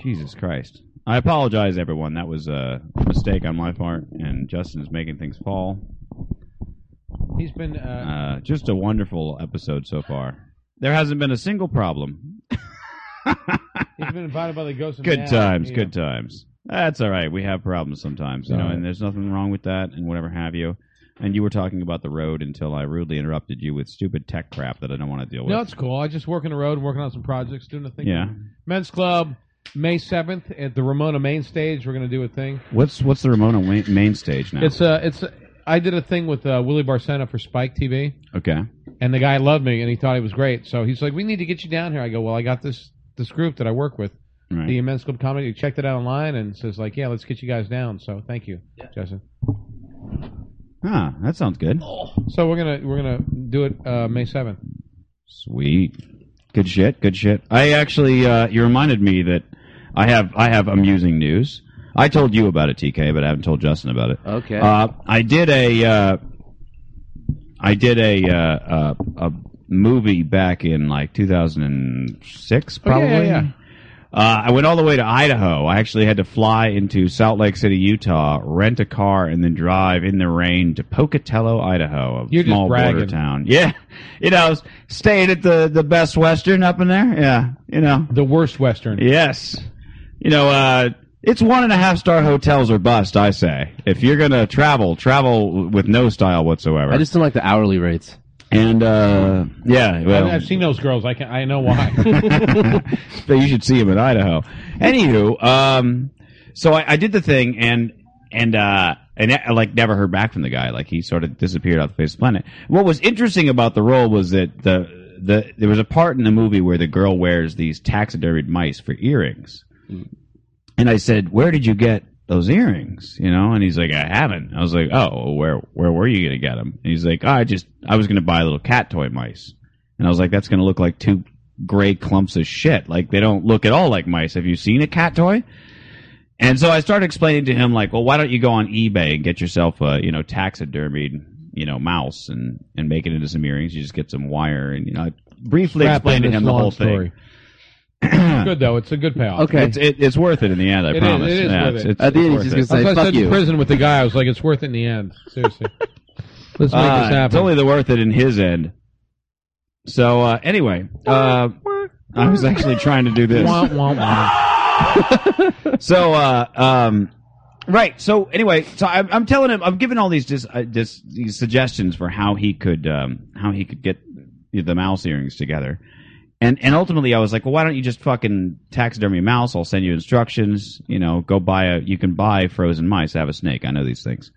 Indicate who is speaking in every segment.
Speaker 1: Jesus Christ. I apologize, everyone. That was a mistake on my part, and Justin's making things fall.
Speaker 2: He's been. Uh,
Speaker 1: Uh, just a wonderful episode so far. There hasn't been a single problem.
Speaker 2: he's been invited by the ghost. Of
Speaker 1: Uh, Good
Speaker 2: Mad.
Speaker 1: times,
Speaker 2: Yeah.
Speaker 1: good times. That's all right. We have problems sometimes, you know,
Speaker 3: Alright.
Speaker 1: and there's nothing wrong with that and whatever have you. And you were talking about the road until I rudely interrupted you with stupid tech crap that I don't want to deal with.
Speaker 2: No, it's cool. I just work on the road, working on some projects, doing a thing.
Speaker 1: yeah.
Speaker 2: Men's Club, May seventh at the Ramona Main Stage. We're gonna do a thing.
Speaker 1: What's what's the Ramona main, main stage now?
Speaker 2: It's a. It's. A, I did a thing with uh, Willie Barcena for Spike TV,
Speaker 1: okay.
Speaker 2: and the guy loved me, and he thought he was great. So he's like, "We need to get you down here." I go, "Well, I got this this group that I work with,
Speaker 1: Right.
Speaker 2: the Men's Club Comedy. You checked it out online, and says like, yeah, let's get you guys down.' So thank you, Justin.
Speaker 1: Huh, that sounds good.
Speaker 2: So we're gonna we're gonna do it uh, May seventh.
Speaker 1: Sweet. Good shit. Good shit. I actually, uh, you reminded me that I have I have amusing news. I told you about it, TK, but I haven't told Justin about it.
Speaker 3: Okay.
Speaker 1: Uh, I did a uh, I did a uh, uh, a movie back in like 2006,
Speaker 2: Oh, yeah,
Speaker 1: probably.
Speaker 2: yeah, yeah.
Speaker 1: Uh, I went all the way to Idaho. I actually had to fly into Salt Lake City, Utah, rent a car, and then drive in the rain to Pocatello, Idaho, a
Speaker 2: You're just
Speaker 1: small border
Speaker 2: bragging.
Speaker 1: town. Yeah, you know, I was staying at the the Best Western up in there. Yeah, you know,
Speaker 2: The worst Western.
Speaker 1: yes, you know, uh, it's one and a half star hotels or bust. I say, if you're gonna travel, travel with no style whatsoever.
Speaker 3: I just don't like the hourly rates.
Speaker 1: and uh, yeah, well,
Speaker 2: I've, I've seen those girls. I can I know why.
Speaker 1: But you should see him in Idaho. Anywho, um, so I, I did the thing and and uh, and I, like never heard back from the guy. Like he sort of disappeared off the face of the planet. What was interesting about the role was that the the there was a part in the movie where the girl wears these taxidermied mice for earrings, and I said, "Where did you get?" Those earrings, you know, and he's like, I haven't. I was like, oh, well, where where were you gonna get them? And he's like, "Ah, I just I was gonna buy little cat toy mice, and I was like, that's gonna look like two gray clumps of shit. Like they don't look at all like mice. Have you seen a cat toy? And so I started explaining to him, like, well, why don't you go on eBay and get yourself a, you know, taxidermied, you know, mouse and and make it into some earrings. You just get some wire and you know. I briefly
Speaker 2: Crap
Speaker 1: explained to
Speaker 2: in this
Speaker 1: him the
Speaker 2: long
Speaker 1: whole thing.
Speaker 2: story. It's good though. It's a good payoff.
Speaker 3: Okay.
Speaker 1: It's it, it's worth it in the end. I
Speaker 2: It is-
Speaker 1: promise.
Speaker 2: it is
Speaker 1: Yeah,
Speaker 2: worth
Speaker 1: it's-
Speaker 2: it.
Speaker 1: it's-
Speaker 3: At the
Speaker 1: it's
Speaker 3: end,
Speaker 1: worth
Speaker 3: he's
Speaker 1: it.
Speaker 3: just
Speaker 2: That's
Speaker 3: gonna
Speaker 2: why
Speaker 3: say,
Speaker 2: I
Speaker 3: "Fuck
Speaker 2: said in
Speaker 3: you."
Speaker 2: prison with the guy. I was like, it's worth it in the end. Seriously. Let's make
Speaker 1: Uh,
Speaker 2: this happen.
Speaker 1: It's only the worth it in his end. So uh, anyway, uh, I was actually trying to do this.
Speaker 2: Wah, wah, wah.
Speaker 1: so uh um right so anyway so i'm, I'm telling him i'm giving all these dis, uh, dis, these suggestions for how he could um how he could get the mouse earrings together and and ultimately i was like well why don't you just fucking taxidermy a mouse i'll send you instructions you know go buy a you can buy frozen mice I have a snake i know these things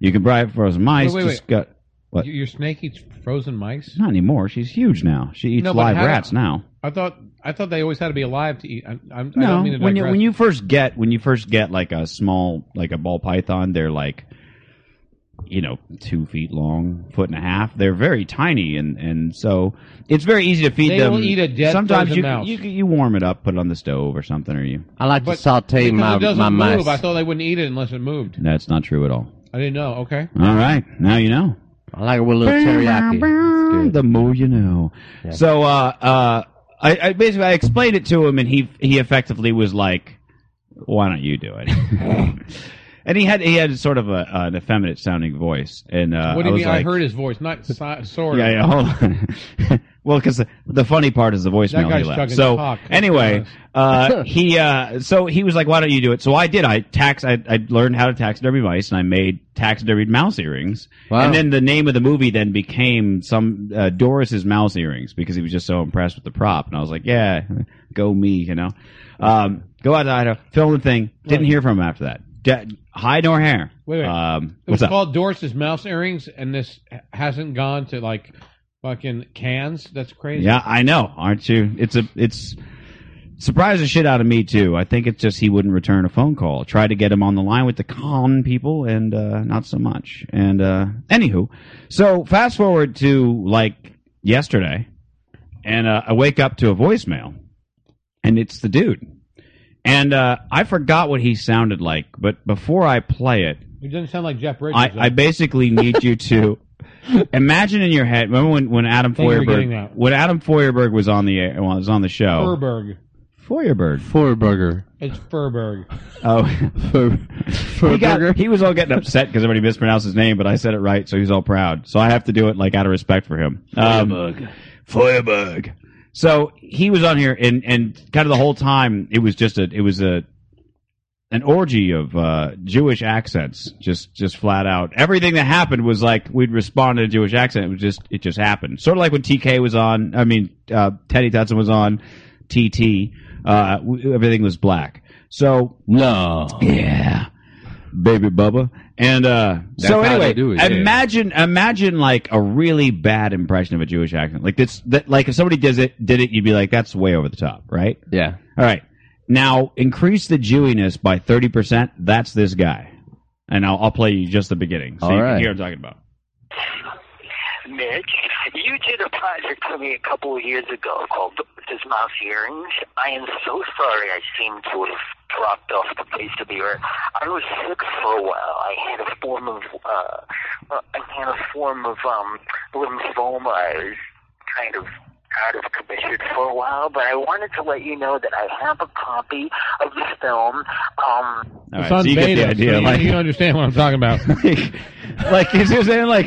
Speaker 1: you can buy frozen mice
Speaker 2: Wait, wait,
Speaker 1: just go-
Speaker 2: You- Your snake eats frozen mice.
Speaker 1: not anymore she's huge now she eats
Speaker 2: No, but
Speaker 1: live
Speaker 2: how do-
Speaker 1: rats now
Speaker 2: I thought I thought they always had to be alive to eat. I, I'm, I
Speaker 1: No,
Speaker 2: don't mean to
Speaker 1: when you
Speaker 2: digress.
Speaker 1: when you first get when you first get like a small like a ball python, they're like you know two feet long, foot and a half. They're very tiny, and and so it's very easy to feed
Speaker 2: They
Speaker 1: them.
Speaker 2: will eat a dead
Speaker 1: Sometimes
Speaker 2: frozen
Speaker 1: you,
Speaker 2: mouse.
Speaker 1: you you warm it up, put it on the stove or something, or you.
Speaker 3: I like
Speaker 2: But-
Speaker 3: to saute
Speaker 2: because
Speaker 3: my
Speaker 2: it doesn't
Speaker 3: my
Speaker 2: move.
Speaker 3: mice.
Speaker 2: I thought they wouldn't eat it unless it moved.
Speaker 1: That's not true at all.
Speaker 2: I didn't know. Okay.
Speaker 1: All right, now you know.
Speaker 3: I like it with a little teriyaki. It's good.
Speaker 1: The more you know. So uh, uh, I, I basically I explained it to him, and he he effectively was like, "Why don't you do it?" and he had he had sort of a, an effeminate sounding voice, and uh,
Speaker 2: What
Speaker 1: I
Speaker 2: do you
Speaker 1: was
Speaker 2: mean?
Speaker 1: like,
Speaker 2: I heard his voice, not si- sort
Speaker 1: Yeah,
Speaker 2: of.
Speaker 1: yeah. Hold on. well, because the, the funny part is the voicemail
Speaker 2: guy's
Speaker 1: he left.
Speaker 2: chugging
Speaker 1: So
Speaker 2: cock.
Speaker 1: anyway, uh, he uh, so he was like, "Why don't you do it?" So I did. I tax. I, I learned how to taxidermy mice, and I made taxidermied mouse earrings.
Speaker 3: Wow.
Speaker 1: And then the name of the movie then became some uh, Doris's mouse earrings because he was just so impressed with the prop. And I was like, "Yeah, go me," you know. Um, go out to Idaho, film the thing. Didn't hear from him after that. De- hide nor hair.
Speaker 2: Wait, wait.
Speaker 1: Um,
Speaker 2: It
Speaker 1: what's
Speaker 2: was
Speaker 1: up?
Speaker 2: called Doris's mouse earrings, and this hasn't gone to like fucking cans. That's crazy.
Speaker 1: Yeah, I know. Aren't you? It's a it's surprised the shit out of me too. I think it's just he wouldn't return a phone call. Tried to get him on the line with the con people, and uh, not so much. And uh, anywho, so fast forward to like yesterday, and uh, I wake up to a voicemail, and it's the dude. And uh, I forgot what he sounded like, but before I play it,
Speaker 2: It doesn't sound like Jeff Bridges.
Speaker 1: I,
Speaker 2: though.
Speaker 1: I basically need you to imagine in your head. Remember when, when Adam
Speaker 2: Thank you for getting
Speaker 1: Feuerberg
Speaker 2: that.
Speaker 1: when Adam Feuerberg was on the air, well, was on the show.
Speaker 2: Herberg.
Speaker 1: Feuerberg.
Speaker 3: for a burger.
Speaker 2: It's Furberg.
Speaker 1: Oh,
Speaker 3: For, for
Speaker 1: he, got-
Speaker 3: burger.
Speaker 1: he was all getting upset because everybody mispronounced his name, but I said it right, so he's all proud. So I have to do it like out of respect for him. Um, Feuerbug. So he was on here, and and kind of the whole time it was just a it was a an orgy of uh, Jewish accents, just just flat out. Everything that happened was like we'd respond to a Jewish accent. It was just it just happened. Sort of like when TK was on. I mean, uh, Teddy Tutson was on. TT. Uh, w- everything was black. So
Speaker 3: No.
Speaker 1: yeah, baby Bubba. And uh,
Speaker 3: That's
Speaker 1: so
Speaker 3: how
Speaker 1: anyway,
Speaker 3: they do it, yeah.
Speaker 1: imagine imagine like a really bad impression of a Jewish accent, like this. That like if somebody does it did it, you'd be like, that's way over the top, right?
Speaker 3: Yeah.
Speaker 1: All right, now increase the Jewiness by thirty percent. That's this guy, and I'll, I'll play you just the beginning, so
Speaker 3: All
Speaker 1: you can
Speaker 3: right.
Speaker 1: hear what I'm talking about.
Speaker 4: Mitch, you did a project for me a couple of years ago called His Mouth Earrings. I am so sorry I seem to have dropped off the face of the earth. I was sick for a while. I had a form of, uh, uh, I had a form of, um, lymphoma. I was kind of out of commission for a while, but I wanted to let you know that I have a copy of the film, um,
Speaker 1: All
Speaker 2: it's
Speaker 1: right,
Speaker 2: on
Speaker 1: so you
Speaker 2: beta.
Speaker 1: get the
Speaker 2: so
Speaker 1: idea.
Speaker 2: you,
Speaker 1: like,
Speaker 2: you understand what I'm talking about.
Speaker 1: like, like he's just saying like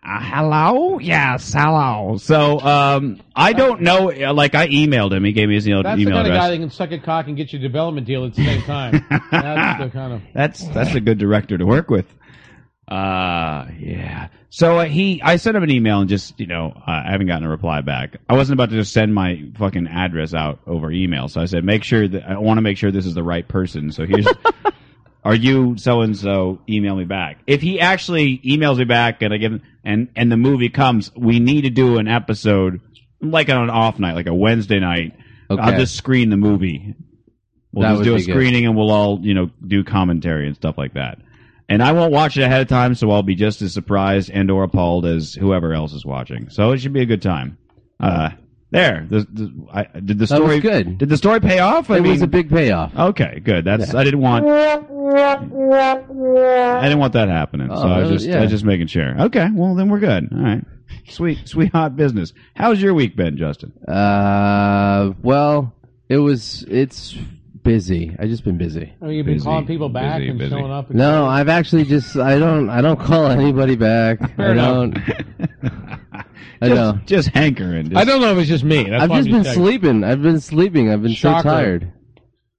Speaker 1: uh, hello yes hello so um i don't know uh, like i emailed him he gave me his email,
Speaker 2: That's the
Speaker 1: email
Speaker 2: kind of guy
Speaker 1: address
Speaker 2: that can suck a cock and get you a development deal at the same time. That's the kind of.
Speaker 1: that's that's a good director to work with uh yeah so uh, he i sent him an email and just you know uh, i haven't gotten a reply back i wasn't about to just send my fucking address out over email so i said make sure that i want to make sure this is the right person so here's are you so and so email me back if he actually emails me back and i give him and and the movie comes we need to do an episode like on an off night like a wednesday night
Speaker 3: Okay.
Speaker 1: i'll just screen the movie we'll
Speaker 3: That
Speaker 1: just
Speaker 3: would
Speaker 1: do a
Speaker 3: be good.
Speaker 1: screening and we'll all you know do commentary and stuff like that and i won't watch it ahead of time so i'll be just as surprised and or appalled as whoever else is watching so it should be a good time uh there the, the, I, did the
Speaker 3: That was
Speaker 1: story
Speaker 3: good.
Speaker 1: did the story pay off i
Speaker 3: it
Speaker 1: mean
Speaker 3: was a big payoff.
Speaker 1: Okay, good. That's I didn't want I didn't want that happening. so
Speaker 3: Oh,
Speaker 1: I was
Speaker 3: that-
Speaker 1: just I
Speaker 3: yeah.
Speaker 1: was just making sure. Okay, well then we're good. All right. Sweet, sweet hot business. How's your week been, Justin?
Speaker 3: Uh, well, it was. It's busy. I just been busy.
Speaker 2: I mean, you've been
Speaker 1: Busy,
Speaker 2: calling people back
Speaker 1: busy,
Speaker 2: and
Speaker 1: busy.
Speaker 2: showing up. And
Speaker 3: No, I've actually just. I don't. I don't call anybody back. I
Speaker 2: enough.
Speaker 3: don't. I
Speaker 1: just,
Speaker 3: know.
Speaker 1: just hankering. Just,
Speaker 2: I don't know if it's just me. That's
Speaker 3: I've
Speaker 2: why
Speaker 3: just
Speaker 2: I'm
Speaker 3: been
Speaker 2: checking.
Speaker 3: sleeping. I've been sleeping. I've been
Speaker 2: Shocker.
Speaker 3: so tired.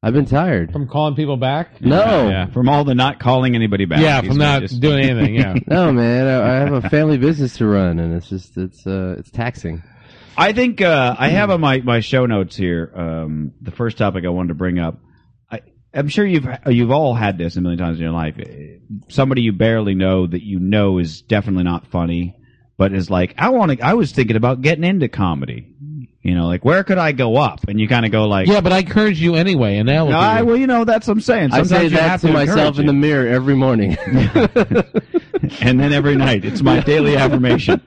Speaker 3: I've been tired.
Speaker 2: from calling people back.
Speaker 3: No,
Speaker 1: Yeah, from all the not calling anybody back.
Speaker 2: yeah,
Speaker 1: He's
Speaker 2: from not
Speaker 1: just-
Speaker 2: doing anything. Yeah.
Speaker 3: no, man. I, I have a family business to run, and it's just it's uh it's taxing.
Speaker 1: I think uh, I have on my, my show notes here um, the first topic I wanted to bring up. I, I'm sure you've you've all had this a million times in your life. Eh, Somebody you barely know that you know is definitely not funny, but is like, I want to. I was thinking about getting into comedy. You know, like where could I go up? And you kind of go like,
Speaker 2: yeah, but I encourage you anyway, and that
Speaker 1: "No,
Speaker 2: will.
Speaker 1: I, well, you know, that's what I'm saying.
Speaker 3: I
Speaker 1: Sometimes
Speaker 3: say
Speaker 1: you
Speaker 3: that
Speaker 1: have
Speaker 3: to, myself
Speaker 1: encourage
Speaker 3: in the
Speaker 1: it.
Speaker 3: mirror every morning.
Speaker 1: and then every night it's my daily affirmation.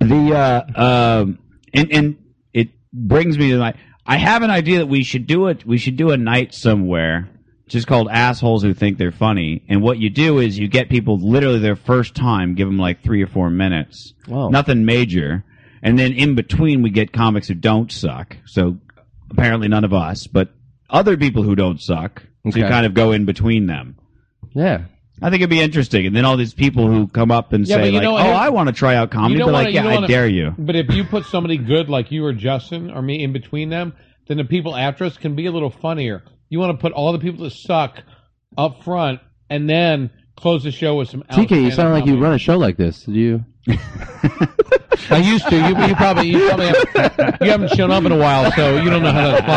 Speaker 1: The uh, um, and and it brings me to my. I have an idea that we should do it. We should do a night somewhere, just called "Assholes Who Think They're Funny." And what you do is you get people literally their first time, give them like three or four minutes,
Speaker 3: Wow.
Speaker 1: nothing major, and then in between we get comics who don't suck. So apparently none of us, but other people who don't suck. So you
Speaker 3: Okay.
Speaker 1: kind of go in between them.
Speaker 3: yeah.
Speaker 1: I think it'd be interesting. And then all these people who come up and
Speaker 2: Yeah,
Speaker 1: say,
Speaker 2: but you
Speaker 1: like,
Speaker 2: know
Speaker 1: oh,
Speaker 2: what?
Speaker 1: I want to try out comedy.
Speaker 2: You
Speaker 1: They're
Speaker 2: don't wanna-
Speaker 1: like,
Speaker 2: you
Speaker 1: yeah,
Speaker 2: don't
Speaker 1: I
Speaker 2: wanna-
Speaker 1: dare you.
Speaker 2: But if you put somebody good like you or Justin or me in between them, then the people after us can be a little funnier. You want to put all the people that suck up front and then close the show with some.
Speaker 3: TK, you
Speaker 2: outstanding
Speaker 3: sound like you
Speaker 2: comedy.
Speaker 3: run a show like this. Do you?
Speaker 2: I used to. You, you probably you probably have, you haven't shown up in a while, so you don't know how that's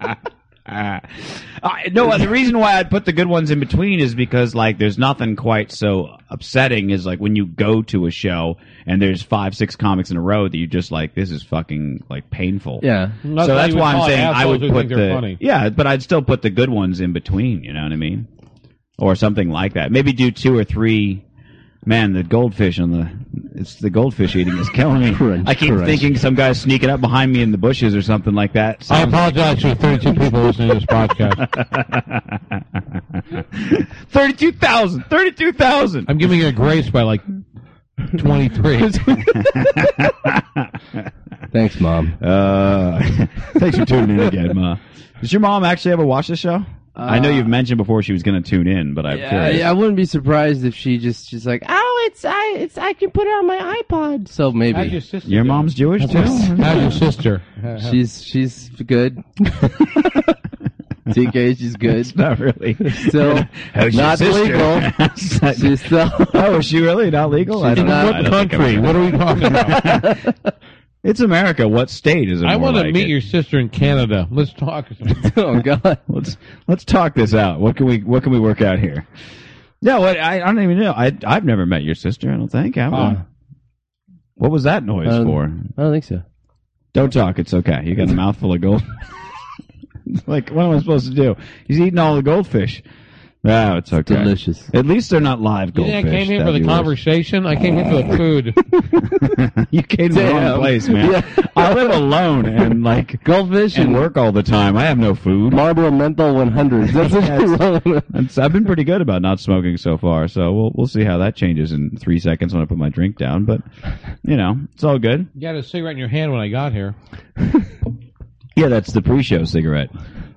Speaker 2: like.
Speaker 1: Uh, I- no, the reason why I'd put the good ones in between is because, like, there's nothing quite so upsetting as, like, when you go to a show and there's five, six comics in a row that you just, like, this is fucking, like, painful.
Speaker 3: Yeah.
Speaker 1: so that's
Speaker 2: you would
Speaker 1: why
Speaker 2: call
Speaker 1: I'm
Speaker 2: it,
Speaker 1: saying I
Speaker 2: assholes
Speaker 1: would
Speaker 2: who
Speaker 1: put
Speaker 2: think they're
Speaker 1: the
Speaker 2: funny.
Speaker 1: yeah, but I'd still put the good ones in between. You know what I mean, or something like that. Maybe do two or three. Man, the goldfish on the it's the goldfish eating is killing me.
Speaker 3: Crunch,
Speaker 1: I keep
Speaker 3: crunch.
Speaker 1: thinking some guy's sneaking up behind me in the bushes or something like that.
Speaker 2: I
Speaker 1: Sounds-
Speaker 2: apologize to 32 people listening to this podcast.
Speaker 1: 32,000! 32,000!
Speaker 2: I'm giving you a grace by like 23.
Speaker 3: Thanks, mom.
Speaker 1: Uh, thanks for tuning in again, Ma. Uh, Does your mom actually ever watch the show? I know
Speaker 3: Uh,
Speaker 1: you've mentioned before she was going to tune in, but I'm
Speaker 3: Yeah,
Speaker 1: curious.
Speaker 3: I, I wouldn't be surprised if she just she's like, oh, it's I, it's I can put it on my iPod. So
Speaker 2: How's
Speaker 3: maybe
Speaker 2: your sister?
Speaker 1: Your
Speaker 2: doing?
Speaker 1: mom's Jewish too.
Speaker 2: How's your sister?
Speaker 3: she's she's good. TK, she's good.
Speaker 1: It's not really.
Speaker 3: Still
Speaker 1: How's your
Speaker 3: not
Speaker 1: sister?
Speaker 3: legal.
Speaker 1: It's not-
Speaker 3: She's still.
Speaker 1: oh, is she really not legal? I
Speaker 3: She's
Speaker 1: don't know.
Speaker 3: not-
Speaker 1: I don't think I've ever-
Speaker 2: What are we talking about?
Speaker 1: It's America. What state is it?
Speaker 2: I
Speaker 1: more
Speaker 2: want to
Speaker 1: like
Speaker 2: meet
Speaker 1: it?
Speaker 2: your sister in Canada. Let's talk.
Speaker 3: oh God.
Speaker 1: Let's let's talk this out. What can we what can we work out here? No, what I, I don't even know. I I've never met your sister. I don't think. Have I? Uh,
Speaker 2: Oh.
Speaker 1: What was that noise
Speaker 3: Um,
Speaker 1: for?
Speaker 3: I don't think so.
Speaker 1: Don't talk. It's okay. You got a mouthful of gold. It's like what am I supposed to do? He's eating all the goldfish. No, it's okay.
Speaker 3: Delicious.
Speaker 1: At least they're not live
Speaker 2: You think
Speaker 1: goldfish.
Speaker 2: I came here for
Speaker 1: That'd
Speaker 2: the
Speaker 1: be worse.
Speaker 2: conversation? I came here for the food.
Speaker 1: you came to the wrong
Speaker 3: Damn.
Speaker 1: place, man.
Speaker 3: Yeah.
Speaker 1: I live alone and like
Speaker 3: Goldfish
Speaker 1: and
Speaker 3: and
Speaker 1: work all the time. I have no food.
Speaker 3: Marlboro Menthol 100. That's what you
Speaker 1: And so I've been pretty good about not smoking so far, so we'll we'll see how that changes in three seconds when I put my drink down. But you know, it's all good.
Speaker 2: You got a cigarette in your hand when I got here.
Speaker 1: Yeah, that's the pre-show cigarette.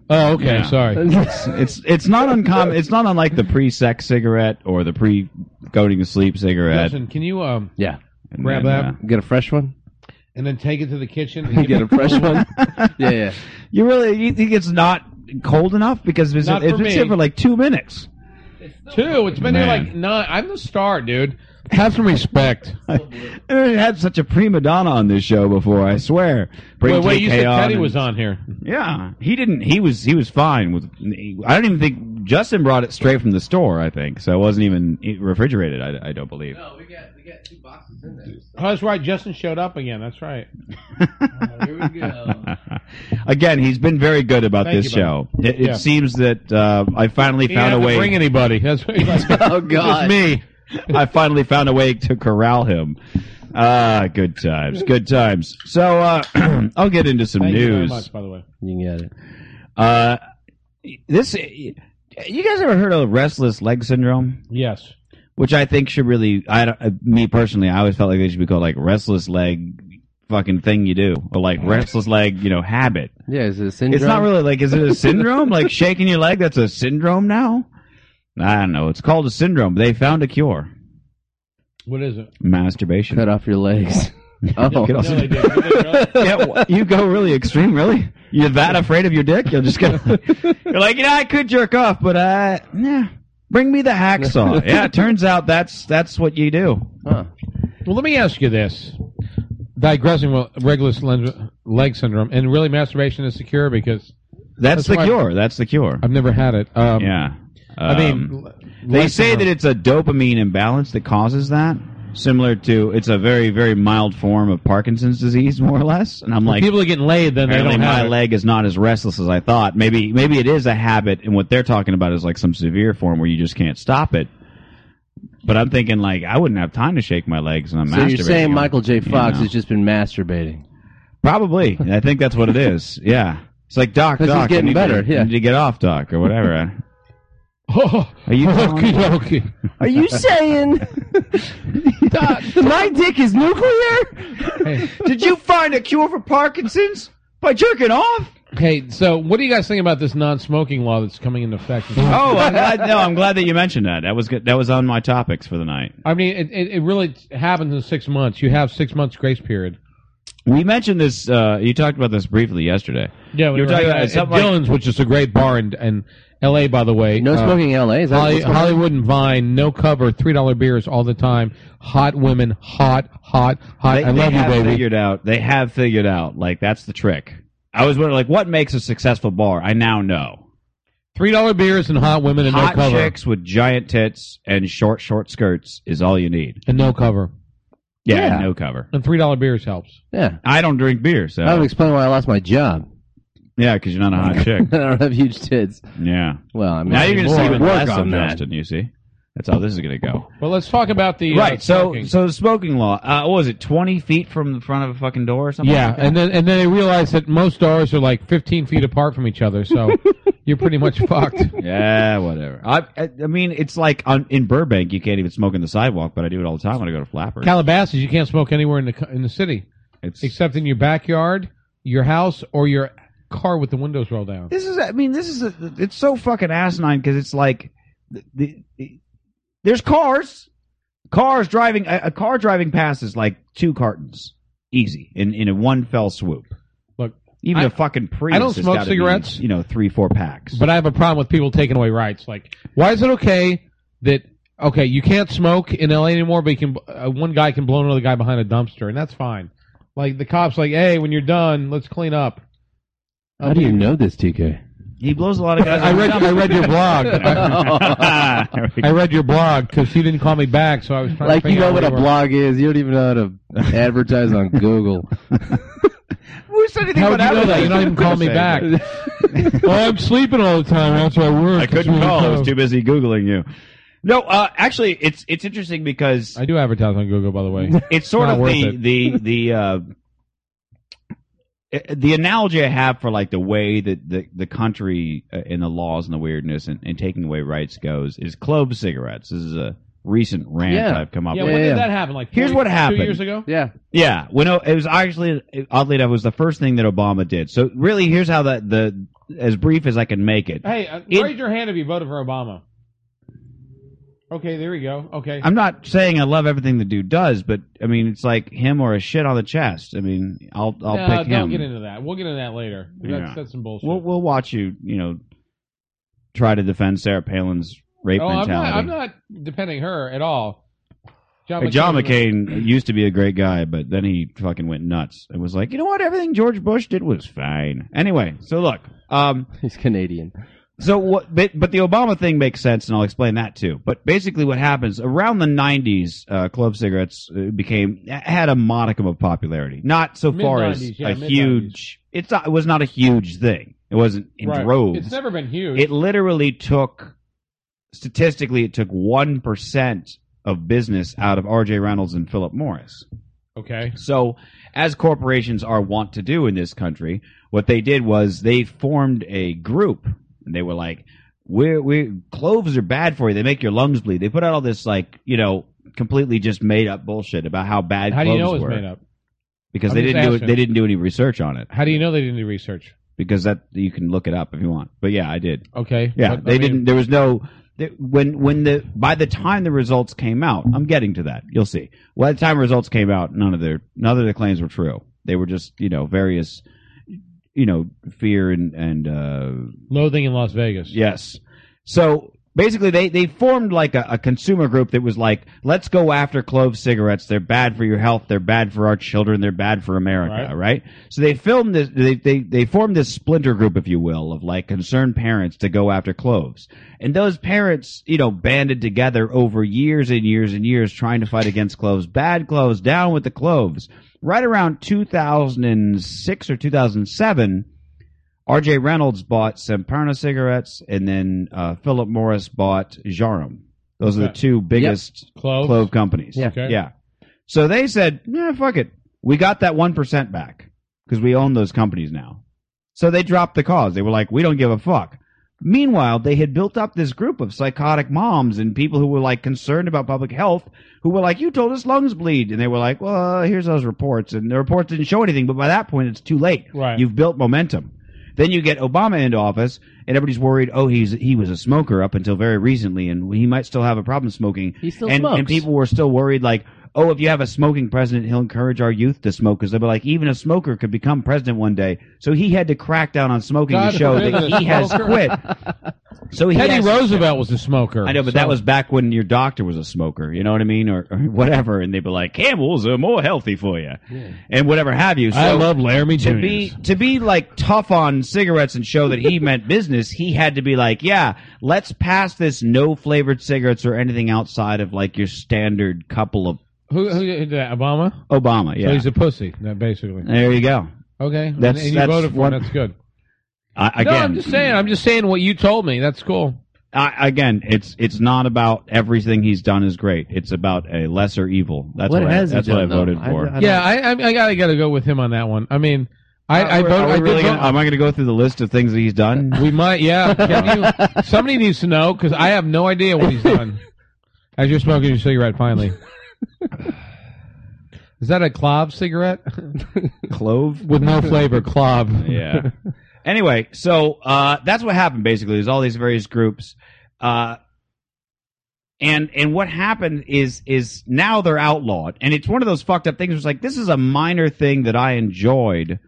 Speaker 2: Oh, okay.
Speaker 1: Yeah.
Speaker 2: Sorry.
Speaker 1: It's it's, it's not uncommon. It's not unlike the pre-sex cigarette or the pre-going to sleep cigarette.
Speaker 2: Justin, can you um
Speaker 3: yeah.
Speaker 1: And
Speaker 2: grab
Speaker 1: then,
Speaker 2: that.
Speaker 1: uh,
Speaker 3: Get a fresh one.
Speaker 2: and then take it to the kitchen? And
Speaker 3: Get a fresh one. yeah, yeah.
Speaker 1: you really you think it's not cold enough because it's,
Speaker 2: Not
Speaker 1: it's
Speaker 2: for
Speaker 1: been
Speaker 2: me.
Speaker 1: sitting for like two minutes.
Speaker 2: two. It's been here
Speaker 1: Man.
Speaker 2: like nine. I'm the star, dude. Have some respect.
Speaker 1: I never Eh, had such a prima donna on this show before. I swear. Bring
Speaker 2: wait, wait. You said
Speaker 1: TK on
Speaker 2: Teddy
Speaker 1: and-
Speaker 2: was on here.
Speaker 1: Yeah, he didn't. He was he was fine with. I don't even think Justin brought it straight from the store. I think so. It wasn't even refrigerated. I, I don't believe.
Speaker 3: we got we got two boxes in there.
Speaker 2: Oh, that's right. Justin showed up again. That's right.
Speaker 3: Here we go.
Speaker 1: Again, he's been very good about
Speaker 2: Thank
Speaker 1: this
Speaker 2: you,
Speaker 1: show. It, it
Speaker 2: Yeah.
Speaker 1: seems that uh, I finally
Speaker 2: He
Speaker 1: found a
Speaker 2: didn't have to
Speaker 1: way.
Speaker 2: bring anybody. That's what he's like.
Speaker 3: oh
Speaker 2: It's
Speaker 3: God.
Speaker 2: me.
Speaker 1: I finally found a way to corral him. Ah, good times, good times. So uh, I'll get into some
Speaker 2: Thank you very
Speaker 1: news.
Speaker 2: much, by the way.
Speaker 3: You can get it.
Speaker 1: Uh, this, you guys ever heard of restless leg syndrome?
Speaker 2: Yes.
Speaker 1: which I think should really, I don't, uh, me personally, I always felt like they should be called like restless leg fucking thing you do or like restless leg, you know, habit.
Speaker 3: Yeah, is it a syndrome?
Speaker 1: It's not really like, is it a syndrome? like shaking your leg, that's a syndrome now? I don't know. It's called a syndrome. They found a cure.
Speaker 2: What is it?
Speaker 1: Masturbation.
Speaker 3: cut off your legs. oh,
Speaker 1: Get off-
Speaker 2: No, they didn't. They didn't really-
Speaker 1: Yeah, wha- you go really extreme, really? You're that afraid of your dick? You'll just go, you're like, you know, I could jerk off, but I, nah, bring me the hacksaw. yeah, it turns out that's, that's what you do.
Speaker 3: huh.
Speaker 2: Well, let me ask you this. Digressing with Regulus len- leg syndrome, and really masturbation is secure because
Speaker 1: That's,
Speaker 2: That's
Speaker 1: the
Speaker 2: why-
Speaker 1: cure. That's the cure.
Speaker 2: I've never had it. Um,
Speaker 1: Yeah.
Speaker 2: I
Speaker 1: Um,
Speaker 2: mean, l-
Speaker 1: they
Speaker 2: leg
Speaker 1: say
Speaker 2: syndrome.
Speaker 1: that it's a dopamine imbalance that causes that. Similar to, it's a very, very mild form of Parkinson's disease, more or less. And I'm like,
Speaker 2: people are getting laid, then they
Speaker 1: apparently
Speaker 2: don't
Speaker 1: my
Speaker 2: have it.
Speaker 1: leg is not as restless as I thought. Maybe, maybe it is a habit, and what they're talking about is like some severe form where you just can't stop it. But I'm thinking like I wouldn't have time to shake my legs, and I'm
Speaker 3: So you're
Speaker 1: masturbating.
Speaker 3: saying Michael J. Fox
Speaker 1: know.
Speaker 3: has just been masturbating?
Speaker 1: Probably. I think that's what it is. Yeah. It's like Doc,
Speaker 3: 'Cause he's
Speaker 1: Doc, I
Speaker 3: getting
Speaker 1: need to-
Speaker 3: better, yeah.
Speaker 1: I need to get off, Doc, or whatever.
Speaker 2: Oh,
Speaker 1: Are you telling me-
Speaker 2: okay.
Speaker 3: Are you saying my dick is nuclear?
Speaker 2: Hey,
Speaker 1: Did you find a cure for Parkinson's by jerking off?
Speaker 2: hey, so what do you guys think about this non-smoking law that's coming into effect?
Speaker 1: Oh, I'm glad, no, I'm glad that you mentioned that. That was good. that was on my topics for the night.
Speaker 2: I mean, it, it, it really happens in six months. You have six months grace period.
Speaker 1: We mentioned this. Uh, you talked about this briefly yesterday.
Speaker 2: Yeah,
Speaker 1: You were talking about
Speaker 2: at
Speaker 1: something like-
Speaker 2: Dillon's, which is a great bar in, in L.A. By the way,
Speaker 3: No
Speaker 2: Uh,
Speaker 3: smoking in L.A. Is that
Speaker 2: Holly,
Speaker 3: what's going on?
Speaker 2: Hollywood and Vine, no cover, three dollar beers all the time. Hot women, hot, hot, hot.
Speaker 1: They,
Speaker 2: I
Speaker 1: they
Speaker 2: love you,
Speaker 1: have
Speaker 2: baby.
Speaker 1: Figured out. They have figured out. Like that's the trick. I was wondering, like, what makes a successful bar? I now know.
Speaker 2: Three dollar beers and hot women and
Speaker 1: Hot
Speaker 2: no cover
Speaker 1: chicks with giant tits and short, short skirts is all you need.
Speaker 2: and no cover
Speaker 1: Yeah,
Speaker 3: Yeah.
Speaker 1: and no cover.
Speaker 2: and three dollar beers helps.
Speaker 3: Yeah,
Speaker 1: I don't drink beer,
Speaker 3: that would
Speaker 1: so
Speaker 3: explain why I lost my job.
Speaker 1: yeah, because you're not a hot chick.
Speaker 3: I don't have huge tits.
Speaker 1: Yeah.
Speaker 3: Well, I mean,
Speaker 1: Now you're going to see
Speaker 3: more
Speaker 1: even
Speaker 3: work
Speaker 1: less of
Speaker 3: on that.
Speaker 1: Justin. You see, that's how this is going to go.
Speaker 2: Well, let's talk about the uh,
Speaker 1: right. So,
Speaker 2: smoking.
Speaker 1: so the smoking law. Uh, what was it? Twenty feet from the front of a fucking door or something?
Speaker 2: yeah,
Speaker 1: like that?
Speaker 2: and then and then they realized that most doors are like fifteen feet apart from each other, so you're pretty much fucked.
Speaker 1: yeah, whatever. I, I, I mean, it's like on, in Burbank, you can't even smoke in the sidewalk, but I do it all the time when I go to Flappers.
Speaker 2: Calabasas, you can't smoke anywhere in the co- in the city
Speaker 1: it's
Speaker 2: except in your backyard, your house, or your car with the windows rolled down.
Speaker 1: This is, I mean, this is, a, it's so fucking asinine because it's like, the, the, the- there's cars, cars driving, a, a car driving past is like two cartons, easy, in in a one fell swoop.
Speaker 2: Look,
Speaker 1: even
Speaker 2: I-
Speaker 1: a fucking Prius.
Speaker 2: I don't
Speaker 1: has
Speaker 2: smoke
Speaker 1: gotta be,
Speaker 2: cigarettes.
Speaker 1: you know, three four packs.
Speaker 2: But I have a problem with people taking away rights. Like, why is it okay that okay you can't smoke in LA anymore, but you can uh, one guy can blow another guy behind a dumpster, and that's fine. Like the cops, like, hey, when you're done, let's clean up.
Speaker 3: How do you know this, TK?
Speaker 1: he blows a lot of guys.
Speaker 2: I read I read your blog. I,
Speaker 1: Oh. There we go.
Speaker 2: I read your blog because you didn't call me back, so I was trying
Speaker 3: Like
Speaker 2: to
Speaker 3: you
Speaker 2: figure
Speaker 3: know
Speaker 2: out
Speaker 3: what a
Speaker 2: where you were.
Speaker 3: blog is. You don't even know how to advertise on Google.
Speaker 1: Who said anything
Speaker 2: How would
Speaker 1: about
Speaker 2: you know that?
Speaker 1: advertising?
Speaker 2: You don't even call me
Speaker 1: Say
Speaker 2: back.
Speaker 1: that.
Speaker 2: oh, I'm sleeping all the time. That's why I work.
Speaker 1: I couldn't call. I was too busy googling you. No, uh, actually, it's it's interesting because
Speaker 2: I do advertise on Google, by the way.
Speaker 1: it's sort
Speaker 2: Not
Speaker 1: of
Speaker 2: worth
Speaker 1: the,
Speaker 2: it.
Speaker 1: the the uh, i- the analogy I have for like the way that the the country uh, and the laws and the weirdness and, and taking away rights goes is club cigarettes. This is a recent rant
Speaker 3: Yeah.
Speaker 1: I've come up
Speaker 2: yeah,
Speaker 1: with.
Speaker 2: when
Speaker 3: yeah.
Speaker 2: did that happen? Like,
Speaker 1: Here's what
Speaker 2: 42
Speaker 1: happened.
Speaker 2: years ago.
Speaker 3: yeah.
Speaker 1: Yeah, when it was actually oddly enough, it was the first thing that Obama did. So really, here's how that the as brief as I can make it.
Speaker 2: Hey, uh,
Speaker 1: It-
Speaker 2: raise your hand if you voted for Obama. Okay, there we go. Okay.
Speaker 1: I'm not saying I love everything the dude does, but I mean it's like him or a shit on the chest. I mean, I'll I'll
Speaker 2: no,
Speaker 1: pick
Speaker 2: Uh, don't
Speaker 1: him.
Speaker 2: get into that. We'll get into that later. That's,
Speaker 1: Yeah.
Speaker 2: that's some bullshit.
Speaker 1: we'll we'll watch you, you know, try to defend Sarah Palin's rape
Speaker 2: oh, I'm
Speaker 1: mentality.
Speaker 2: not, I'm not defending her at all. John
Speaker 1: Like, John
Speaker 2: was-
Speaker 1: McCain used to be a great guy, but then he fucking went nuts and was like, you know what? Everything George Bush did was fine. Anyway, so look, um,
Speaker 3: He's Canadian.
Speaker 1: So what? But, but the Obama thing makes sense, and I'll explain that too. But basically, what happens around the '90s, uh, club cigarettes uh, became had a modicum of popularity. Not so far as
Speaker 2: Mid-nineties, yeah,
Speaker 1: a
Speaker 2: mid-nineties.
Speaker 1: huge. It's not, it was not a huge thing. It wasn't in
Speaker 2: Right.
Speaker 1: droves.
Speaker 2: It's never been huge.
Speaker 1: it literally took statistically, it took one percent of business out of R.J. Reynolds and Philip Morris.
Speaker 2: okay.
Speaker 1: So, as corporations are wont to do in this country, what they did was they formed a group, and they were like, "We're we cloves are bad for you. They make your lungs bleed." They put out all this like you know completely just made up bullshit about how bad
Speaker 2: How do
Speaker 1: cloves
Speaker 2: you know it's
Speaker 1: were
Speaker 2: made up?
Speaker 1: because
Speaker 2: I'm
Speaker 1: they
Speaker 2: just
Speaker 1: didn't do it,
Speaker 2: asking.
Speaker 1: they didn't do any research on it
Speaker 2: How do you know they didn't do research?
Speaker 1: because that you can look it up if you want. But yeah, I did.
Speaker 2: Okay.
Speaker 1: Yeah,
Speaker 2: But, I
Speaker 1: they
Speaker 2: mean,
Speaker 1: didn't. There was no they- when when the by the time the results came out. I'm getting to that. You'll see. By the time results came out, none of their none of their claims were true. They were just you know various you know fear and and uh,
Speaker 2: Loathing in Las Vegas.
Speaker 1: yes. So basically, they they formed like a, a consumer group that was like, let's go after clove cigarettes. They're bad for your health. They're bad for our children. They're bad for America. Right.
Speaker 2: Right.
Speaker 1: So they filmed this. They, they they formed this splinter group, if you will, of like concerned parents to go after cloves. And those parents, you know, banded together over years and years and years trying to fight against cloves. Bad cloves. Down with the cloves. Right around 2006 or 2007. R.J. Reynolds bought Semperna cigarettes, and then uh, Philip Morris bought Jarum. Those are the
Speaker 2: Okay.
Speaker 1: two biggest
Speaker 2: Clove.
Speaker 1: clove companies.
Speaker 3: Yeah.
Speaker 2: Okay.
Speaker 1: yeah. So they said, nah, fuck it. We got that 1% back because we own those companies now. So they dropped the cause. They were like, we don't give a fuck. Meanwhile, they had built up this group of psychotic moms and people who were like concerned about public health who were like, you told us lungs bleed. And they were like, well, here's those reports. And the reports didn't show anything, but by that point, it's too late.
Speaker 2: Right.
Speaker 1: You've built momentum. Then you get Obama into office, and everybody's worried. Oh, he's he was a smoker up until very recently, and he might still have a problem smoking.
Speaker 3: He still
Speaker 1: and,
Speaker 3: smokes.
Speaker 1: and people were still worried, like, oh, if you have a smoking president, he'll encourage our youth to smoke. Because they'll be like, even a smoker could become president one day. So he had to crack down on smoking
Speaker 2: God
Speaker 1: to show
Speaker 2: forbid
Speaker 1: that
Speaker 2: a
Speaker 1: he has
Speaker 2: smoker.
Speaker 1: quit. So he
Speaker 2: Teddy
Speaker 1: has,
Speaker 2: Roosevelt was a smoker.
Speaker 1: I know, but
Speaker 2: so-
Speaker 1: that was back when your doctor was a smoker. You know what I mean, or, or whatever. And they'd be like, Camels are more healthy for you, and whatever have you. So
Speaker 2: I love Laramie
Speaker 1: to
Speaker 2: Jr.
Speaker 1: be to be like tough on cigarettes and show that he meant business, he had to be like, yeah, let's pass this no flavored cigarettes or anything outside of like your standard couple of
Speaker 2: Who, who did that? Obama?
Speaker 1: Obama.
Speaker 2: So
Speaker 1: Yeah,
Speaker 2: he's a pussy, no, basically.
Speaker 1: there you go.
Speaker 2: Okay. And-
Speaker 1: That's-
Speaker 2: and you
Speaker 1: that's
Speaker 2: voted for
Speaker 1: one-
Speaker 2: him. That's good.
Speaker 1: I, again,
Speaker 2: No, I'm just saying. I'm just saying what you told me. That's cool.
Speaker 1: I, again, it's it's not about everything he's done is great. It's about a lesser evil. That's what,
Speaker 3: What
Speaker 1: I,
Speaker 3: has he
Speaker 1: that's what I
Speaker 3: done, though?
Speaker 1: voted
Speaker 3: I-
Speaker 1: for.
Speaker 3: I-
Speaker 2: yeah, I, I, I gotta gotta go with him on that one. I mean, I, I
Speaker 1: Are we-
Speaker 2: voted.
Speaker 1: are we
Speaker 2: I did
Speaker 1: really
Speaker 2: vote-
Speaker 1: gonna- am I going to go through the list of things that he's done?
Speaker 2: we might. Yeah. Can you, somebody needs to know because I have no idea what he's done. As you're smoking your cigarette, finally. Is that a clove cigarette
Speaker 1: Clove.
Speaker 2: with no flavor? Clove.
Speaker 1: Yeah. Anyway, so uh, that's what happened. Basically, there's all these various groups, uh, and and what happened is is now they're outlawed, and it's one of those fucked up things. Where it's like this is a minor thing that I enjoyed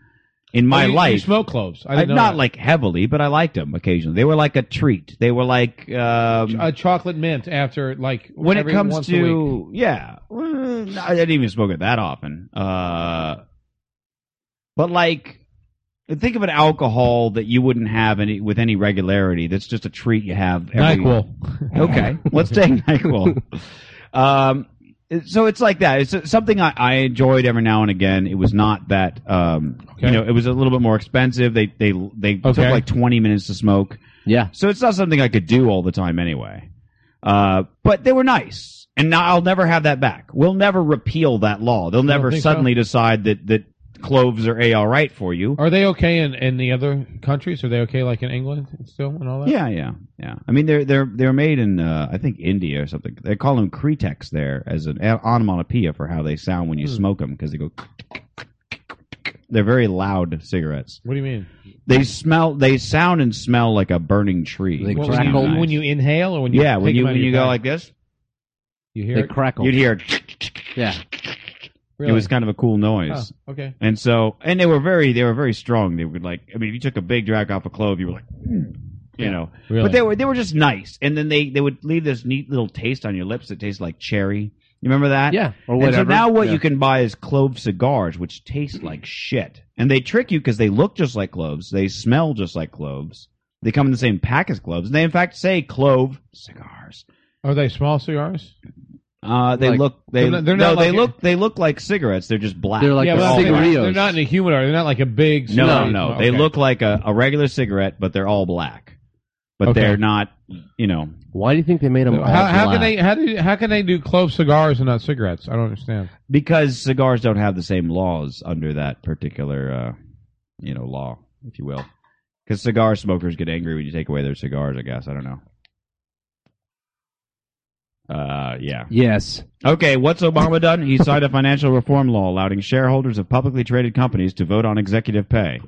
Speaker 1: in my
Speaker 2: Oh, you- you
Speaker 1: life.
Speaker 2: smoke cloves. I
Speaker 1: I
Speaker 2: didn't know
Speaker 1: not
Speaker 2: that.
Speaker 1: like heavily, but I liked them occasionally. They were like a treat. They were like um,
Speaker 2: a chocolate mint after like
Speaker 1: when it
Speaker 2: every
Speaker 1: comes
Speaker 2: once a week.
Speaker 1: to yeah, well, I didn't even smoke it that often. Uh, but like, think of an alcohol that you wouldn't have any with any regularity. That's just a treat you have. Every,
Speaker 2: Nyquil.
Speaker 1: Okay, let's take Nyquil. Um, so it's like that. It's something I, I enjoyed every now and again. It was not that um,
Speaker 2: Okay.
Speaker 1: you know, it was a little bit more expensive. They they they took
Speaker 2: Okay.
Speaker 1: like twenty minutes to smoke.
Speaker 3: Yeah.
Speaker 1: So it's not something I could do all the time anyway. Uh, but they were nice. And now I'll never have that back. We'll never repeal that law. They'll never
Speaker 2: think
Speaker 1: suddenly decide that, that cloves are A all right for you.
Speaker 2: Are they okay in, in the other countries? Are they okay like in England still and all that?
Speaker 1: Yeah, yeah, yeah. I mean, they're they're they're made in uh, I think India or something. They call them cretex there as an a- onomatopoeia for how they sound when you
Speaker 2: Hmm.
Speaker 1: smoke them because they go. They're very loud cigarettes.
Speaker 2: What do you mean?
Speaker 1: They smell, they sound and smell like a burning tree.
Speaker 3: They
Speaker 1: which
Speaker 2: What,
Speaker 1: is
Speaker 2: when, you,
Speaker 3: crackle.
Speaker 1: nice.
Speaker 2: when you inhale or when you
Speaker 1: yeah,
Speaker 2: take
Speaker 1: when you
Speaker 2: them out of
Speaker 1: when you
Speaker 2: your
Speaker 1: go
Speaker 2: bag?
Speaker 1: like this,
Speaker 2: you
Speaker 3: They
Speaker 2: hear it?
Speaker 3: crackle.
Speaker 1: you'd hear
Speaker 3: yeah.
Speaker 1: It
Speaker 2: Really?
Speaker 1: was kind of a cool noise.
Speaker 2: Oh, okay.
Speaker 1: And so, and they were very, they were very strong. They would like, I mean, if you took a big drag off a clove, you were like, "Mm," you
Speaker 2: Yeah.
Speaker 1: know,
Speaker 2: Really?
Speaker 1: but they were, they were just nice. And then they, they would leave this neat little taste on your lips that tastes like cherry. You remember that?
Speaker 3: Yeah. Or
Speaker 1: And so
Speaker 3: whatever.
Speaker 1: now what
Speaker 3: Yeah.
Speaker 1: you can buy is clove cigars, which taste like shit. And they trick you because they look just like cloves. They smell just like cloves. They come in the same pack as cloves. And they, in fact, say clove cigars.
Speaker 2: Are they small cigars?
Speaker 1: Uh, they
Speaker 3: Like-
Speaker 1: look, they,
Speaker 2: They're not- they're
Speaker 1: no,
Speaker 2: not
Speaker 1: they
Speaker 2: like-
Speaker 1: look, they look like cigarettes. They're just black.
Speaker 3: They're like
Speaker 2: yeah,
Speaker 3: the
Speaker 2: but I'm saying,
Speaker 3: cigarillos.
Speaker 2: They're not in a humidor. They're not like a big.
Speaker 1: No, no,
Speaker 3: No,
Speaker 1: no.
Speaker 2: okay.
Speaker 1: They look like a, a regular cigarette, but they're all black. But
Speaker 2: Okay.
Speaker 1: they're not, you know.
Speaker 3: Why do you think they made them all
Speaker 2: How, how
Speaker 3: black?
Speaker 2: can they? How do? How can they do clove cigars and not cigarettes? I don't understand.
Speaker 1: Because cigars don't have the same laws under that particular, uh, you know, law, if you will. Because cigar smokers get angry when you take away their cigars, I guess. I don't know. Uh, yeah.
Speaker 3: Yes.
Speaker 1: Okay, what's Obama done? He signed a financial reform law allowing shareholders of publicly traded companies to vote on executive pay.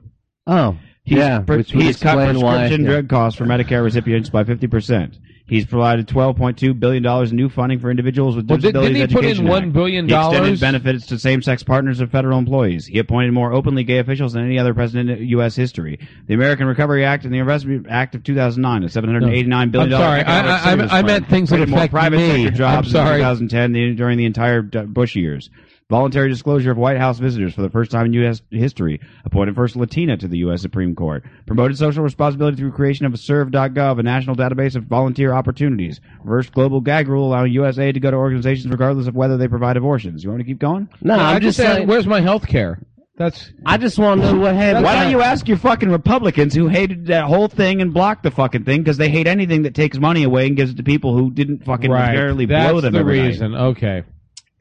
Speaker 3: Oh.
Speaker 1: He's,
Speaker 3: yeah.
Speaker 1: pre-
Speaker 3: which would
Speaker 1: he's cut
Speaker 3: explain
Speaker 1: prescription
Speaker 3: why. yeah.
Speaker 1: drug costs for Medicare recipients by 50%. He's provided $12.2 billion in new funding for individuals with
Speaker 2: Well, did,
Speaker 1: disabilities
Speaker 2: didn't he put
Speaker 1: education
Speaker 2: in one
Speaker 1: Act.
Speaker 2: billion
Speaker 1: He extended
Speaker 2: dollars?
Speaker 1: benefits to same-sex partners of federal employees. He appointed more openly gay officials than any other president in U.S. history. The American Recovery Act and the Investment Act of 2009, a 789
Speaker 2: I'm
Speaker 1: billion dollar
Speaker 2: sorry.
Speaker 1: economic
Speaker 2: I, I,
Speaker 1: stimulus
Speaker 2: I, I
Speaker 1: plan.
Speaker 2: meant things that
Speaker 1: Created more
Speaker 2: affect
Speaker 1: private
Speaker 2: me.
Speaker 1: sector jobs
Speaker 2: I'm sorry.
Speaker 1: in 2010 the- during the entire D- Bush years. Voluntary disclosure of White House visitors for the first time in U.S. history. Appointed first Latina to the U.S. Supreme Court. Promoted social responsibility through creation of a serve.gov, a national database of volunteer opportunities. Reversed global gag rule allowing U.S. aid to go to organizations regardless of whether they provide abortions. You want me to keep going?
Speaker 3: No,
Speaker 2: No,
Speaker 3: I'm
Speaker 2: I
Speaker 3: just
Speaker 2: asked,
Speaker 3: saying.
Speaker 2: Where's my health care? That's
Speaker 3: I just want to know what happened.
Speaker 1: Why don't you ask your fucking Republicans who hated that whole thing and blocked the fucking thing because they hate anything that takes money away and gives it to people who didn't fucking
Speaker 2: right.
Speaker 1: barely
Speaker 2: That's
Speaker 1: blow them
Speaker 2: the
Speaker 1: every night.
Speaker 2: reason. Okay.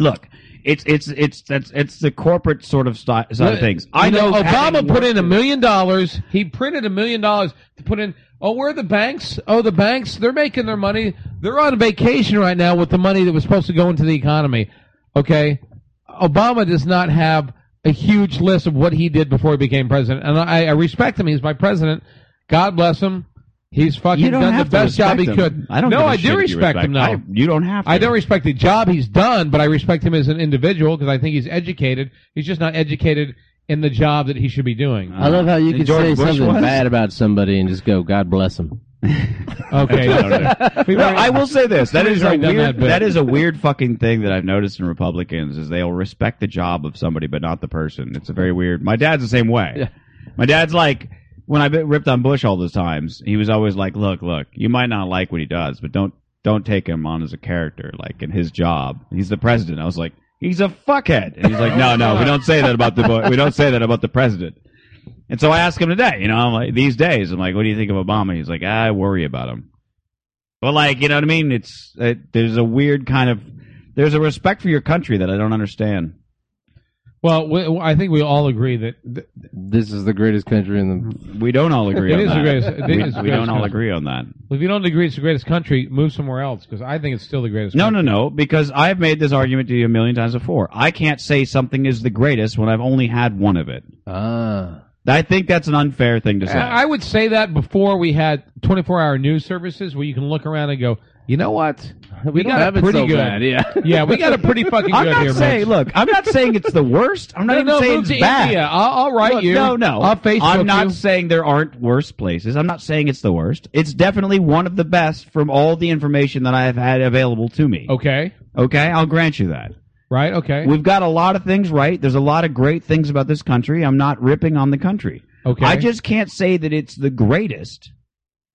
Speaker 1: look, it's it's it's that's it's the corporate sort of sti- side of things. I
Speaker 2: You
Speaker 1: know,
Speaker 2: Obama put in a million dollars. He printed a million dollars to put in. Oh, where are the banks? Oh, the banks, they're making their money. They're on vacation right now with the money that was supposed to go into the economy. Okay. Obama does not have a huge list of what he did before he became president. And I, I respect him. He's my president. God bless him. He's
Speaker 1: You
Speaker 2: fucking
Speaker 1: don't
Speaker 2: done
Speaker 1: have
Speaker 2: the
Speaker 1: to
Speaker 2: best job he
Speaker 1: respect him.
Speaker 2: could.
Speaker 1: I don't.
Speaker 2: No,
Speaker 1: give a
Speaker 2: I
Speaker 1: shit
Speaker 2: do
Speaker 1: if you
Speaker 2: respect him now.
Speaker 1: I- you don't have. To.
Speaker 2: I don't respect the job he's done, but I respect him as an individual because I think he's educated. He's just not educated in the job that he should be doing.
Speaker 1: Uh,
Speaker 3: I love how you
Speaker 1: And
Speaker 3: can
Speaker 1: George
Speaker 3: say
Speaker 1: Bush
Speaker 3: something
Speaker 1: was?
Speaker 3: bad about somebody and just go, God bless him.
Speaker 2: Okay. We've
Speaker 1: No,
Speaker 2: already-
Speaker 1: I will say this. That is a
Speaker 2: Somebody's already done
Speaker 1: weird.
Speaker 2: that bit.
Speaker 1: that is a weird fucking thing that I've noticed in Republicans is they'll respect the job of somebody but not the person. It's a very weird. My dad's the same way.
Speaker 3: Yeah.
Speaker 1: My dad's like when I bit ripped on Bush all those times. He was always like, "Look, look, you might not like what he does, but don't don't take him on as a character, like in his job. He's the president." I was like, "He's a fuckhead," and he's like, "No, no, we don't say that about the bu- we don't say that about the president." And so I asked him today, you know, I'm like, these days, I'm like, what do you think of Obama? He's like, I worry about him. But like, you know what I mean? It's it, there's a weird kind of there's a respect for your country that I don't understand.
Speaker 2: well, we, I think we all agree that th-
Speaker 3: This is the greatest country in the.
Speaker 1: We don't all agree.
Speaker 2: It
Speaker 1: on
Speaker 2: is
Speaker 1: that.
Speaker 2: the greatest- it
Speaker 1: we,
Speaker 2: is the
Speaker 1: we don't
Speaker 2: greatest
Speaker 1: all
Speaker 2: country.
Speaker 1: agree on that.
Speaker 2: if you don't agree it's the greatest country, move somewhere else because I think it's still the greatest.
Speaker 1: No,
Speaker 2: country.
Speaker 1: no, no. Because I've made this argument to you a million times before. I can't say something is the greatest when I've only had one of it.
Speaker 3: Ah.
Speaker 1: I think that's an unfair thing to say.
Speaker 2: I I would say that before we had 24 hour news services where you can look around and go, you know what? We,
Speaker 3: don't
Speaker 2: got
Speaker 3: have
Speaker 2: it
Speaker 3: it
Speaker 2: pretty
Speaker 3: so
Speaker 2: good.
Speaker 3: bad, yeah.
Speaker 2: yeah, we got it pretty fucking
Speaker 1: I'm
Speaker 2: good
Speaker 1: not
Speaker 2: here,
Speaker 1: saying.
Speaker 2: man.
Speaker 1: Look, I'm not saying it's the worst. I'm not even
Speaker 2: no, no,
Speaker 1: saying
Speaker 2: move
Speaker 1: it's
Speaker 2: to
Speaker 1: bad.
Speaker 2: India. I'll, I'll write
Speaker 1: Look,
Speaker 2: you.
Speaker 1: No, no.
Speaker 2: I'll Facebook
Speaker 1: I'm not
Speaker 2: you.
Speaker 1: saying there aren't worse places. I'm not saying it's the worst. It's definitely one of the best from all the information that I have had available to me.
Speaker 2: Okay.
Speaker 1: Okay, I'll grant you that.
Speaker 2: Right. Oh. Okay.
Speaker 1: We've got a lot of things right. There's a lot of great things about this country. I'm not ripping on the country.
Speaker 2: okay.
Speaker 1: I just can't say that it's the greatest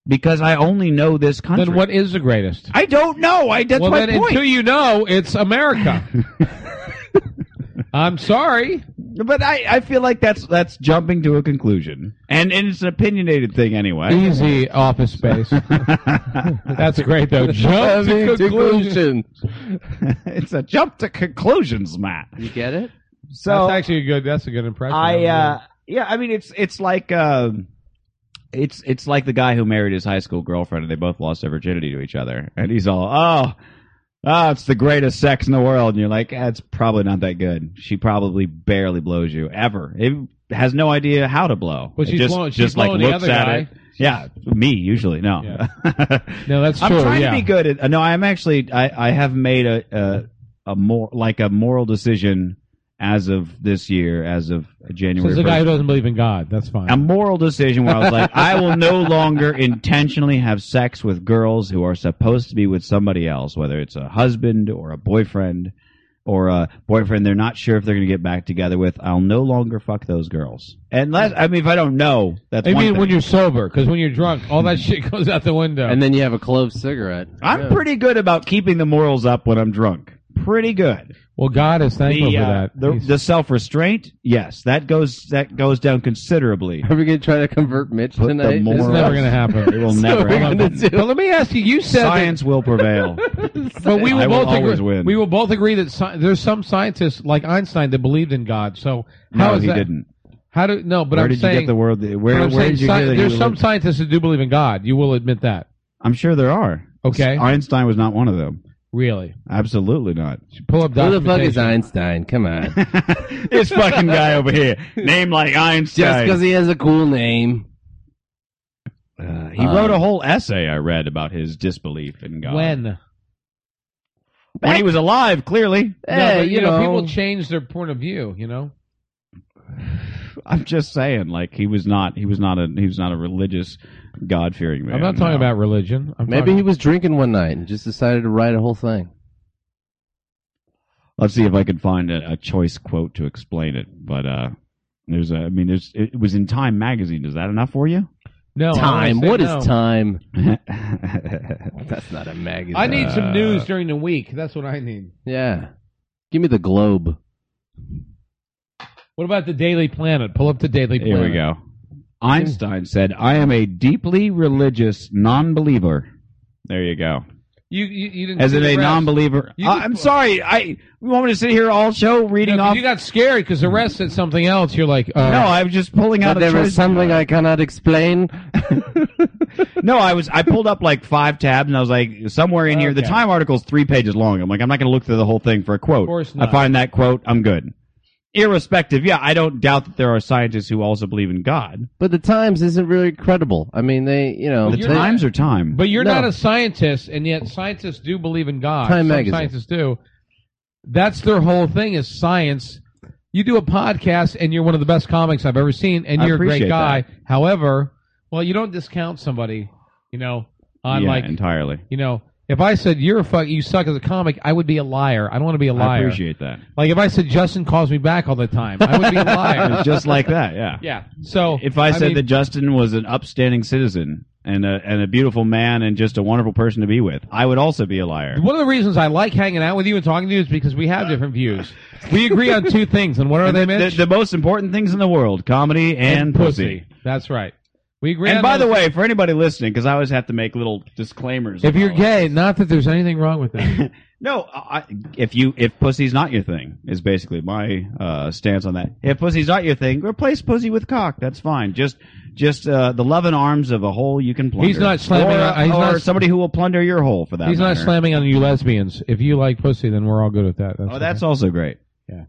Speaker 1: because I only know this country.
Speaker 2: then what is the greatest?
Speaker 1: I don't know. I that's
Speaker 2: well,
Speaker 1: my
Speaker 2: then
Speaker 1: point.
Speaker 2: until you know, it's America. I'm sorry.
Speaker 1: But I, I feel like that's that's jumping to a conclusion, and and it's an opinionated thing anyway.
Speaker 2: Easy office space. That's great though. Jump
Speaker 3: Coming
Speaker 2: to
Speaker 3: to
Speaker 2: conclusion.
Speaker 3: conclusion.
Speaker 1: it's a jump to conclusions, Matt.
Speaker 3: You get it?
Speaker 1: So
Speaker 2: that's actually a good. That's a good impression.
Speaker 1: I uh, yeah, I mean it's it's like uh, it's it's like the guy who married his high school girlfriend and they both lost their virginity to each other, and he's all oh. Oh, it's the greatest sex in the world, and you're like, eh, it's probably not that good. She probably barely blows you ever. It has no idea how to blow.
Speaker 2: Well,
Speaker 1: It
Speaker 2: she's
Speaker 1: just,
Speaker 2: blowing- she's
Speaker 1: just like
Speaker 2: blowing the
Speaker 1: looks
Speaker 2: other
Speaker 1: at
Speaker 2: guy.
Speaker 1: it. Yeah, me usually no.
Speaker 2: no, that's true.
Speaker 1: I'm trying
Speaker 2: yeah.
Speaker 1: to be good at. No, I'm actually. I, I have made a, a a more like a moral decision as of this year, as of
Speaker 2: This
Speaker 1: January.
Speaker 2: is a guy who
Speaker 1: 1st.
Speaker 2: doesn't believe in God. That's fine.
Speaker 1: a moral decision where I was like, I will no longer intentionally have sex with girls who are supposed to be with somebody else, whether it's a husband or a boyfriend or a boyfriend they're not sure if they're going to get back together with. I'll no longer fuck those girls. Unless, I mean, if I don't know, that's
Speaker 2: I
Speaker 1: one
Speaker 2: mean,
Speaker 1: thing.
Speaker 2: when you're sober, because when you're drunk, all that shit goes out the window.
Speaker 3: And then you have a clove cigarette.
Speaker 1: I'm
Speaker 3: Yeah.
Speaker 1: pretty good about keeping the morals up when I'm drunk. Pretty good.
Speaker 2: well, God is thankful
Speaker 1: the,
Speaker 2: for
Speaker 1: uh,
Speaker 2: that.
Speaker 1: the,
Speaker 2: He's-
Speaker 1: the self restraint, yes, that goes that goes down considerably.
Speaker 3: Are we gonna try to convert Mitch
Speaker 1: Put the
Speaker 3: tonight?
Speaker 1: moral-
Speaker 2: it's never going to
Speaker 1: It
Speaker 2: happen.
Speaker 1: will
Speaker 3: So
Speaker 1: never.
Speaker 3: we're
Speaker 1: happen.
Speaker 3: gonna do-
Speaker 2: but let me ask you: You said that
Speaker 1: Science will prevail.
Speaker 2: But we will
Speaker 1: I will
Speaker 2: both
Speaker 1: always
Speaker 2: agree,
Speaker 1: win.
Speaker 2: We will both agree that sci- there's some scientists like Einstein that believed in God. So how
Speaker 1: no,
Speaker 2: is
Speaker 1: he
Speaker 2: that?
Speaker 1: didn't.
Speaker 2: How do no? But
Speaker 1: where
Speaker 2: I'm
Speaker 1: did
Speaker 2: saying,
Speaker 1: you get the word? Where,
Speaker 2: but
Speaker 1: where
Speaker 2: I'm saying
Speaker 1: did you
Speaker 2: sci-
Speaker 1: hear that? he
Speaker 2: there's
Speaker 1: was-
Speaker 2: some scientists that do believe in God. You will admit that,
Speaker 1: I'm sure there are.
Speaker 2: Okay.
Speaker 1: Einstein was not one of them.
Speaker 2: really?
Speaker 1: Absolutely not.
Speaker 2: Pull up
Speaker 3: Who the fuck is
Speaker 2: documentation.
Speaker 3: Einstein? Come on.
Speaker 1: this fucking guy over here, named like
Speaker 3: Just
Speaker 1: Einstein.
Speaker 3: because he has a cool name.
Speaker 1: Uh, he wrote a whole essay I read about his disbelief in God
Speaker 2: When?
Speaker 1: when he was alive. Clearly,
Speaker 2: no,
Speaker 3: Hey,
Speaker 2: but,
Speaker 3: Eh, you, know,
Speaker 2: people change their point of view. You know,
Speaker 1: I'm just saying, like he was not. He was not a. He was not a religious, God fearing man.
Speaker 2: I'm not talking
Speaker 1: no.
Speaker 2: about religion. I'm
Speaker 3: maybe
Speaker 2: talking-
Speaker 3: he was drinking one night and just decided to write a whole thing.
Speaker 1: Let's see if I can find a, a choice quote to explain it. But uh there's a. I mean, there's. It, it was in Time magazine. Is that enough for you?
Speaker 2: no I wanna
Speaker 3: time.
Speaker 2: say
Speaker 3: What is
Speaker 2: no.
Speaker 3: time?
Speaker 1: That's
Speaker 3: That's not a magazine.
Speaker 2: I need
Speaker 1: Uh,
Speaker 2: some news during the week. That's what I need.
Speaker 3: Yeah. Give me the globe.
Speaker 2: What about the Daily Planet? Pull up the Daily Planet.
Speaker 1: Here we go. Einstein said, "I am a deeply religious non-believer." There you go.
Speaker 2: You you, you didn't
Speaker 1: As
Speaker 2: see
Speaker 1: in
Speaker 2: the
Speaker 1: a
Speaker 2: rest.
Speaker 1: non-believer,
Speaker 2: You
Speaker 1: Uh,
Speaker 2: can-
Speaker 1: I'm sorry. I you want me to sit here all show reading
Speaker 2: No, 'cause
Speaker 1: off?
Speaker 2: you got scared because the rest said something else. You're like, uh,
Speaker 1: no, I was just pulling out.
Speaker 3: But
Speaker 1: a
Speaker 3: there
Speaker 1: choice.
Speaker 3: is something I cannot explain.
Speaker 1: No, I was I pulled up like five tabs and I was like somewhere in here the
Speaker 2: Okay.
Speaker 1: time article's three pages long. I'm like I'm not going to look through the whole thing for a quote.
Speaker 2: Of course not.
Speaker 1: I find that quote, I'm good. Irrespective, yeah, I don't doubt that there are scientists who also believe in God.
Speaker 3: But the Times isn't really credible. I mean, they, you know,
Speaker 1: The
Speaker 2: you're
Speaker 3: they-
Speaker 2: not-
Speaker 1: times are time.
Speaker 2: but you're
Speaker 3: No.
Speaker 2: not a scientist, and yet scientists do believe in God.
Speaker 3: Time
Speaker 2: Some
Speaker 3: magazine.
Speaker 2: scientists do. That's their whole thing is science. You do a podcast, and you're one of the best comics I've ever seen, and
Speaker 1: I
Speaker 2: you're a great
Speaker 1: appreciate
Speaker 2: guy. However, well, you don't discount somebody, you know, on
Speaker 1: yeah,
Speaker 2: like,
Speaker 1: entirely.
Speaker 2: you know, if I said you're a fuck, you suck as a comic, I would be a liar. I don't want to be a
Speaker 1: I
Speaker 2: liar.
Speaker 1: appreciate that.
Speaker 2: Like if I said Justin calls me back all the time, I would be a liar.
Speaker 1: It's just like that, yeah.
Speaker 2: yeah. So
Speaker 1: If I said
Speaker 2: mean-
Speaker 1: that Justin was an upstanding citizen and a and a beautiful man and just a wonderful person to be with, I would also be a liar.
Speaker 2: One of the reasons I like hanging out with you and talking to you is because we have different views. We agree on two things, and what are they,
Speaker 1: The,
Speaker 2: Mitch?
Speaker 1: the most important things in the world, comedy and, pussy.
Speaker 2: That's right. We agree.
Speaker 1: And
Speaker 2: on
Speaker 1: by the
Speaker 2: those-
Speaker 1: way, for anybody listening, because I always have to make little disclaimers.
Speaker 2: if you're
Speaker 1: about-
Speaker 2: gay, not that there's anything wrong with that.
Speaker 1: no, I, if you if pussy's not your thing is basically my uh, stance on that. If pussy's not your thing, replace pussy with cock. That's fine. Just just uh, the love and arms of a hole you can plunder.
Speaker 2: He's not slamming
Speaker 1: Or,
Speaker 2: on- he's
Speaker 1: or
Speaker 2: not-
Speaker 1: somebody who will plunder your hole for that.
Speaker 2: He's not
Speaker 1: matter.
Speaker 2: slamming on you lesbians. If you like pussy, then we're all good with that. That's
Speaker 1: Oh, that's also great.
Speaker 2: Yeah.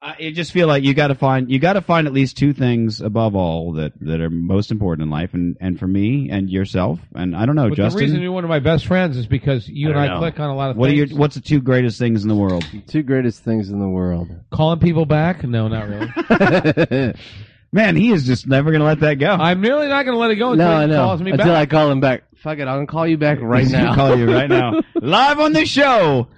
Speaker 1: I I just feel like you got to find you got to find at least two things above all that that are most important in life, and and for me and yourself, and I don't know,
Speaker 2: but
Speaker 1: Justin.
Speaker 2: the reason you're one of my best friends is because you
Speaker 1: I
Speaker 2: and
Speaker 1: don't
Speaker 2: I
Speaker 1: know.
Speaker 2: click on a lot of
Speaker 1: what are your
Speaker 2: things.
Speaker 1: what's the two greatest things in the world?
Speaker 3: Two greatest things in the world.
Speaker 2: calling people back? No, not really.
Speaker 3: no,
Speaker 1: Man, he is just never gonna let that go.
Speaker 2: I'm really not going to let it go until
Speaker 3: I
Speaker 2: he
Speaker 3: know.
Speaker 2: calls me
Speaker 3: Until
Speaker 2: back.
Speaker 3: I call him back. Fuck it, I'm gonna call you back right
Speaker 1: He's gonna
Speaker 3: now.
Speaker 1: call you right now, live on the show.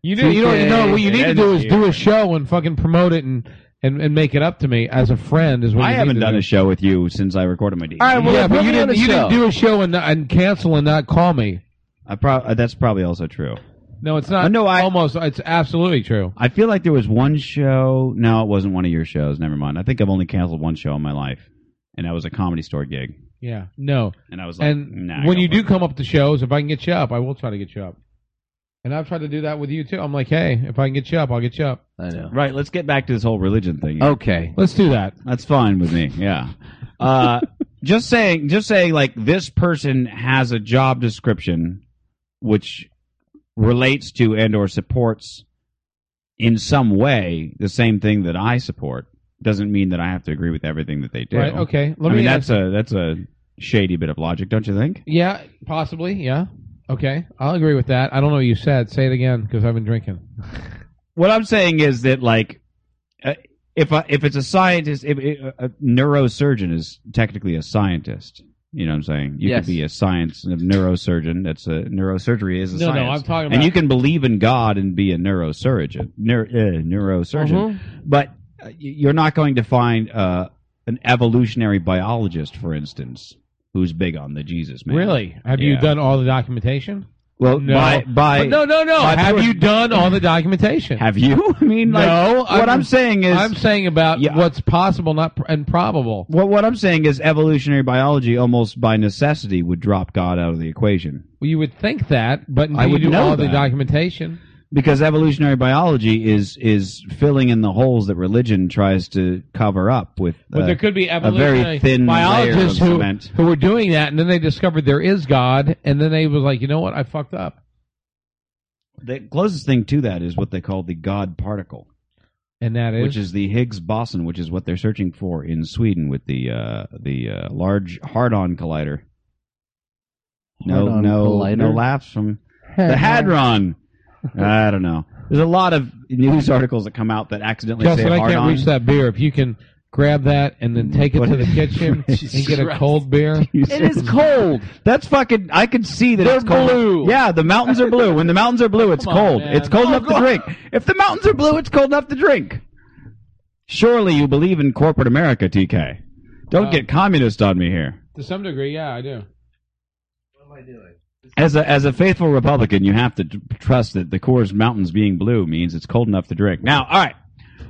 Speaker 2: You do, you know, you know what you need to do is
Speaker 1: Yeah.
Speaker 2: do a show and fucking promote it and, and, and make it up to me as a friend is what
Speaker 1: I
Speaker 2: you
Speaker 1: haven't
Speaker 2: need to
Speaker 1: done
Speaker 2: do.
Speaker 1: a show with you since I recorded my DVD.
Speaker 3: All right, well,
Speaker 2: yeah,
Speaker 3: let's
Speaker 2: but
Speaker 3: put
Speaker 2: you
Speaker 3: me on
Speaker 2: didn't
Speaker 3: a
Speaker 2: you didn't
Speaker 3: show.
Speaker 2: do a show and not- and cancel and not call me.
Speaker 1: I prob- uh, that's probably also true.
Speaker 2: No, it's
Speaker 1: Uh,
Speaker 2: not.
Speaker 1: no, I-
Speaker 2: almost. It's absolutely true.
Speaker 1: I feel like there was one show. No, it wasn't one of your shows. Never mind. I think I've only canceled one show in my life, and that was a comedy store gig.
Speaker 2: Yeah. No.
Speaker 1: And I was like,
Speaker 2: And
Speaker 1: nah, I
Speaker 2: when
Speaker 1: got
Speaker 2: you do
Speaker 1: one.
Speaker 2: come up to shows, if I can get you up, I will try to get you up. And I've tried to do that with you too. I'm like, hey, if I can get you up, I'll get you up.
Speaker 3: I know.
Speaker 1: right, let's get back to this whole religion thing.
Speaker 3: Okay.
Speaker 2: Let's do that.
Speaker 1: That's fine with me. Yeah. Uh, just saying, just saying, like this person has a job description which relates to and or supports in some way the same thing that I support doesn't mean that I have to agree with everything that they do.
Speaker 2: Right. Okay. Let
Speaker 1: I
Speaker 2: me.
Speaker 1: mean,
Speaker 2: ask-
Speaker 1: that's a that's a shady bit of logic, don't you think?
Speaker 2: yeah. Possibly. Yeah. Okay. I'll agree with that. I don't know what you said. Say it again because I've been drinking.
Speaker 1: What I'm saying is that like. uh, If I, if it's a scientist, if, if uh, a neurosurgeon is technically a scientist, you know what I'm saying. You
Speaker 3: Yes.
Speaker 1: could be a science a neurosurgeon. That's a neurosurgery is a
Speaker 2: no,
Speaker 1: science.
Speaker 2: no. I'm talking about.
Speaker 1: and you can believe in God and be a neurosurgeon, neur, uh, neurosurgeon,
Speaker 3: Mhm.
Speaker 2: Mm-hmm.
Speaker 1: but uh, you're not going to find uh, an evolutionary biologist, for instance, who's big on the Jesus man.
Speaker 2: really? Have you
Speaker 1: Yeah.
Speaker 2: done all the documentation?
Speaker 1: Well,
Speaker 2: No.
Speaker 1: by by
Speaker 2: But no, no, no.
Speaker 1: my
Speaker 2: Have
Speaker 1: throat-
Speaker 2: you done all the documentation?
Speaker 1: have you? I mean, like,
Speaker 2: no.
Speaker 1: what I'm saying is
Speaker 2: I'm saying about
Speaker 1: Yeah.
Speaker 2: what's possible, not pr- and probable.
Speaker 1: what what I'm saying is evolutionary biology almost by necessity would drop God out of the equation
Speaker 2: Well, you would think that, but until
Speaker 1: I would
Speaker 2: you do
Speaker 1: know
Speaker 2: all the
Speaker 1: that.
Speaker 2: documentation.
Speaker 1: because evolutionary biology is is filling in the holes that religion tries to cover up with.
Speaker 2: But
Speaker 1: uh,
Speaker 2: there could be
Speaker 1: very
Speaker 2: evolutionary
Speaker 1: thin
Speaker 2: biologists
Speaker 1: layer of
Speaker 2: who,
Speaker 1: cement.
Speaker 2: who were doing that, and then they discovered there is God, and then they was like, you know what, I fucked up,
Speaker 1: the closest thing to that is what they call the God particle,
Speaker 2: and that is,
Speaker 1: which is the Higgs boson, which is what they're searching for in Sweden with the uh, the uh, large hard-on collider. No,
Speaker 3: Hard-on
Speaker 1: no,
Speaker 3: collider?
Speaker 1: no laughs from the hadron. I don't know. There's a lot of news articles that come out that accidentally
Speaker 2: Justin,
Speaker 1: say
Speaker 2: I
Speaker 1: hard
Speaker 2: can't
Speaker 1: on.
Speaker 2: reach that beer. If you can grab that and then take it
Speaker 1: Put
Speaker 2: to
Speaker 1: it-
Speaker 2: the kitchen and get a
Speaker 3: Christ.
Speaker 2: cold beer,
Speaker 1: It is cold. That's fucking. I can see that
Speaker 3: They're
Speaker 1: it's cold.
Speaker 3: blue.
Speaker 1: Yeah, the mountains are blue. When the mountains are blue, it's
Speaker 2: Come on,
Speaker 1: cold.
Speaker 2: man.
Speaker 1: It's cold
Speaker 2: Oh,
Speaker 1: enough to drink. If the mountains are blue, it's cold enough to drink. Surely you believe in corporate America, TK. Don't
Speaker 2: Uh,
Speaker 1: get communist on me here.
Speaker 2: to some degree, yeah, I do.
Speaker 1: As a as a faithful Republican, you have to t- trust that the Coors Mountains being blue means it's cold enough to drink. Now, all right.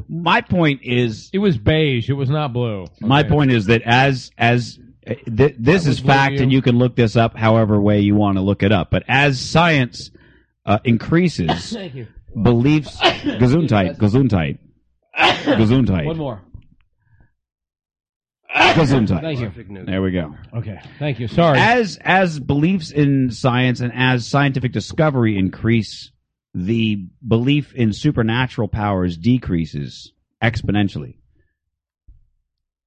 Speaker 1: My point is
Speaker 2: It was beige. It was not blue.
Speaker 1: My
Speaker 2: Okay.
Speaker 1: point is that as as uh, th- this
Speaker 2: I
Speaker 1: is
Speaker 2: would believe
Speaker 1: fact,
Speaker 2: you.
Speaker 1: and you can look this up however way you want to look it up. But as science uh, increases,
Speaker 2: Thank you.
Speaker 1: beliefs gesundheit, gesundheit,
Speaker 2: One
Speaker 1: gesundheit,
Speaker 2: more. Thank
Speaker 1: gesundheit.
Speaker 2: you.
Speaker 3: Perfect note.
Speaker 1: There we go.
Speaker 2: Okay. Thank you. Sorry.
Speaker 1: As as beliefs in science and as scientific discovery increase, the belief in supernatural powers decreases exponentially.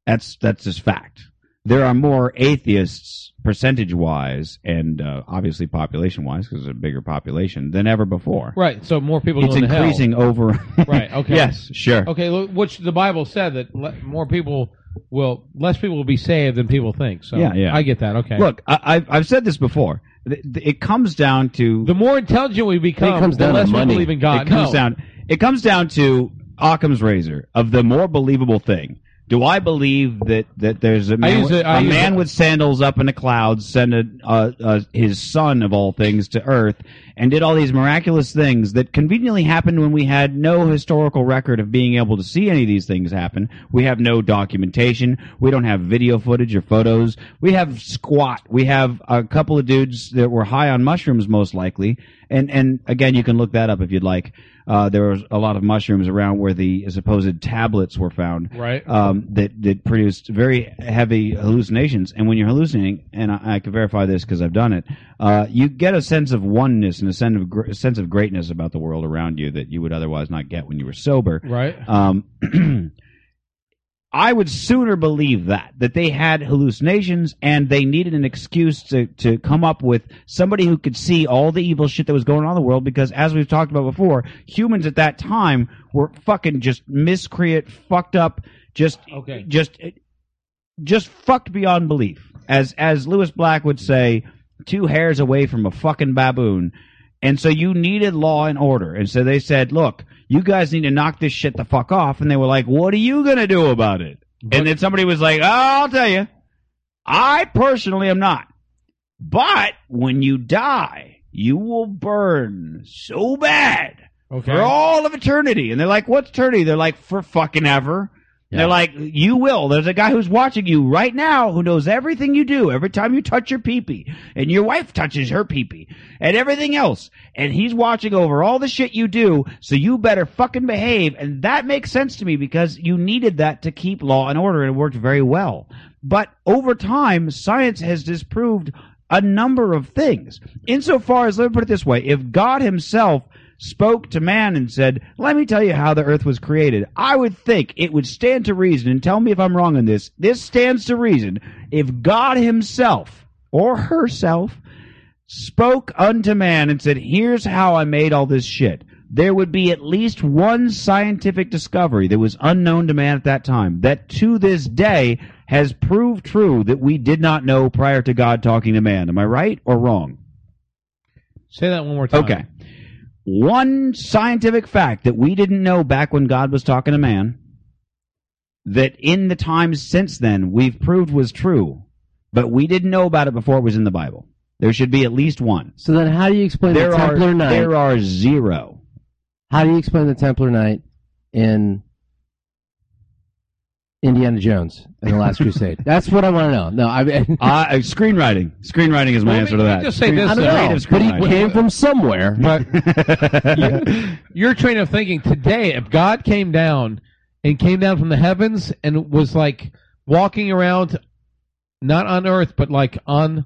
Speaker 1: That's that's just fact. There are more atheists percentage wise and uh, obviously population wise because it's a bigger population than ever before.
Speaker 2: right. So more people
Speaker 1: It's
Speaker 2: go to hell.
Speaker 1: increasing over.
Speaker 2: Right, okay.
Speaker 1: yes. Sure.
Speaker 2: Okay, look, which the Bible said that le- more people will, less people will be saved than people think. So
Speaker 1: Yeah, yeah.
Speaker 2: I get that. Okay,
Speaker 1: Look, I, I've I've said this before. Th- th- It comes down to
Speaker 2: the more intelligent we become,
Speaker 3: It comes
Speaker 2: the
Speaker 3: down to
Speaker 2: less
Speaker 3: money.
Speaker 2: we believe in God.
Speaker 1: It comes
Speaker 2: No.
Speaker 1: down. It comes down to Occam's razor of the more believable thing. Do I believe that, that there's a man,
Speaker 2: use it- I
Speaker 1: a
Speaker 2: use
Speaker 1: man
Speaker 2: it-
Speaker 1: with sandals up in the clouds sent a, uh, uh, his son of all things to earth and did all these miraculous things that conveniently happened when we had no historical record of being able to see any of these things happen. We have no documentation. We don't have video footage or photos. We have squat. We have a couple of dudes that were high on mushrooms most likely and and again, you can look that up if you'd like. Uh, there was a lot of mushrooms around where the supposed tablets were found
Speaker 2: Right.
Speaker 1: um, that that produced very heavy hallucinations. And when you're hallucinating, and I, I can verify this because I've done it, uh, you get a sense of oneness and a sense of gr- sense of greatness about the world around you that you would otherwise not get when you were sober.
Speaker 2: Right.
Speaker 1: Um, I would sooner believe that that they had hallucinations and they needed an excuse to to come up with somebody who could see all the evil shit that was going on in the world because as we've talked about before, humans at that time were fucking just miscreant, fucked up, just
Speaker 2: Okay.
Speaker 1: just just fucked beyond belief. As as Lewis Black would say, two hairs away from a fucking baboon. And so you needed law and order. And so they said, "Look, you guys need to knock this shit the fuck off." And they were like, "What are you gonna do about it?" and then somebody was like, oh, "I'll tell you. I personally am not. But when you die, you will burn so bad
Speaker 2: Okay.
Speaker 1: for all of eternity. And they're like, what's eternity? They're like, for fucking ever. And They're
Speaker 3: Yeah.
Speaker 1: like, you will. There's a guy who's watching you right now who knows everything you do, every time you touch your peepee, and your wife touches her peepee, and everything else. And he's watching over all the shit you do, so you better fucking behave. And that makes sense to me because you needed that to keep law and order, and it worked very well. But over time, science has disproved a number of things. Insofar as, let me put it this way if God Himself spoke to man and said, Let me tell you how the earth was created, I would think it would stand to reason, and tell me if I'm wrong on this. This stands to reason if God Himself or herself spoke unto man and said, Here's how I made all this shit. There would be at least one scientific discovery that was unknown to man at that time that to this day has proved true that we did not know prior to God talking to man. Am I right or wrong?
Speaker 2: Say that one more time.
Speaker 1: Okay. One scientific fact that we didn't know back when God was talking to man, that in the times since then we've proved was true, but we didn't know about it before it was in the Bible. There should be at least one.
Speaker 3: So then, how do you explain
Speaker 1: There
Speaker 3: the
Speaker 1: are
Speaker 3: Templar Knight?
Speaker 1: there are zero.
Speaker 3: How do you explain the Templar Knight in Indiana Jones and the Last Crusade? That's what I want to know. No, I mean,
Speaker 1: Uh, uh, screenwriting. Screenwriting is my
Speaker 2: Let me-
Speaker 1: answer to
Speaker 2: let
Speaker 1: that.
Speaker 2: me just say this,
Speaker 3: I don't know,
Speaker 1: Creative
Speaker 3: but he
Speaker 1: screenwriting.
Speaker 3: came from somewhere.
Speaker 2: But your train of thinking today, if God came down and came down from the heavens and was like walking around, not on Earth, but like on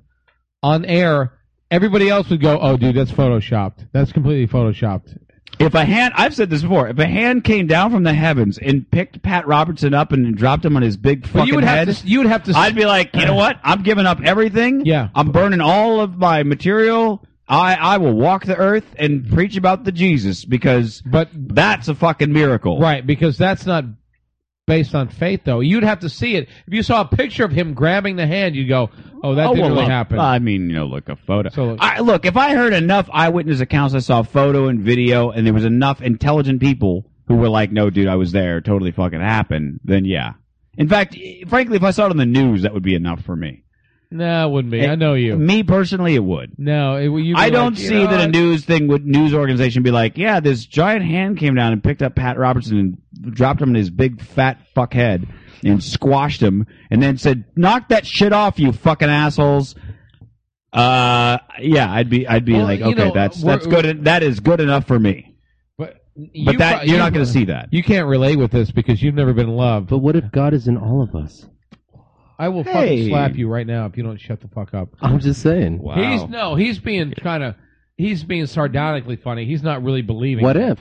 Speaker 2: on air, everybody else would go, "Oh, dude, that's photoshopped. That's completely photoshopped."
Speaker 1: If a hand, I've said this before. If a hand came down from the heavens and picked Pat Robertson up and dropped him on his big
Speaker 2: But
Speaker 1: fucking
Speaker 2: you would
Speaker 1: head,
Speaker 2: have to. You would have to.
Speaker 1: I'd be like, you know what? I'm giving up everything.
Speaker 2: Yeah.
Speaker 1: I'm burning all of my material. I, I will walk the earth and preach about the Jesus because
Speaker 2: but
Speaker 1: that's a fucking miracle.
Speaker 2: Right, because that's not based on faith, though. You'd have to see it. If you saw a picture of him grabbing the hand, you'd go, "Oh, that
Speaker 1: Oh,
Speaker 2: didn't
Speaker 1: well,
Speaker 2: really
Speaker 1: look,
Speaker 2: happen."
Speaker 1: I mean, you know, look, a photo.
Speaker 2: So-
Speaker 1: I, look, if I heard enough eyewitness accounts, I saw photo and video, and there was enough intelligent people who were like, no, dude, I was there. Totally fucking happened. Then, yeah. In fact, frankly, if I saw it on the news, that would be enough for me.
Speaker 2: no, it wouldn't be.
Speaker 1: It-
Speaker 2: I know you.
Speaker 1: Me personally, it would.
Speaker 2: No, it, you'd be
Speaker 1: eh, I
Speaker 2: like,
Speaker 1: don't
Speaker 2: you
Speaker 1: see
Speaker 2: know,
Speaker 1: that a news thing would news organization be like, yeah, this giant hand came down and picked up Pat Robertson and dropped him in his big fat fuck head and squashed him and then said, knock that shit off, you fucking assholes. Uh, yeah, I'd be, I'd be
Speaker 2: Well,
Speaker 1: like,
Speaker 2: you
Speaker 1: okay,
Speaker 2: know,
Speaker 1: that's
Speaker 2: we're-
Speaker 1: that's good, that is good enough for me.
Speaker 2: But, you
Speaker 1: But that
Speaker 2: pro-
Speaker 1: you're
Speaker 2: you-
Speaker 1: not going to see that.
Speaker 2: You can't relate with this because you've never been in love.
Speaker 3: But what if God is in all of us?
Speaker 2: I will
Speaker 1: Hey.
Speaker 2: fucking slap you right now if you don't shut the fuck up.
Speaker 3: I'm just saying.
Speaker 1: Wow.
Speaker 2: He's no, he's being kind of, he's being sardonically funny. He's not really believing.
Speaker 3: What
Speaker 2: it.
Speaker 3: if?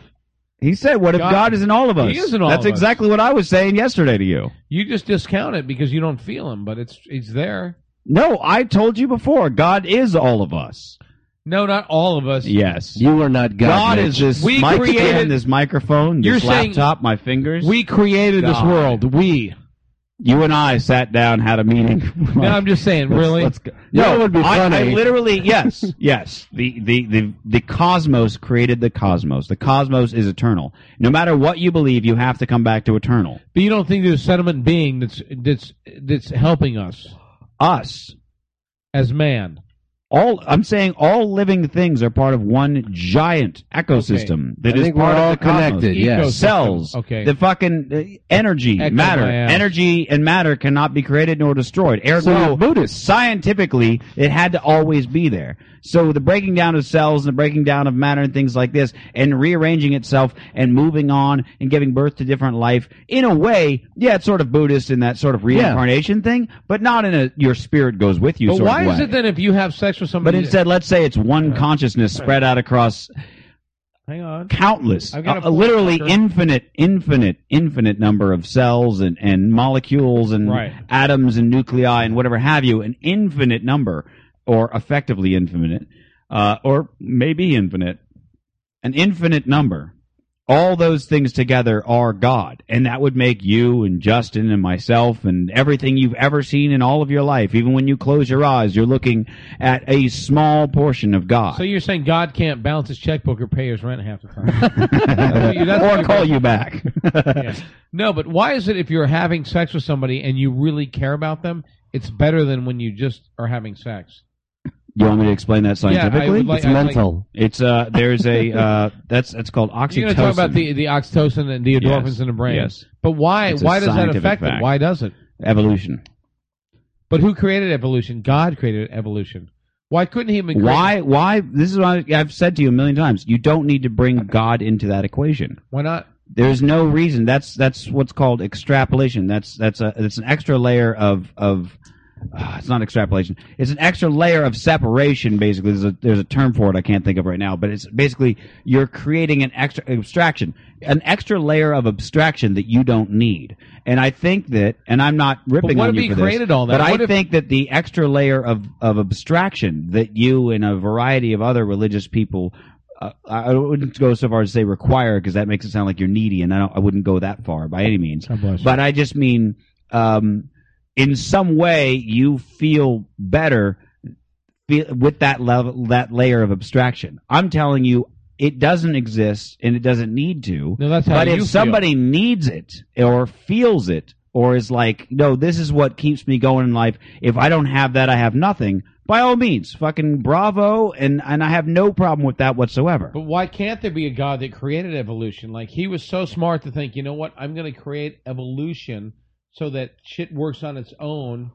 Speaker 1: He said, "What if
Speaker 2: God-
Speaker 1: God, is in all of us?"
Speaker 2: He is in all
Speaker 1: that's
Speaker 2: of us.
Speaker 1: exactly what I was saying yesterday to you.
Speaker 2: You just discount it because you don't feel him, but it's it's there.
Speaker 1: No, I told you before, God is all of us.
Speaker 2: No, not all of us.
Speaker 1: Yes,
Speaker 3: You are not God.
Speaker 1: God
Speaker 3: Mitch.
Speaker 1: is this
Speaker 2: We
Speaker 1: mic
Speaker 2: created-
Speaker 1: stand, this microphone,
Speaker 2: You're
Speaker 1: this
Speaker 2: saying-
Speaker 1: laptop, my fingers.
Speaker 2: We created this
Speaker 1: God.
Speaker 2: world. We.
Speaker 1: you and I sat down, had a meeting.
Speaker 2: No, I'm just saying,
Speaker 1: Let's-
Speaker 2: really.
Speaker 1: let's go.
Speaker 3: You know
Speaker 1: No,
Speaker 3: what would be
Speaker 1: I, I
Speaker 3: funny?
Speaker 1: literally, yes, yes. The, the the the cosmos created the cosmos. The cosmos is eternal. No matter what you believe, you have to come back to eternal.
Speaker 2: But you don't think there's a sediment being that's that's that's helping us
Speaker 1: Us,
Speaker 2: as man?
Speaker 1: all I'm saying all living things are part of one giant ecosystem that
Speaker 3: I
Speaker 1: is
Speaker 3: think
Speaker 1: part of
Speaker 3: we're all
Speaker 1: the cosmos.
Speaker 3: connected,
Speaker 2: yeah.
Speaker 1: Ecosystem. Cells,
Speaker 2: Okay.
Speaker 1: the fucking uh, energy,
Speaker 2: Echo
Speaker 1: matter,
Speaker 2: my ass.
Speaker 1: energy and matter cannot be created nor destroyed. Ergo,
Speaker 3: So you're Buddhist.
Speaker 1: scientifically, it had to always be there. So the breaking down of cells and the breaking down of matter and things like this and rearranging itself and moving on and giving birth to different life in a way, yeah, it's sort of Buddhist in that sort of reincarnation thing, but not in a your spirit goes with you
Speaker 2: But
Speaker 1: sort
Speaker 2: why
Speaker 1: of way.
Speaker 2: is it then if you have sex with
Speaker 1: but
Speaker 2: somebody?
Speaker 1: instead, let's say it's one consciousness spread out across
Speaker 2: hang on.
Speaker 1: countless,
Speaker 2: I've got a
Speaker 1: uh,
Speaker 2: full
Speaker 1: literally
Speaker 2: sucker.
Speaker 1: infinite, infinite, infinite number of cells and, and molecules and
Speaker 2: Right.
Speaker 1: atoms and nuclei and whatever have you, an infinite number, or effectively infinite, uh, or maybe infinite, an infinite number. All those things together are God, and that would make you and Justin and myself and everything you've ever seen in all of your life. Even when you close your eyes, you're looking at a small portion of God.
Speaker 2: So you're saying God can't balance his checkbook or pay his rent half the time? That's what- that's what
Speaker 1: or
Speaker 2: you-
Speaker 1: call you back.
Speaker 2: Yeah. No, but why is it if you're having sex with somebody and you really care about them, it's better than when you just are having sex?
Speaker 1: You want me to explain that
Speaker 2: Yeah, I
Speaker 1: scientifically?
Speaker 2: would like-
Speaker 3: It's
Speaker 2: I'd like-
Speaker 3: mental.
Speaker 1: it's uh, there's a uh, that's that's called oxytocin.
Speaker 2: You're going to talk about the, the oxytocin and the endorphins
Speaker 1: Yes.
Speaker 2: in the brain.
Speaker 1: Yes.
Speaker 2: But why
Speaker 1: It's a
Speaker 2: why does that
Speaker 1: scientific
Speaker 2: affect it?
Speaker 1: fact.
Speaker 2: Why does it?
Speaker 1: evolution.
Speaker 2: But who created evolution? God created evolution. Why couldn't he have been created-
Speaker 1: Why? Why? This is what I- I've said to you a million times. You don't need to bring God into that equation.
Speaker 2: Why not?
Speaker 1: There's no reason. That's that's what's called extrapolation. That's that's a it's an extra layer of of. Uh, it's not extrapolation. It's an extra layer of separation. Basically, there's a there's a term for it I can't think of right now, but it's basically you're creating an extra abstraction, an extra layer of abstraction that you don't need. And I think that, and I'm not ripping
Speaker 2: what
Speaker 1: on
Speaker 2: if
Speaker 1: you
Speaker 2: he
Speaker 1: for
Speaker 2: created
Speaker 1: this,
Speaker 2: all that?
Speaker 1: but
Speaker 2: What
Speaker 1: I
Speaker 2: if-
Speaker 1: think that the extra layer of of abstraction that you and a variety of other religious people uh, I I wouldn't go so far as to say require because that makes it sound like you're needy, and I, don't, I wouldn't go that far by any means. But I just mean, um, in some way, you feel better fe- with that level, that layer of abstraction. I'm telling you, it doesn't exist, and it doesn't need to.
Speaker 2: no, that's how
Speaker 1: But
Speaker 2: you
Speaker 1: if
Speaker 2: feel.
Speaker 1: somebody needs it or feels it or is like, no, this is what keeps me going in life. If I don't have that, I have nothing. By all means, fucking bravo, and and I have no problem with that whatsoever.
Speaker 2: But why can't there be a God that created evolution? Like he was so smart to think, you know what? I'm going to create evolution so that shit works on its own.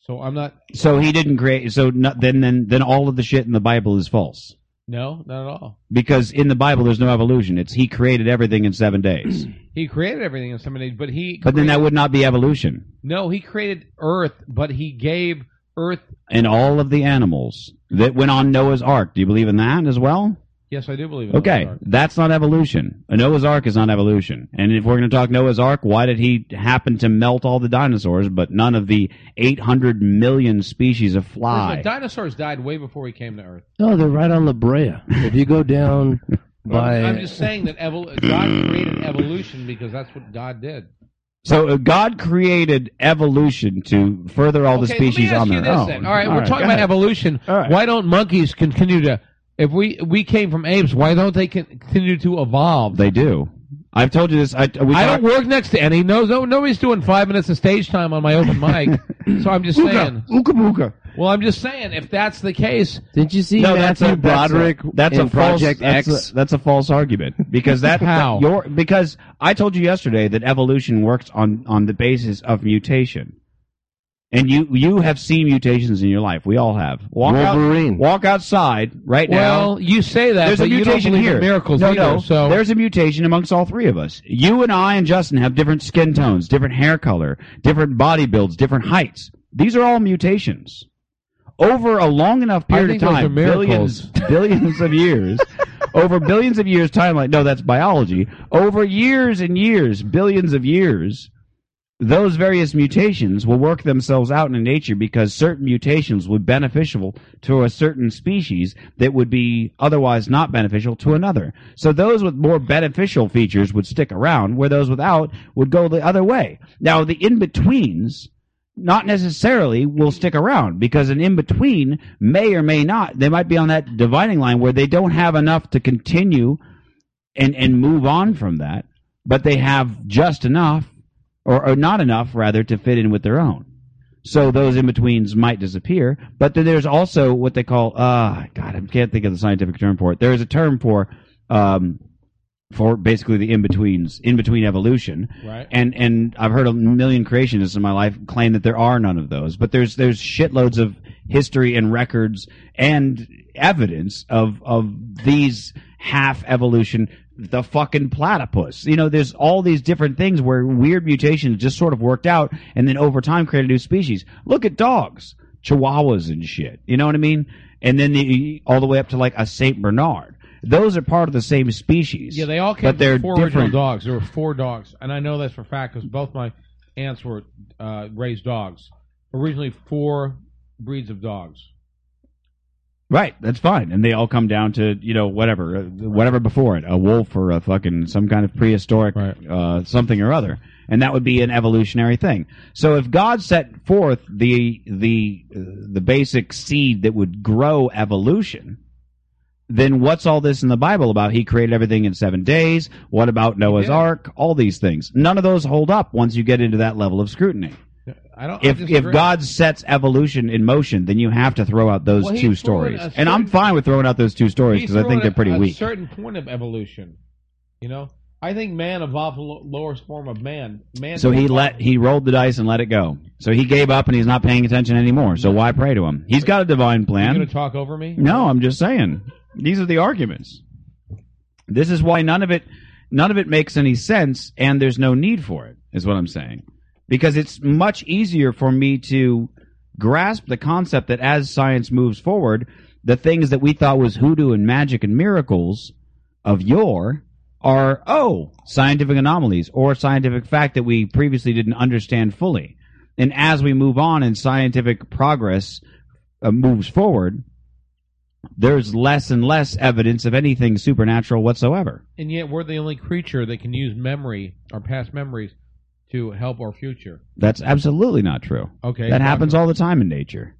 Speaker 2: So I'm not.
Speaker 1: So he didn't create. So no, then then then all of the shit in the Bible is false
Speaker 2: No, not at all.
Speaker 1: because in the Bible there's no evolution. It's he created everything in seven days.
Speaker 2: He created everything in seven days, but he.
Speaker 1: But then
Speaker 2: created-
Speaker 1: that would not be evolution.
Speaker 2: no, he created Earth, but he gave Earth.
Speaker 1: And all of the animals that went on Noah's Ark. Do you believe in that as well?
Speaker 2: Yes, I do believe in.
Speaker 1: Okay,
Speaker 2: Earth.
Speaker 1: that's not evolution. A Noah's Ark is not evolution. And if we're going to talk Noah's Ark, why did he happen to melt all the dinosaurs, but none of the 800 million species of
Speaker 2: First of all,
Speaker 1: fly?
Speaker 2: dinosaurs died way before he came to Earth.
Speaker 3: No, they're right on La Brea. If you go down by,
Speaker 2: I'm just saying that evol- God created evolution because that's what God did.
Speaker 1: So uh, God created evolution to further all the
Speaker 2: okay,
Speaker 1: species
Speaker 2: let
Speaker 1: on
Speaker 2: me ask
Speaker 1: their
Speaker 2: you this
Speaker 1: own.
Speaker 2: Then. All right, we're
Speaker 1: right,
Speaker 2: talking
Speaker 1: go
Speaker 2: about
Speaker 1: ahead.
Speaker 2: evolution.
Speaker 1: All right.
Speaker 2: Why don't monkeys continue to? If we we came from apes, why don't they con- continue to evolve?
Speaker 1: They do. I've told you this. I, we
Speaker 2: I
Speaker 1: talked-
Speaker 2: don't work next to any. No, no, nobody's doing five minutes of stage time on my open mic. so I'm just saying. Well, I'm just saying if that's the case,
Speaker 3: didn't you see
Speaker 1: No, that's
Speaker 3: Matthew
Speaker 1: a that's
Speaker 3: Broderick
Speaker 1: A, that's
Speaker 3: in
Speaker 1: a false.
Speaker 3: Project
Speaker 1: that's,
Speaker 3: X?
Speaker 1: A, that's a false argument because that
Speaker 2: How?
Speaker 1: your because I told you yesterday that evolution works on on the basis of mutation, and you you have seen mutations in your life. We all have. Walk
Speaker 3: Wolverine.
Speaker 1: Out, walk outside right now.
Speaker 2: well, you say that.
Speaker 1: There's
Speaker 2: but
Speaker 1: a
Speaker 2: you don't
Speaker 1: mutation
Speaker 2: believe in
Speaker 1: here.
Speaker 2: Miracles
Speaker 1: no,
Speaker 2: either.
Speaker 1: no.
Speaker 2: So
Speaker 1: There's a mutation amongst all three of us. You and I and Justin have different skin tones, different hair color, different body builds, different heights. These are all mutations. Over a long enough period
Speaker 2: think
Speaker 1: of
Speaker 2: those are
Speaker 1: time,
Speaker 2: miracles.
Speaker 1: billions, billions of years, over billions of years timeline. No, that's biology. Over years and years, billions of years, those various mutations will work themselves out in nature because certain mutations would be beneficial to a certain species that would be otherwise not beneficial to another. So those with more beneficial features would stick around, where those without would go the other way. Now, the in betweens not necessarily will stick around because an in between may or may not, they might be on that dividing line where they don't have enough to continue and, and move on from that, but they have just enough or, or not enough rather to fit in with their own. So those in betweens might disappear. But then there's also what they call ah God, I can't think of the scientific term for it. There is a term for um for basically the in betweens, in between evolution.
Speaker 2: Right.
Speaker 1: And and I've heard a million creationists in my life claim that there are none of those, but there's there's shitloads of history and records and evidence of of these half evolution the fucking platypus. You know, there's all these different things where weird mutations just sort of worked out and then over time created new species. Look at dogs, chihuahuas and shit. You know what I mean? And then the, all the way up to like a Saint Bernard. Those are part of the same species.
Speaker 2: Yeah, they all came
Speaker 1: But they're
Speaker 2: from four original
Speaker 1: different.
Speaker 2: dogs. There were four dogs, and I know that's for a fact because both my aunts were uh, raised dogs. Originally, four breeds of dogs.
Speaker 1: Right, that's fine, and they all come down to you know whatever, uh, whatever before it, a wolf or a fucking some kind of prehistoric
Speaker 2: Right.
Speaker 1: uh, something or other, and that would be an evolutionary thing. So if God set forth the the uh, the basic seed that would grow evolution, then what's all this in the Bible about? He created everything in seven days. What about Noah's
Speaker 2: did.
Speaker 1: Ark? All these things. None of those hold up once you get into that level of scrutiny.
Speaker 2: I don't. I
Speaker 1: If if
Speaker 2: disagree.
Speaker 1: God sets evolution in motion, then you have to throw out those
Speaker 2: Well, he
Speaker 1: two
Speaker 2: threw in
Speaker 1: stories,
Speaker 2: a
Speaker 1: and I'm
Speaker 2: certain-
Speaker 1: fine with throwing out those two stories
Speaker 2: He's
Speaker 1: because I
Speaker 2: throwing
Speaker 1: think they're pretty
Speaker 2: a,
Speaker 1: weak.
Speaker 2: A certain point of evolution, you know. I think man evolved the lo- lowest form of man. Man.
Speaker 1: So he let he rolled the dice and let it go. So he gave up and he's not paying attention anymore. So why pray to him? He's got a divine
Speaker 2: You gonna
Speaker 1: plan.
Speaker 2: talk over me?
Speaker 1: No, I'm just saying these are the arguments. This is why none of it none of it makes any sense, and there's no need for it. Is what I'm saying because it's much easier for me to grasp the concept that as science moves forward, the things that we thought was hoodoo and magic and miracles of yore are oh scientific anomalies or scientific fact that we previously didn't understand fully and as we move on and scientific progress uh, moves forward there's less and less evidence of anything supernatural whatsoever
Speaker 2: And yet, we're the only creature that can use memory, our past memories, to help our future.
Speaker 1: that's absolutely not true
Speaker 2: Okay.
Speaker 1: that happens all the time in nature.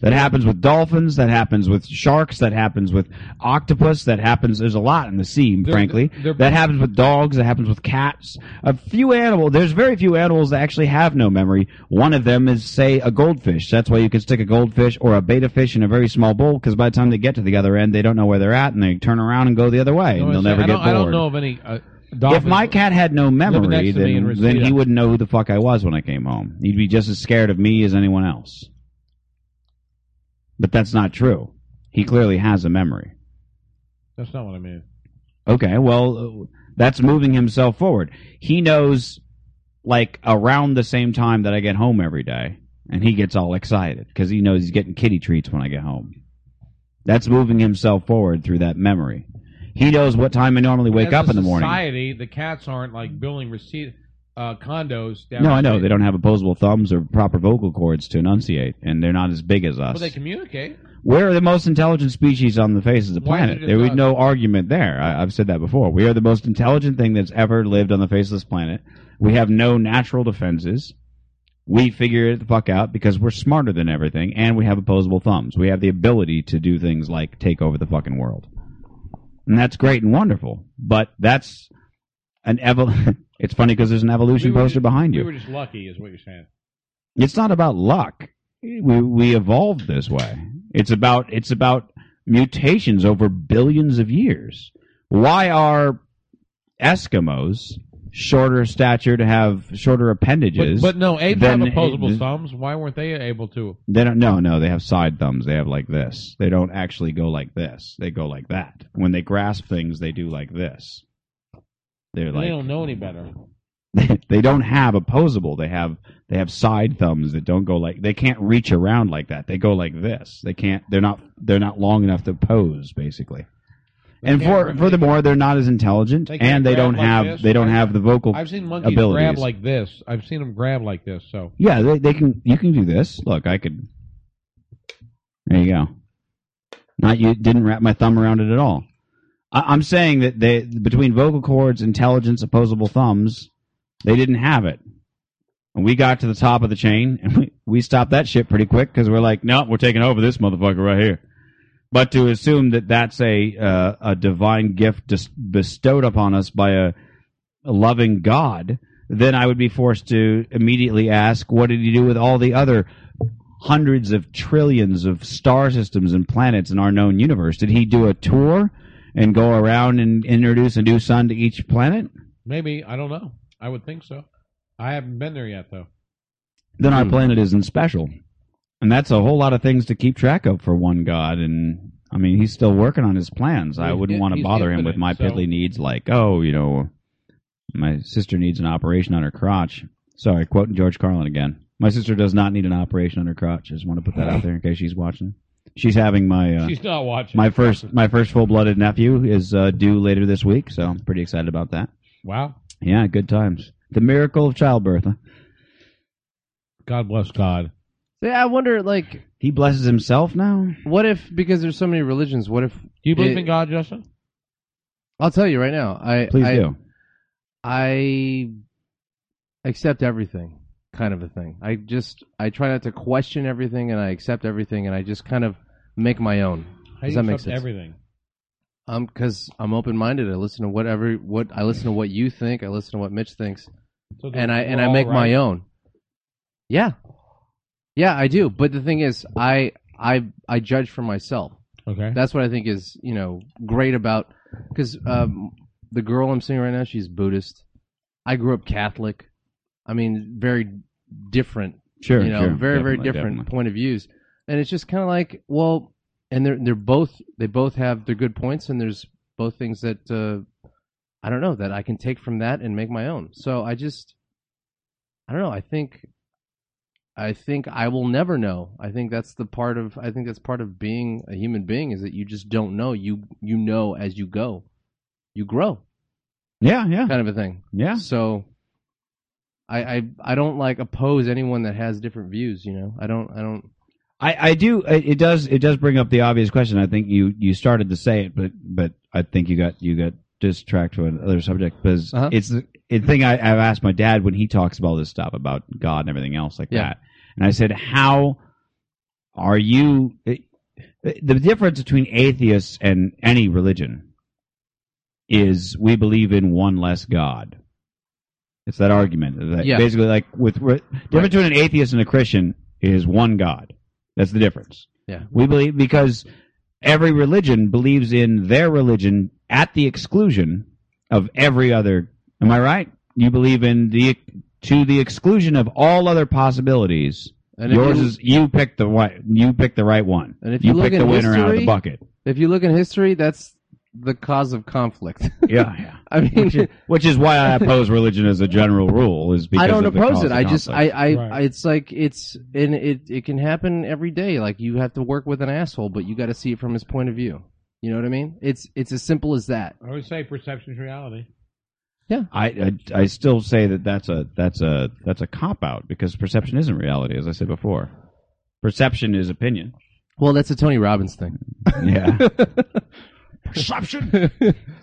Speaker 1: That happens with dolphins. That happens with sharks. That happens with octopus. That happens. There's a lot in the sea,
Speaker 2: They're-
Speaker 1: frankly.
Speaker 2: they're-
Speaker 1: that happens with dogs. That happens with cats. A few animals. There's very few animals that actually have no memory. One of them is, say, a goldfish. That's why you can stick a goldfish or a betta fish in a very small bowl because by the time they get to the other end, they don't know where they're at and they turn around and go the other way
Speaker 2: You know
Speaker 1: and
Speaker 2: what
Speaker 1: they'll
Speaker 2: I'm
Speaker 1: never
Speaker 2: saying?
Speaker 1: get
Speaker 2: I don't,
Speaker 1: bored.
Speaker 2: I don't know of any. Uh,
Speaker 1: If
Speaker 2: dolphins-
Speaker 1: my cat had no memory,
Speaker 2: next to me in
Speaker 1: then,
Speaker 2: Reseda.
Speaker 1: then he wouldn't know who the fuck I was when I came home. He'd be just as scared of me as anyone else. But that's not true. He clearly has a memory.
Speaker 2: That's not what I mean.
Speaker 1: Okay, well, uh, that's moving himself forward. He knows, like, around the same time that I get home every day, and he gets all excited because he knows he's getting kitty treats when I get home. That's moving himself forward through that memory. He knows what time I normally wake
Speaker 2: As
Speaker 1: up
Speaker 2: a
Speaker 1: in the morning.
Speaker 2: Society, the cats aren't like building receipt uh, condos. Down
Speaker 1: No,
Speaker 2: the
Speaker 1: I know
Speaker 2: street.
Speaker 1: they don't have opposable thumbs or proper vocal cords to enunciate, and they're not as big as us.
Speaker 2: Well, they communicate.
Speaker 1: We're the most intelligent species on the face of the
Speaker 2: Why is
Speaker 1: planet.
Speaker 2: it
Speaker 1: There was
Speaker 2: not-
Speaker 1: no argument there. I, I've said that before. We are the most intelligent thing that's ever lived on the face of this planet. We have no natural defenses. We figure it the fuck out because we're smarter than everything, and we have opposable thumbs. We have the ability to do things like take over the fucking world, and that's great and wonderful. But that's an evol. it's funny because there's an evolution
Speaker 2: We were
Speaker 1: poster
Speaker 2: ju-
Speaker 1: behind you.
Speaker 2: We were just lucky, is what you're saying.
Speaker 1: it's not about luck. We we evolved this way. It's about it's about mutations over billions of years. Why are Eskimos shorter stature to have shorter appendages?
Speaker 2: But, but no, apes
Speaker 1: then
Speaker 2: have opposable
Speaker 1: it-
Speaker 2: thumbs. Why weren't they able to?
Speaker 1: they don't. No, no, they have side thumbs. They have like this. They don't actually go like this. They go like that. When they grasp things, they do like this. They're
Speaker 2: they
Speaker 1: like
Speaker 2: don't know any better.
Speaker 1: they don't have opposable. They have they have side thumbs that don't go like they can't reach around like that. They go like this. They can't. They're not they're not long enough to pose basically. And
Speaker 2: can't
Speaker 1: for
Speaker 2: grab-
Speaker 1: furthermore, they're not as intelligent,
Speaker 2: They can't
Speaker 1: and they
Speaker 2: grab
Speaker 1: don't
Speaker 2: like
Speaker 1: have
Speaker 2: this.
Speaker 1: they don't
Speaker 2: I've-
Speaker 1: have the vocal.
Speaker 2: I've seen monkeys
Speaker 1: abilities.
Speaker 2: grab like this. I've seen them grab like this. So
Speaker 1: yeah, they, they can. You can do this. Look, I could. There you go. Not you didn't wrap my thumb around it at all. I, I'm saying that they between vocal cords, intelligence, opposable thumbs, they didn't have it. And we got to the top of the chain, and we, we stopped that shit pretty quick because we're like, no, we're taking over this motherfucker right here. But to assume that that's a uh, a divine gift dis- bestowed upon us by a, a loving God then I would be forced to immediately ask, what did he do with all the other hundreds of trillions of star systems and planets in our known universe? Did he do a tour and go around and introduce a new sun to each planet?
Speaker 2: Maybe I don't know. I would think so. I haven't been there yet though.
Speaker 1: Then our
Speaker 3: Hmm.
Speaker 1: planet isn't special. And that's a whole lot of things to keep track of for one god. And I mean, he's still working on his plans. I
Speaker 2: He's
Speaker 1: wouldn't
Speaker 2: in-
Speaker 1: want to
Speaker 2: he's
Speaker 1: bother him
Speaker 2: infinite,
Speaker 1: with my
Speaker 2: so-
Speaker 1: piddly needs, like, oh, you know, my sister needs an operation on her crotch. Sorry, quoting George Carlin again. My sister does not need an operation on her crotch. I just want to put that out there in case she's watching. She's having my uh,
Speaker 2: She's not watching.
Speaker 1: my first my first full blooded nephew is uh, due later this week, so I'm pretty excited about that.
Speaker 2: Wow.
Speaker 1: Yeah, good times. The miracle of childbirth. Huh?
Speaker 2: God bless God.
Speaker 3: Yeah, I wonder, like,
Speaker 1: He blesses himself now.
Speaker 3: what if because there's so many religions? What if
Speaker 2: Do you believe
Speaker 3: It-
Speaker 2: in God, Justin?
Speaker 3: I'll tell you right now? I
Speaker 1: Please
Speaker 3: I,
Speaker 1: do.
Speaker 3: I accept everything, kind of a thing. I just I try not to question everything, and I accept everything, and I just kind of make my own.
Speaker 2: How
Speaker 3: Does
Speaker 2: do you
Speaker 3: that make
Speaker 2: accept
Speaker 3: sense?
Speaker 2: Everything.
Speaker 3: Um, because I'm open minded. I listen to whatever what I listen to what you think. I listen to what Mitch thinks,
Speaker 2: So
Speaker 3: and I
Speaker 2: we're
Speaker 3: and I
Speaker 2: all
Speaker 3: make my
Speaker 2: right.
Speaker 3: own. Yeah, yeah, I do. But the thing is, I I I judge for myself.
Speaker 2: Okay.
Speaker 3: That's what I think is you know great about because um, the girl I'm seeing right now, she's Buddhist. I grew up Catholic. I mean, very different
Speaker 1: Sure,
Speaker 3: you know,
Speaker 1: sure.
Speaker 3: very very
Speaker 1: Definitely,
Speaker 3: different
Speaker 1: definitely.
Speaker 3: point of views, and it's just kind of like, well, and they're they're both they both have their good points, and there's both things that uh, I don't know that I can take from that and make my own. So I just, I don't know. I think, I think I will never know. I think that's the part of I think that's part of being a human being is that you just don't know. You you know as you go, you grow,
Speaker 1: Yeah, yeah,
Speaker 3: kind of a thing.
Speaker 1: yeah.
Speaker 3: So I, I I don't like oppose anyone that has different views, you know. I don't I don't
Speaker 1: I, I do. It it does. It does bring up the obvious question. I think you you started to say it, but but I think you got you got distracted to another subject because
Speaker 3: Uh-huh.
Speaker 1: it's the it's the thing I, I've asked my dad when he talks about this stuff about God and everything else like
Speaker 3: Yeah.
Speaker 1: that. And I said, how are you? The the difference between atheists and any religion is we believe in one less God. It's that argument. that
Speaker 3: Yeah.
Speaker 1: Basically, like with, with difference
Speaker 3: Right.
Speaker 1: between an atheist and a Christian is one God. That's the difference.
Speaker 3: Yeah.
Speaker 1: We believe because every religion believes in their religion at the exclusion of every other. Am I right? You believe in the to the exclusion of all other possibilities.
Speaker 3: and if
Speaker 1: Yours
Speaker 3: you,
Speaker 1: is you pick the right you pick the right one.
Speaker 3: And if
Speaker 1: you,
Speaker 3: you look
Speaker 1: pick the
Speaker 3: in
Speaker 1: winner out of the
Speaker 3: history-
Speaker 1: bucket.
Speaker 3: if you look in history, that's the cause of conflict.
Speaker 1: Yeah, yeah.
Speaker 3: I
Speaker 1: Which is,
Speaker 3: mean
Speaker 1: which is why I oppose religion as a general rule is because
Speaker 3: I don't
Speaker 1: of the
Speaker 3: oppose
Speaker 1: cause
Speaker 3: it.
Speaker 1: of
Speaker 3: I just I
Speaker 1: conflict.
Speaker 3: I,
Speaker 2: Right.
Speaker 3: I it's like it's and it it can happen every day. Like you have to work with an asshole, but you got to see it from his point of view. You know what I mean? It's it's as simple as that.
Speaker 2: I would say perception's reality.
Speaker 1: I, I I still say that that's a that's a that's a cop out because perception isn't reality, as I said before. Perception is opinion.
Speaker 3: Well, that's a Tony Robbins thing.
Speaker 1: Yeah. perception.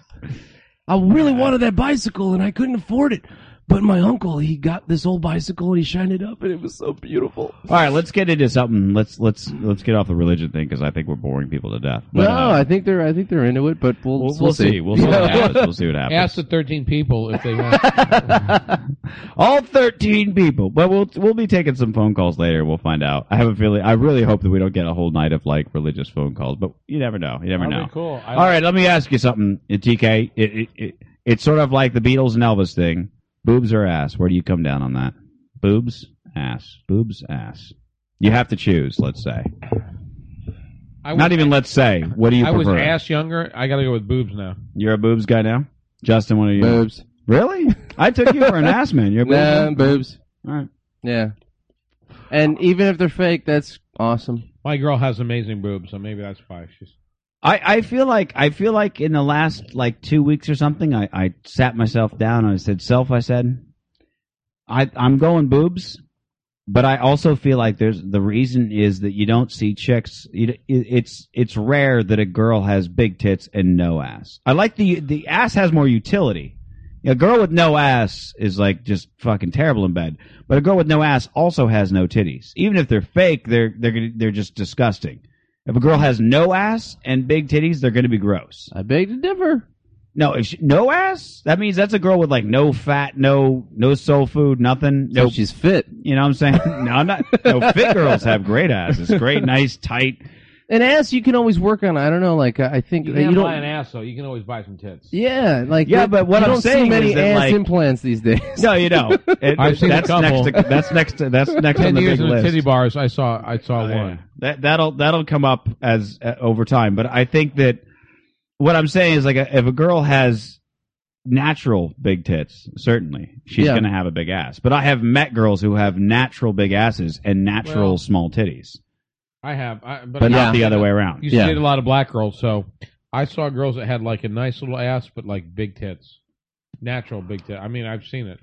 Speaker 3: I really wanted that bicycle and I couldn't afford it. But my uncle, he got this old bicycle and he shined it up and it was so beautiful.
Speaker 1: All right, let's get into something. Let's let's let's get off the religion thing because I think we're boring people to death. But,
Speaker 3: no,
Speaker 1: uh,
Speaker 3: I think they're I think they're into it, but we'll
Speaker 1: we'll,
Speaker 3: we'll,
Speaker 1: we'll see. We'll see what happens. We'll see what happens.
Speaker 2: Ask the thirteen people if they want.
Speaker 1: All thirteen people. But we'll we'll be taking some phone calls later. We'll find out. I have a feeling. I really hope that we don't get a whole night of like religious phone calls. But you never know. You never
Speaker 2: That'd be
Speaker 1: know.
Speaker 2: Cool. I,
Speaker 1: All right, let me ask you something, uh, TK. It, it, it, it's sort of like the Beatles and Elvis thing. Boobs or ass? Where do you come down on that? Boobs, ass, boobs, ass. You have to choose. Let's say.
Speaker 2: I was,
Speaker 1: Not even let's say. What do you
Speaker 2: I was
Speaker 1: prefer?
Speaker 2: ass younger. I got to go with boobs now.
Speaker 1: You're a boobs guy now, Justin. What are you?
Speaker 3: boobs.
Speaker 1: Really? I took you for an ass man. You're a boobs.
Speaker 3: Nah,
Speaker 1: man?
Speaker 3: boobs.
Speaker 1: All right.
Speaker 3: Yeah. And even if they're fake, that's awesome.
Speaker 2: My girl has amazing boobs, so maybe that's why she's.
Speaker 1: I, I feel like I feel like in the last like two weeks or something, I, I sat myself down and I said, "Self," I said, "I I'm going boobs," but I also feel like there's the reason is that you don't see chicks. You, d- it, it's it's rare that a girl has big tits and no ass. I like the the ass has more utility. A girl with no ass is like just fucking terrible in bed, but a girl with no ass also has no titties. Even if they're fake, they're they're gonna- they're just disgusting. If a girl has no ass and big titties, they're going to be gross.
Speaker 3: I beg to differ.
Speaker 1: No, if she, no ass. That means that's a girl with like no fat, no no soul food, nothing.
Speaker 3: So
Speaker 1: No,
Speaker 3: she's fit.
Speaker 1: you know what I'm saying? No, I'm not. No, fit girls have great asses. Great, nice, tight.
Speaker 3: An ass you can always work on. I don't know. Like I I think
Speaker 2: You
Speaker 3: that
Speaker 2: can't
Speaker 3: you
Speaker 2: buy
Speaker 3: don't.
Speaker 2: an ass though. You can always buy some tits.
Speaker 3: yeah, like
Speaker 1: Yeah,
Speaker 3: that-
Speaker 1: but what
Speaker 3: you
Speaker 1: I'm
Speaker 3: don't
Speaker 1: saying
Speaker 3: see many
Speaker 1: is that,
Speaker 3: ass
Speaker 1: like-
Speaker 3: implants these days.
Speaker 1: No, you don't. It-
Speaker 2: I've seen a
Speaker 1: that's
Speaker 2: couple.
Speaker 1: next. To, that's next. To, that's next on
Speaker 2: Ten
Speaker 1: the
Speaker 2: years
Speaker 1: big
Speaker 2: in the
Speaker 1: list.
Speaker 2: titty bars. I saw. I saw
Speaker 1: Oh,
Speaker 2: one.
Speaker 1: yeah. That that'll that'll come up as uh, over time, but I think that what I'm saying is like a, if a girl has natural big tits, certainly she's
Speaker 3: Yeah.
Speaker 1: going to have a big ass. But I have met girls who have natural big asses and natural
Speaker 2: Well-
Speaker 1: small titties,
Speaker 2: I have, I, but,
Speaker 1: but
Speaker 3: Yeah.
Speaker 1: not the other way around.
Speaker 2: You yeah.
Speaker 3: Yeah.
Speaker 2: date a lot of black girls, so I saw girls that had like a nice little ass, but like big tits, natural big tits. I mean, I've seen it.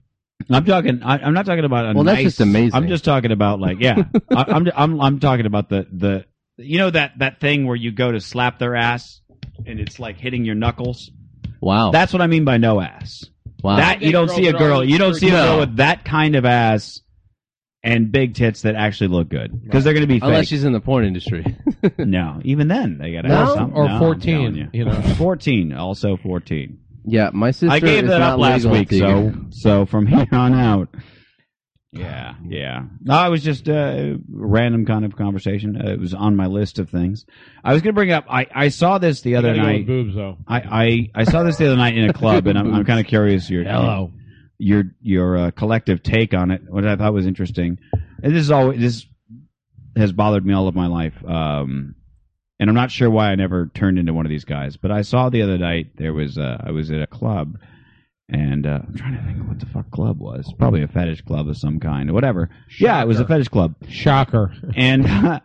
Speaker 1: I'm talking. I, I'm not talking about. A
Speaker 3: Well, that's
Speaker 1: nice-
Speaker 3: just amazing.
Speaker 1: I'm just talking about like, yeah. I, I'm, I'm I'm talking about the the you know that that thing where you go to slap their ass and it's like hitting your knuckles.
Speaker 3: Wow.
Speaker 1: That's what I mean by no ass.
Speaker 3: wow.
Speaker 1: That you don't see a girl. You don't see a girl with that kind of ass and big tits that actually look good because they're going to be
Speaker 3: Unless
Speaker 1: fake.
Speaker 3: she's in the porn industry.
Speaker 1: no, even then they got to
Speaker 3: No?
Speaker 1: have something.
Speaker 2: Or
Speaker 1: No, I'm
Speaker 2: 14,
Speaker 1: telling you.
Speaker 2: you know.
Speaker 1: fourteen, also fourteen.
Speaker 3: yeah, my sister.
Speaker 1: I gave
Speaker 3: is
Speaker 1: that
Speaker 3: not
Speaker 1: up last
Speaker 3: legal in
Speaker 1: week, so
Speaker 3: Teagan.
Speaker 1: so from here on out. Yeah, yeah. No, I was just uh, a random kind of conversation. Uh, it was on my list of things. I was going to bring up. I I saw this the other
Speaker 2: Gotta go with
Speaker 1: night.
Speaker 2: boobs though.
Speaker 1: I, I I saw this the other night in a club, and I'm I'm kind of curious your
Speaker 2: Hello.
Speaker 1: your your uh, collective take on it. What I thought was interesting, and this is always this has bothered me all of my life. Um, and I'm not sure why I never turned into one of these guys, but I saw the other night there was uh, I was at a club, and uh, I'm trying to think what the fuck club was. Probably a fetish club of some kind, or whatever. Yeah, it was a fetish club
Speaker 2: Shocker.
Speaker 1: and uh,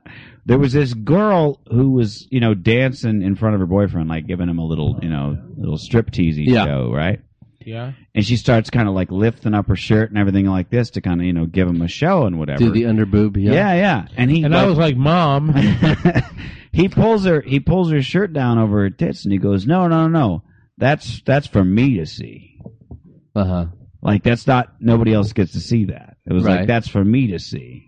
Speaker 1: there was this girl who was you know dancing in front of her boyfriend like giving him a little you know little strip teasy
Speaker 3: Yeah.
Speaker 1: show right
Speaker 2: Yeah.
Speaker 1: and she starts kind of like lifting up her shirt and everything like this to kind of you know give him a show and whatever
Speaker 3: Do the underboob.
Speaker 1: yeah.
Speaker 3: Yeah.
Speaker 1: yeah and he
Speaker 2: And I
Speaker 1: like-
Speaker 2: was like, Mom,
Speaker 1: he pulls her he pulls her shirt down over her tits and he goes no no no that's that's for me to see
Speaker 3: Uh huh.
Speaker 1: like that's not nobody else gets to see that it was like
Speaker 3: Right.
Speaker 1: that's for me to see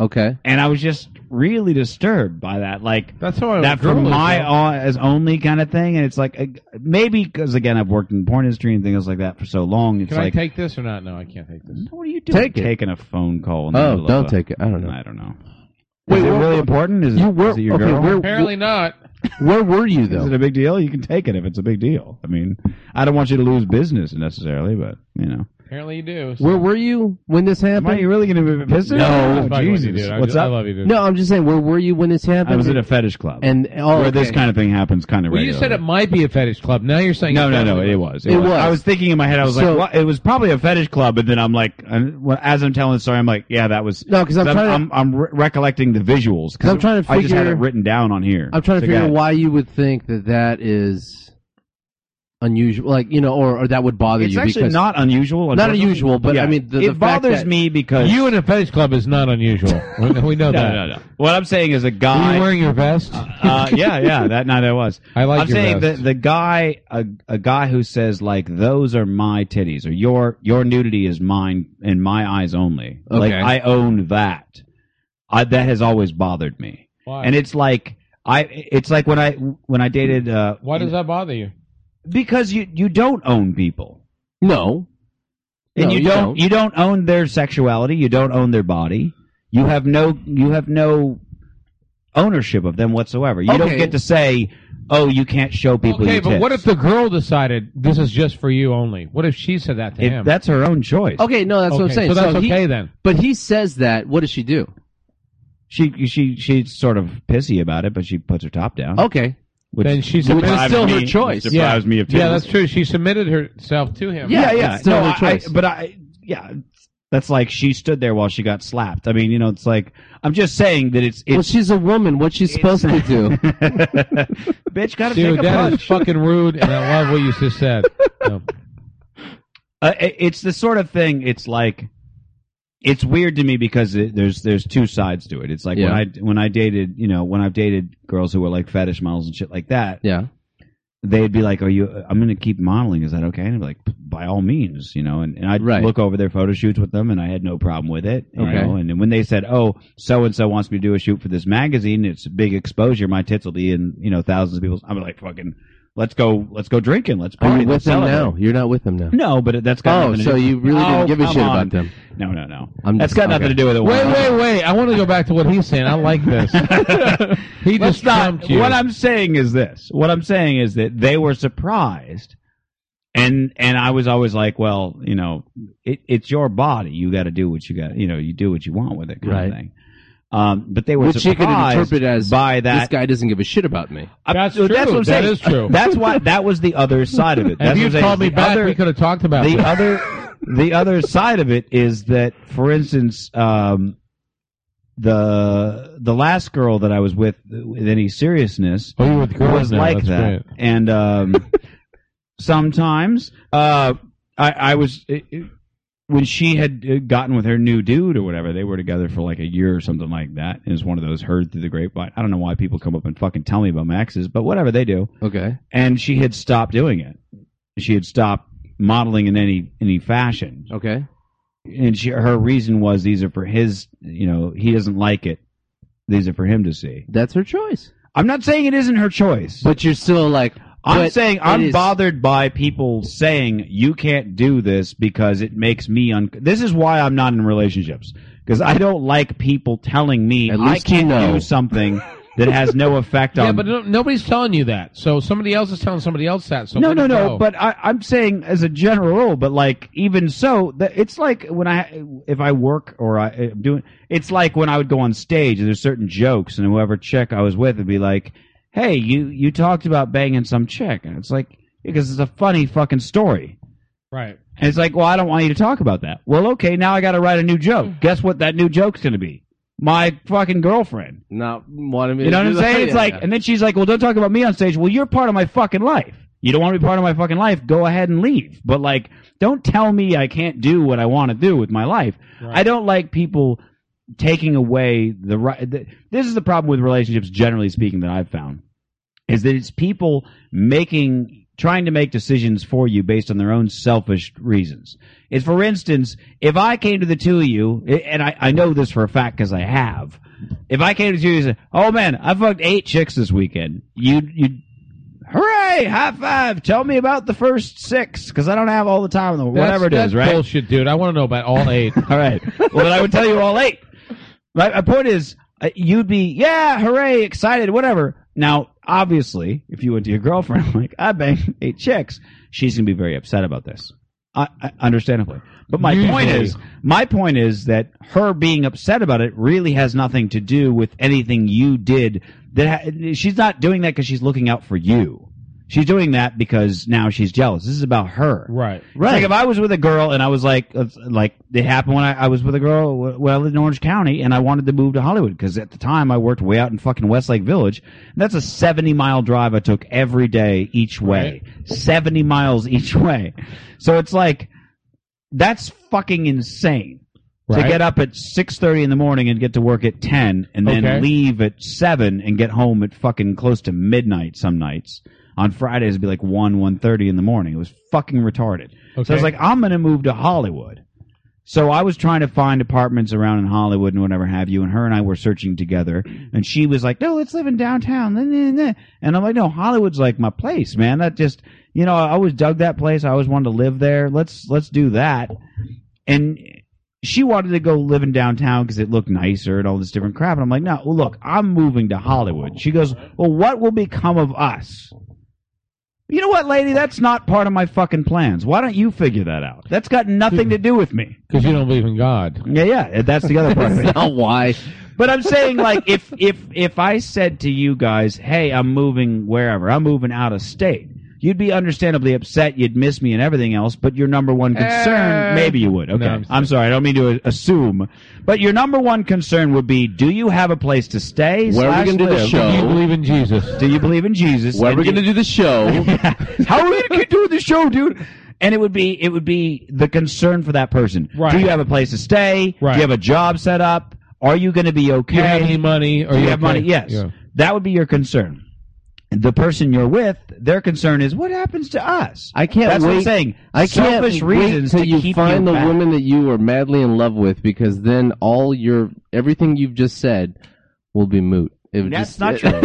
Speaker 3: Okay.
Speaker 1: and i was just really disturbed by that like
Speaker 2: that's how I
Speaker 1: that
Speaker 2: Oh, girl
Speaker 1: from
Speaker 2: is,
Speaker 1: my
Speaker 2: though.
Speaker 1: on, as only kind of thing, and it's like uh, maybe because again I've worked in the porn industry and things like that for so long. It's
Speaker 2: Can
Speaker 1: like
Speaker 2: I take this or not? No, I can't take this.
Speaker 1: what are you doing?
Speaker 3: Take it.
Speaker 1: Taking a phone call. In the
Speaker 3: Oh,
Speaker 1: middle
Speaker 3: don't
Speaker 1: of a-
Speaker 3: take it. I don't know.
Speaker 1: I don't know.
Speaker 3: Wait,
Speaker 1: is it
Speaker 3: where-
Speaker 1: really important? Is, it-
Speaker 3: You were
Speaker 1: is it your
Speaker 3: okay.
Speaker 1: girl?
Speaker 3: Where,
Speaker 2: Apparently not.
Speaker 3: where were you
Speaker 1: is it
Speaker 3: though?
Speaker 1: a big deal? You can take it if it's a big deal. I mean, I don't want you to lose business necessarily, but you know,
Speaker 2: Apparently you do. So.
Speaker 3: Where were you when this
Speaker 1: am I
Speaker 3: happened?
Speaker 1: really going to be pissed? at
Speaker 3: No.
Speaker 1: her?
Speaker 2: That's
Speaker 1: oh,
Speaker 2: probably what you
Speaker 1: Jesus,
Speaker 2: do. I,
Speaker 1: what's
Speaker 2: just, I
Speaker 1: up?
Speaker 2: love you, dude.
Speaker 3: No, I'm just saying. Where were you when this happened?
Speaker 1: I was at a fetish club
Speaker 3: and oh,
Speaker 1: where
Speaker 3: okay.
Speaker 1: this kind of thing happens kind of
Speaker 2: Well,
Speaker 1: regularly.
Speaker 2: you said it might be a fetish club. Now you're saying
Speaker 1: No,
Speaker 2: it's
Speaker 1: no, no.
Speaker 2: definitely-
Speaker 1: It was.
Speaker 3: It was.
Speaker 1: I was thinking in my head. I was
Speaker 3: So-
Speaker 1: like, what? it was probably a fetish club. But then I'm like, I, well, as I'm telling the story, I'm like, yeah, that was.
Speaker 3: No, because I'm
Speaker 1: I'm,
Speaker 3: trying. to,
Speaker 1: I'm, I'm re- recollecting the visuals
Speaker 3: 'Cause I'm trying to
Speaker 1: I just had it
Speaker 3: figure-
Speaker 1: written down on here.
Speaker 3: I'm trying to
Speaker 1: So
Speaker 3: figure out
Speaker 1: go
Speaker 3: why you would think that that is unusual, like you know, or, or that would bother
Speaker 1: ahead. It's
Speaker 3: you
Speaker 1: actually
Speaker 3: because
Speaker 1: not unusual.
Speaker 3: Not
Speaker 1: unfortunately.
Speaker 3: unusual, but I mean, the-
Speaker 1: it
Speaker 3: the fact
Speaker 1: bothers
Speaker 3: that-
Speaker 1: me because
Speaker 2: You in a fetish club is not unusual. We- we know
Speaker 1: No,
Speaker 2: that.
Speaker 1: no, no. What I'm saying is a
Speaker 2: Were you
Speaker 1: guy.
Speaker 2: wearing your vest?
Speaker 1: uh, yeah, yeah. That night I was.
Speaker 2: I like
Speaker 1: I'm
Speaker 2: your
Speaker 1: saying
Speaker 2: vest.
Speaker 1: the the guy a, a guy who says like those are my titties or your your nudity is mine in my eyes only. Like
Speaker 3: Okay.
Speaker 1: I own that. I, that has always bothered me.
Speaker 2: Why?
Speaker 1: And it's like I it's like when I when I dated uh
Speaker 2: Why does that bother you?
Speaker 1: because you you don't own people.
Speaker 3: no.
Speaker 1: And
Speaker 3: No,
Speaker 1: you,
Speaker 3: you
Speaker 1: don't,
Speaker 3: don't.
Speaker 1: you don't own their sexuality, you don't own their body. You have no you have no ownership of them whatsoever. You don't
Speaker 3: Okay.
Speaker 1: get to say, "Oh, you can't show people
Speaker 2: okay,
Speaker 1: your
Speaker 2: but
Speaker 1: tits."
Speaker 2: what if the girl decided this is just for you only? What if she said that to
Speaker 1: It-
Speaker 2: him?
Speaker 1: that's her own choice.
Speaker 3: Okay, no, that's what I'm
Speaker 2: Okay,
Speaker 3: saying.
Speaker 2: So that's
Speaker 3: he-
Speaker 2: okay then.
Speaker 3: But he says that. What does she do?
Speaker 1: She she she's sort of pissy about it, but she puts her top down.
Speaker 3: Okay.
Speaker 1: which
Speaker 2: then she
Speaker 3: But it's
Speaker 2: submitted.
Speaker 3: still her choice.
Speaker 1: Deprives me of
Speaker 2: Yeah,
Speaker 1: titties.
Speaker 2: that's true. She submitted herself to him.
Speaker 1: yeah,
Speaker 3: Yeah,
Speaker 1: yeah.
Speaker 3: it's still
Speaker 1: no,
Speaker 3: her
Speaker 1: I- I-
Speaker 3: choice.
Speaker 1: but I yeah, that's like she stood there while she got slapped. I mean, you know, it's like I'm just saying that it's
Speaker 3: well,
Speaker 1: it's
Speaker 3: she's a woman. What's she supposed to do?
Speaker 1: bitch got to take a
Speaker 2: Dude, that is
Speaker 1: punch.
Speaker 2: fucking rude, and I love what you just said. No.
Speaker 1: uh, it- it's the sort of thing. It's like it's weird to me because it, there's there's two sides to it. It's like
Speaker 3: Yeah.
Speaker 1: when I when I dated, you know, when I've dated girls who were like fetish models and shit like that.
Speaker 3: Yeah.
Speaker 1: they'd be like, "Are you? I'm going to keep modeling. Is that okay?" And I'd be like, "By all means, you know." And, and I'd
Speaker 3: Right.
Speaker 1: look over their photo shoots with them, and I had no problem with it. You
Speaker 3: Okay.
Speaker 1: know? And then when they said, "Oh, so and so wants me to do a shoot for this magazine. It's a big exposure. My tits will be in you know thousands of people's." I'm like, "Fucking." let's go let's go drinking, let's
Speaker 3: Are
Speaker 1: party,
Speaker 3: you
Speaker 1: let's
Speaker 3: with them
Speaker 1: celebrate.
Speaker 3: now? You're not with them now.
Speaker 1: No, but it- that's got
Speaker 3: Oh,
Speaker 1: nothing to
Speaker 3: so
Speaker 1: do-
Speaker 3: you really
Speaker 1: Oh,
Speaker 3: didn't give a
Speaker 1: come
Speaker 3: shit
Speaker 1: on.
Speaker 3: about them.
Speaker 1: No, no, no.
Speaker 3: I'm
Speaker 1: that's
Speaker 3: just-
Speaker 1: got
Speaker 3: okay.
Speaker 1: nothing to do with it.
Speaker 2: Wait, wait, wait! I want to go back to what he's saying. I like this. He
Speaker 1: Let's
Speaker 2: just trumped you.
Speaker 1: What I'm saying is this. What I'm saying is that they were surprised, and and I was always like, well, you know, it, it's your body. You got to do what you got. You know, you do what you want with it, kind
Speaker 3: Right.
Speaker 1: of thing. Um, but they were
Speaker 3: Which you could
Speaker 1: surprised
Speaker 3: interpret as
Speaker 1: by that.
Speaker 3: This guy doesn't give a shit about me.
Speaker 1: I-
Speaker 2: That's
Speaker 1: so
Speaker 2: true.
Speaker 1: That's what I'm
Speaker 2: That
Speaker 1: saying.
Speaker 2: is true.
Speaker 1: That's why. That was the other side of it.
Speaker 2: If
Speaker 1: That's
Speaker 2: you
Speaker 1: what I'm saying,
Speaker 2: called me
Speaker 1: the
Speaker 2: back,
Speaker 1: other-
Speaker 2: we could have talked about
Speaker 1: the
Speaker 2: this.
Speaker 1: other the other side of it is that for instance um the the last girl that I was with with any seriousness
Speaker 2: Oh, you with girls
Speaker 1: was
Speaker 2: now.
Speaker 1: like
Speaker 2: That's
Speaker 1: that
Speaker 2: great.
Speaker 1: and um sometimes uh I I was it, it- when she had uh, gotten with her new dude or whatever they were together for like a year or something like that is one of those heard through the grapevine I don't know why people come up and fucking tell me about my exes but whatever they do
Speaker 3: Okay.
Speaker 1: and she had stopped doing it. She had stopped modeling in any any fashion,
Speaker 3: Okay.
Speaker 1: and she her reason was these are for his. You know, he doesn't like it. These are for him to see.
Speaker 3: That's her choice.
Speaker 1: I'm not saying it isn't her choice.
Speaker 3: But you're still like,
Speaker 1: I'm
Speaker 3: but
Speaker 1: saying
Speaker 3: it
Speaker 1: I'm
Speaker 3: is-
Speaker 1: bothered by people saying you can't do this because it makes me un. This is why I'm not in relationships because I don't like people telling me
Speaker 3: At
Speaker 1: I
Speaker 3: least you
Speaker 1: can't
Speaker 3: know.
Speaker 1: do something that has no effect
Speaker 2: Yeah,
Speaker 1: on
Speaker 2: but no, nobody's telling you that. So somebody else is telling somebody else that. So
Speaker 1: no,
Speaker 2: let
Speaker 1: no,
Speaker 2: it
Speaker 1: no.
Speaker 2: go.
Speaker 1: But I, I'm saying as a general rule. But like even so, that it's like when I if I work or I am doing. It's like when I would go on stage and there's certain jokes and whoever chick I was with would be like, "Hey, you you talked about banging some chick," and it's like because it's a funny fucking story.
Speaker 2: right.
Speaker 1: And it's like, well, I don't want you to talk about that. Well, okay, now I got to write a new joke. Guess what? That new joke's gonna be my fucking girlfriend.
Speaker 3: not wanting me
Speaker 1: You
Speaker 3: to
Speaker 1: know what
Speaker 3: do
Speaker 1: I'm
Speaker 3: that.
Speaker 1: saying? It's
Speaker 3: Yeah,
Speaker 1: like,
Speaker 3: yeah.
Speaker 1: and then she's like, "Well, don't talk about me on stage." Well, you're part of my fucking life. You don't want to be part of my fucking life. Go ahead and leave. But like, don't tell me I can't do what I want to do with my life.
Speaker 2: Right.
Speaker 1: I don't like people taking away the right. th this is the problem with relationships, generally speaking, that I've found is that it's people making trying to make decisions for you based on their own selfish reasons. Is for instance, if I came to the two of you, i- and I, I know this for a fact because I have. If I came to the two of you and said, "Oh man, I fucked eight chicks this weekend," you you. Hooray! High five! Tell me about the first six because I don't have all the time in the
Speaker 2: That's-
Speaker 1: whatever it
Speaker 2: that's
Speaker 1: is, right?
Speaker 2: Bullshit, dude. I want to know about all eight.
Speaker 1: All right. Well, then I would tell you all eight. My, my point is, uh, you'd be, yeah, hooray, excited, whatever. Now, obviously, if you went to your girlfriend, like, I banged eight chicks, she's going to be very upset about this. I, I, understandably. But my point
Speaker 2: Usually.
Speaker 1: is, my point is that her being upset about it really has nothing to do with anything you did. That ha- she's not doing that because she's looking out for you. She's doing that because now she's jealous. This is about her.
Speaker 2: right.
Speaker 1: Right. Like if I was with a girl and I was like, it's- like it happened when I, I was with a girl wh- when I lived in Orange County and I wanted to move to Hollywood because at the time I worked way out in fucking Westlake Village. And that's a 70 mile drive I took every day each way. 70 miles each way. So it's like, that's fucking insane.
Speaker 2: Right.
Speaker 1: To get up at 6.30 in the morning and get to work at 10 and then
Speaker 2: Okay.
Speaker 1: leave at 7 and get home at fucking close to midnight some nights. On Fridays it'd be like 1, 1.30 in the morning. It was fucking retarded. So I was
Speaker 2: Okay.
Speaker 1: like, I'm going to move to Hollywood. So I was trying to find apartments around in Hollywood and whatever have you. And her and I were searching together. And she was like, no, let's live in downtown. nah, nah, nah. And I'm like, no, Hollywood's like my place, man. That just, you know, I always dug that place. I always wanted to live there. Let's, let's do that. And she wanted to go live in downtown because it looked nicer and all this different crap. And I'm like, no, well, look, I'm moving to Hollywood. She goes, well, what will become of us? You know what, lady? That's not part of my fucking plans. Why don't you figure that out? That's got nothing to do with me.
Speaker 2: Because you don't believe in God.
Speaker 1: Yeah, yeah, that's the other part. Of it.
Speaker 3: That's not why.
Speaker 1: But I'm saying, like, if if if I said to you guys, "Hey, I'm moving wherever. I'm moving out of state," you'd be understandably upset. You'd miss me and everything else. But your number one concern,
Speaker 2: Eh.
Speaker 1: maybe you would. Okay,
Speaker 2: No, I'm
Speaker 1: I'm, sorry. I don't mean to assume, but your number one concern would be, do you have a place to stay?
Speaker 3: Where are
Speaker 1: slash
Speaker 3: we going to do the
Speaker 1: live?
Speaker 2: Do you
Speaker 3: show?
Speaker 2: believe in Jesus?
Speaker 1: Do you believe in Jesus?
Speaker 3: Where are
Speaker 1: And
Speaker 3: we
Speaker 1: do-
Speaker 3: going to do the show?
Speaker 1: How are we gonna keep doing the show, dude? And it would be it would be the concern for that person.
Speaker 2: Right.
Speaker 1: Do you have a place to stay?
Speaker 2: Right.
Speaker 1: Do you have a job set up? Are you going to be okay?
Speaker 2: Do you have any money? Or
Speaker 1: Do you
Speaker 2: you
Speaker 1: have money?
Speaker 2: okay?
Speaker 1: Yes.
Speaker 2: Yeah.
Speaker 1: That would be your concern. The person you're with, their concern is what happens to us.
Speaker 3: I can't
Speaker 1: That's
Speaker 3: wait.
Speaker 1: what I'm saying.
Speaker 3: I can't
Speaker 1: Selfish
Speaker 3: wait
Speaker 1: reasons
Speaker 3: till
Speaker 1: to
Speaker 3: you
Speaker 1: keep
Speaker 3: find
Speaker 1: you
Speaker 3: the
Speaker 1: back.
Speaker 3: woman that you are madly in love with, because then all your everything you've just said will be moot. It was
Speaker 1: That's
Speaker 3: just-
Speaker 1: not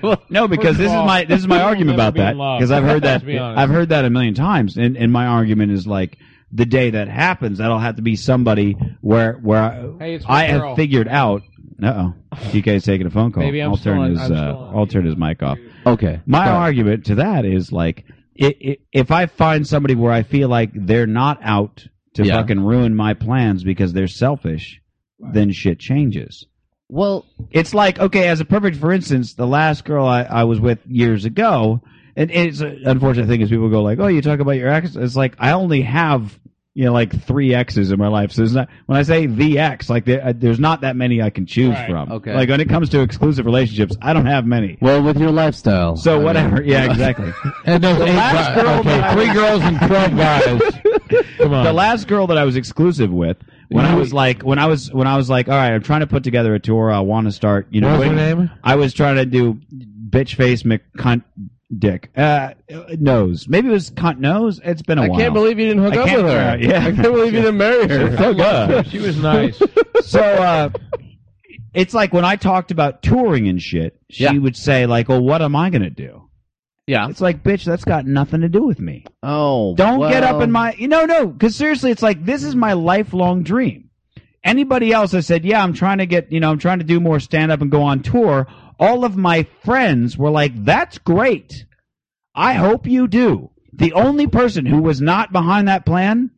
Speaker 1: true. No, no, because
Speaker 2: First of
Speaker 1: this
Speaker 2: all,
Speaker 1: is my this is my
Speaker 2: people
Speaker 1: argument
Speaker 2: never
Speaker 1: about
Speaker 2: be in
Speaker 1: that
Speaker 2: love.
Speaker 1: because I've heard that
Speaker 2: Let's be honest.
Speaker 1: I've heard that a million times, and and my argument is like the day that happens, that'll have to be somebody where where I,
Speaker 2: Hey, it's my
Speaker 1: I
Speaker 2: girl.
Speaker 1: have figured out. Uh oh, DK's taking a phone call.
Speaker 2: Maybe I'm
Speaker 1: will
Speaker 2: still
Speaker 1: turn
Speaker 2: on-
Speaker 1: his
Speaker 2: I'm
Speaker 1: uh,
Speaker 2: still on.
Speaker 1: I'll turn his mic off.
Speaker 3: Okay.
Speaker 1: My
Speaker 3: Sorry.
Speaker 1: argument to that is like i i if I find somebody where I feel like they're not out to
Speaker 3: Yeah.
Speaker 1: fucking ruin my plans because they're selfish, then shit changes.
Speaker 3: Well,
Speaker 1: It's like okay, as a perfect for instance, the last girl I, I was with years ago, and it's an unfortunate thing is people go like, oh, you talk about your ex. It's like I only have you know like three exes in my life. So it's not when I say the ex, like there, uh, there's not that many I can choose
Speaker 2: Right.
Speaker 1: from.
Speaker 3: Okay.
Speaker 1: like when it comes to exclusive relationships, I don't have many.
Speaker 3: well, with your lifestyle.
Speaker 1: So
Speaker 3: I mean-
Speaker 1: whatever, yeah, exactly.
Speaker 2: And those eight
Speaker 1: last
Speaker 2: guys,
Speaker 1: girl that
Speaker 2: okay,
Speaker 1: I-
Speaker 2: three girls and twelve guys. Come on.
Speaker 1: the last girl that I was exclusive with, when I
Speaker 2: You-
Speaker 1: was like, when I was, when I was like, all right, I'm trying to put together a tour. I want to start, you know,
Speaker 2: What was her
Speaker 1: when-
Speaker 2: name?
Speaker 1: I was trying to do bitch face McCunt dick uh, nose. Maybe it was cunt nose. It's been a
Speaker 3: Oh, I
Speaker 1: while.
Speaker 3: can't believe you didn't hook
Speaker 1: I
Speaker 3: up
Speaker 1: can't-
Speaker 3: with her.
Speaker 1: uh, yeah.
Speaker 3: I can't believe you didn't marry her.
Speaker 2: Oh,
Speaker 1: So good.
Speaker 2: She was nice.
Speaker 1: so uh, it's like when I talked about touring and shit, she
Speaker 3: Yeah.
Speaker 1: would say like, "Well, what am I gonna do?"
Speaker 3: Yeah.
Speaker 1: It's like, bitch, that's got nothing to do with me.
Speaker 3: Oh.
Speaker 1: Don't get up
Speaker 3: well,
Speaker 1: in my you know no because seriously it's like this is my lifelong dream. Anybody else that said yeah I'm trying to get you know I'm trying to do more stand up and go on tour. All of my friends were like that's great. I hope you do. The only person who was not behind that plan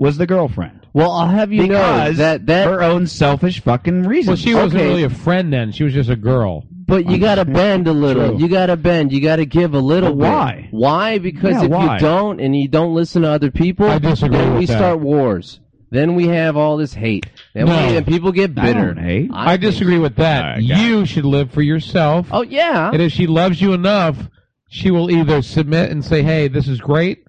Speaker 1: was the girlfriend
Speaker 3: Well, I'll have you know
Speaker 1: because
Speaker 3: that that.
Speaker 1: her own selfish fucking reason.
Speaker 2: Well, she wasn't
Speaker 3: Okay.
Speaker 2: really a friend then. She was just a girl.
Speaker 3: But you gotta bend a little.
Speaker 1: True.
Speaker 3: You gotta bend. You gotta give a little.
Speaker 1: But
Speaker 3: bit.
Speaker 1: why?
Speaker 3: Why? Because
Speaker 1: Yeah,
Speaker 3: if
Speaker 1: why?
Speaker 3: you don't and you don't listen to other people,
Speaker 2: I disagree
Speaker 3: Then
Speaker 2: with
Speaker 3: we
Speaker 2: that.
Speaker 3: start wars. Then we have all this hate. Then
Speaker 2: No.
Speaker 3: we, and people get
Speaker 1: I
Speaker 3: bitter.
Speaker 1: don't hate.
Speaker 2: I,
Speaker 3: think-
Speaker 2: disagree with that.
Speaker 1: All right, got
Speaker 2: you should live for yourself.
Speaker 3: Oh yeah.
Speaker 2: And if she loves you enough, she will either submit and say, "Hey, this is great.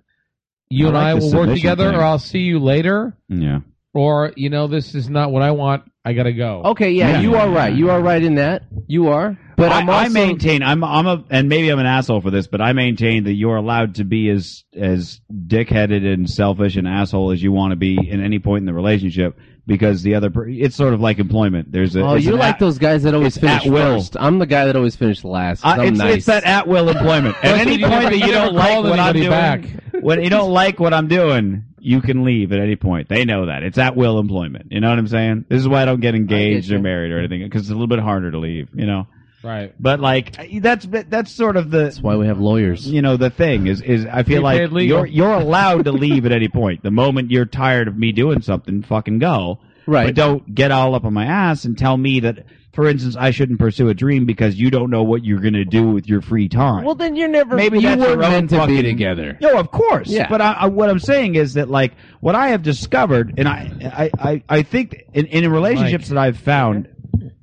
Speaker 2: You
Speaker 1: I
Speaker 2: and
Speaker 1: like
Speaker 2: I
Speaker 1: the
Speaker 2: will work
Speaker 1: submission
Speaker 2: together,
Speaker 1: thing.
Speaker 2: or I'll see you later,
Speaker 1: yeah.
Speaker 2: or you know, this is not what I want. I gotta go."
Speaker 1: Oh,
Speaker 3: Okay. Yeah,
Speaker 1: Yeah.
Speaker 3: You are right. You are right in that. You are. But
Speaker 1: I,
Speaker 3: I'm also
Speaker 1: I maintain I'm I'm a and maybe I'm an asshole for this, but I maintain that you're allowed to be as as dickheaded and selfish and asshole as you want to be in any point in the relationship because the other per- it's sort of like employment. There's a
Speaker 3: Oh,
Speaker 1: it's
Speaker 3: you
Speaker 1: an
Speaker 3: like
Speaker 1: at-
Speaker 3: those guys that always
Speaker 1: it's at
Speaker 3: finish
Speaker 1: will.
Speaker 3: first. I'm the guy that always finished last. 'cause
Speaker 1: Uh,
Speaker 3: I'm
Speaker 1: it's,
Speaker 3: nice.
Speaker 1: it's that at will employment. At
Speaker 2: That's
Speaker 1: any
Speaker 2: what you
Speaker 1: point
Speaker 2: never-
Speaker 1: that
Speaker 2: you
Speaker 1: you
Speaker 2: never
Speaker 1: don't like
Speaker 2: called
Speaker 1: what I'm
Speaker 2: anybody
Speaker 1: doing,
Speaker 2: back.
Speaker 1: when you don't like what I'm doing, you can leave at any point. They know that it's at will employment. You know what I'm saying? This is why I don't get engaged or
Speaker 3: you.
Speaker 1: married or anything because it's a little bit harder to leave. You know,
Speaker 2: Right.
Speaker 1: but like that's that's sort of the
Speaker 3: That's why we have lawyers.
Speaker 1: you know the thing is is I feel
Speaker 2: Prepaid
Speaker 1: like
Speaker 2: legal.
Speaker 1: you're you're allowed to leave at any point. The moment you're tired of me doing something, fucking go.
Speaker 3: Right.
Speaker 1: But don't get all up on my ass and tell me that, for instance, I shouldn't pursue a dream because you don't know what you're gonna do with your free time.
Speaker 3: Well, then you're never.
Speaker 1: Maybe
Speaker 3: you
Speaker 1: that's your
Speaker 3: weren't
Speaker 1: own
Speaker 3: meant to be
Speaker 1: fucking-
Speaker 3: together.
Speaker 1: no, of course.
Speaker 3: Yeah.
Speaker 1: But I, I, what I'm saying is that, like, what I have discovered, and I, I, I, I think in, in relationships that I've found,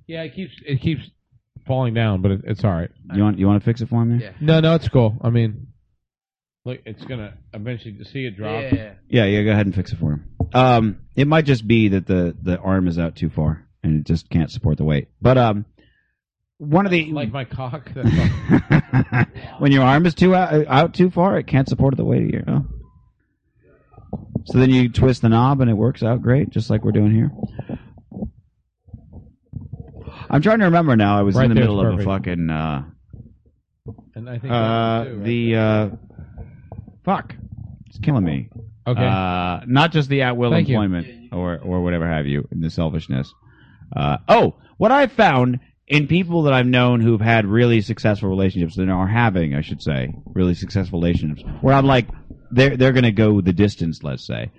Speaker 2: Yeah, it keeps it keeps falling down, but it, it's all right.
Speaker 1: you want you want to fix it for me?
Speaker 3: Yeah.
Speaker 2: No, no, it's cool. I mean, look, it's gonna eventually see it drop.
Speaker 1: Yeah, yeah, go ahead and fix it for him. Um, it might just be that the the arm is out too far and it just can't support the weight. But um, one of the
Speaker 2: Like my cock. That's all.
Speaker 1: when your arm is too out, out too far, it can't support the weight of your. Oh. So then you twist the knob and it works out great, just like we're doing here. I'm trying to remember now. I was
Speaker 2: Right
Speaker 1: in the
Speaker 2: there's
Speaker 1: middle of a
Speaker 2: perfect.
Speaker 1: fucking uh,
Speaker 2: and I think
Speaker 1: uh,
Speaker 2: that's it, too, right?
Speaker 1: the uh, fuck. It's killing me.
Speaker 2: okay.
Speaker 1: Uh, not just the at will
Speaker 2: Thank you.
Speaker 1: employment or or whatever have you, and the selfishness. Uh, oh, what I've found in people that I've known who've had really successful relationships and are having, I should say, really successful relationships, where I'm like, they're they're gonna go the distance. Let's say.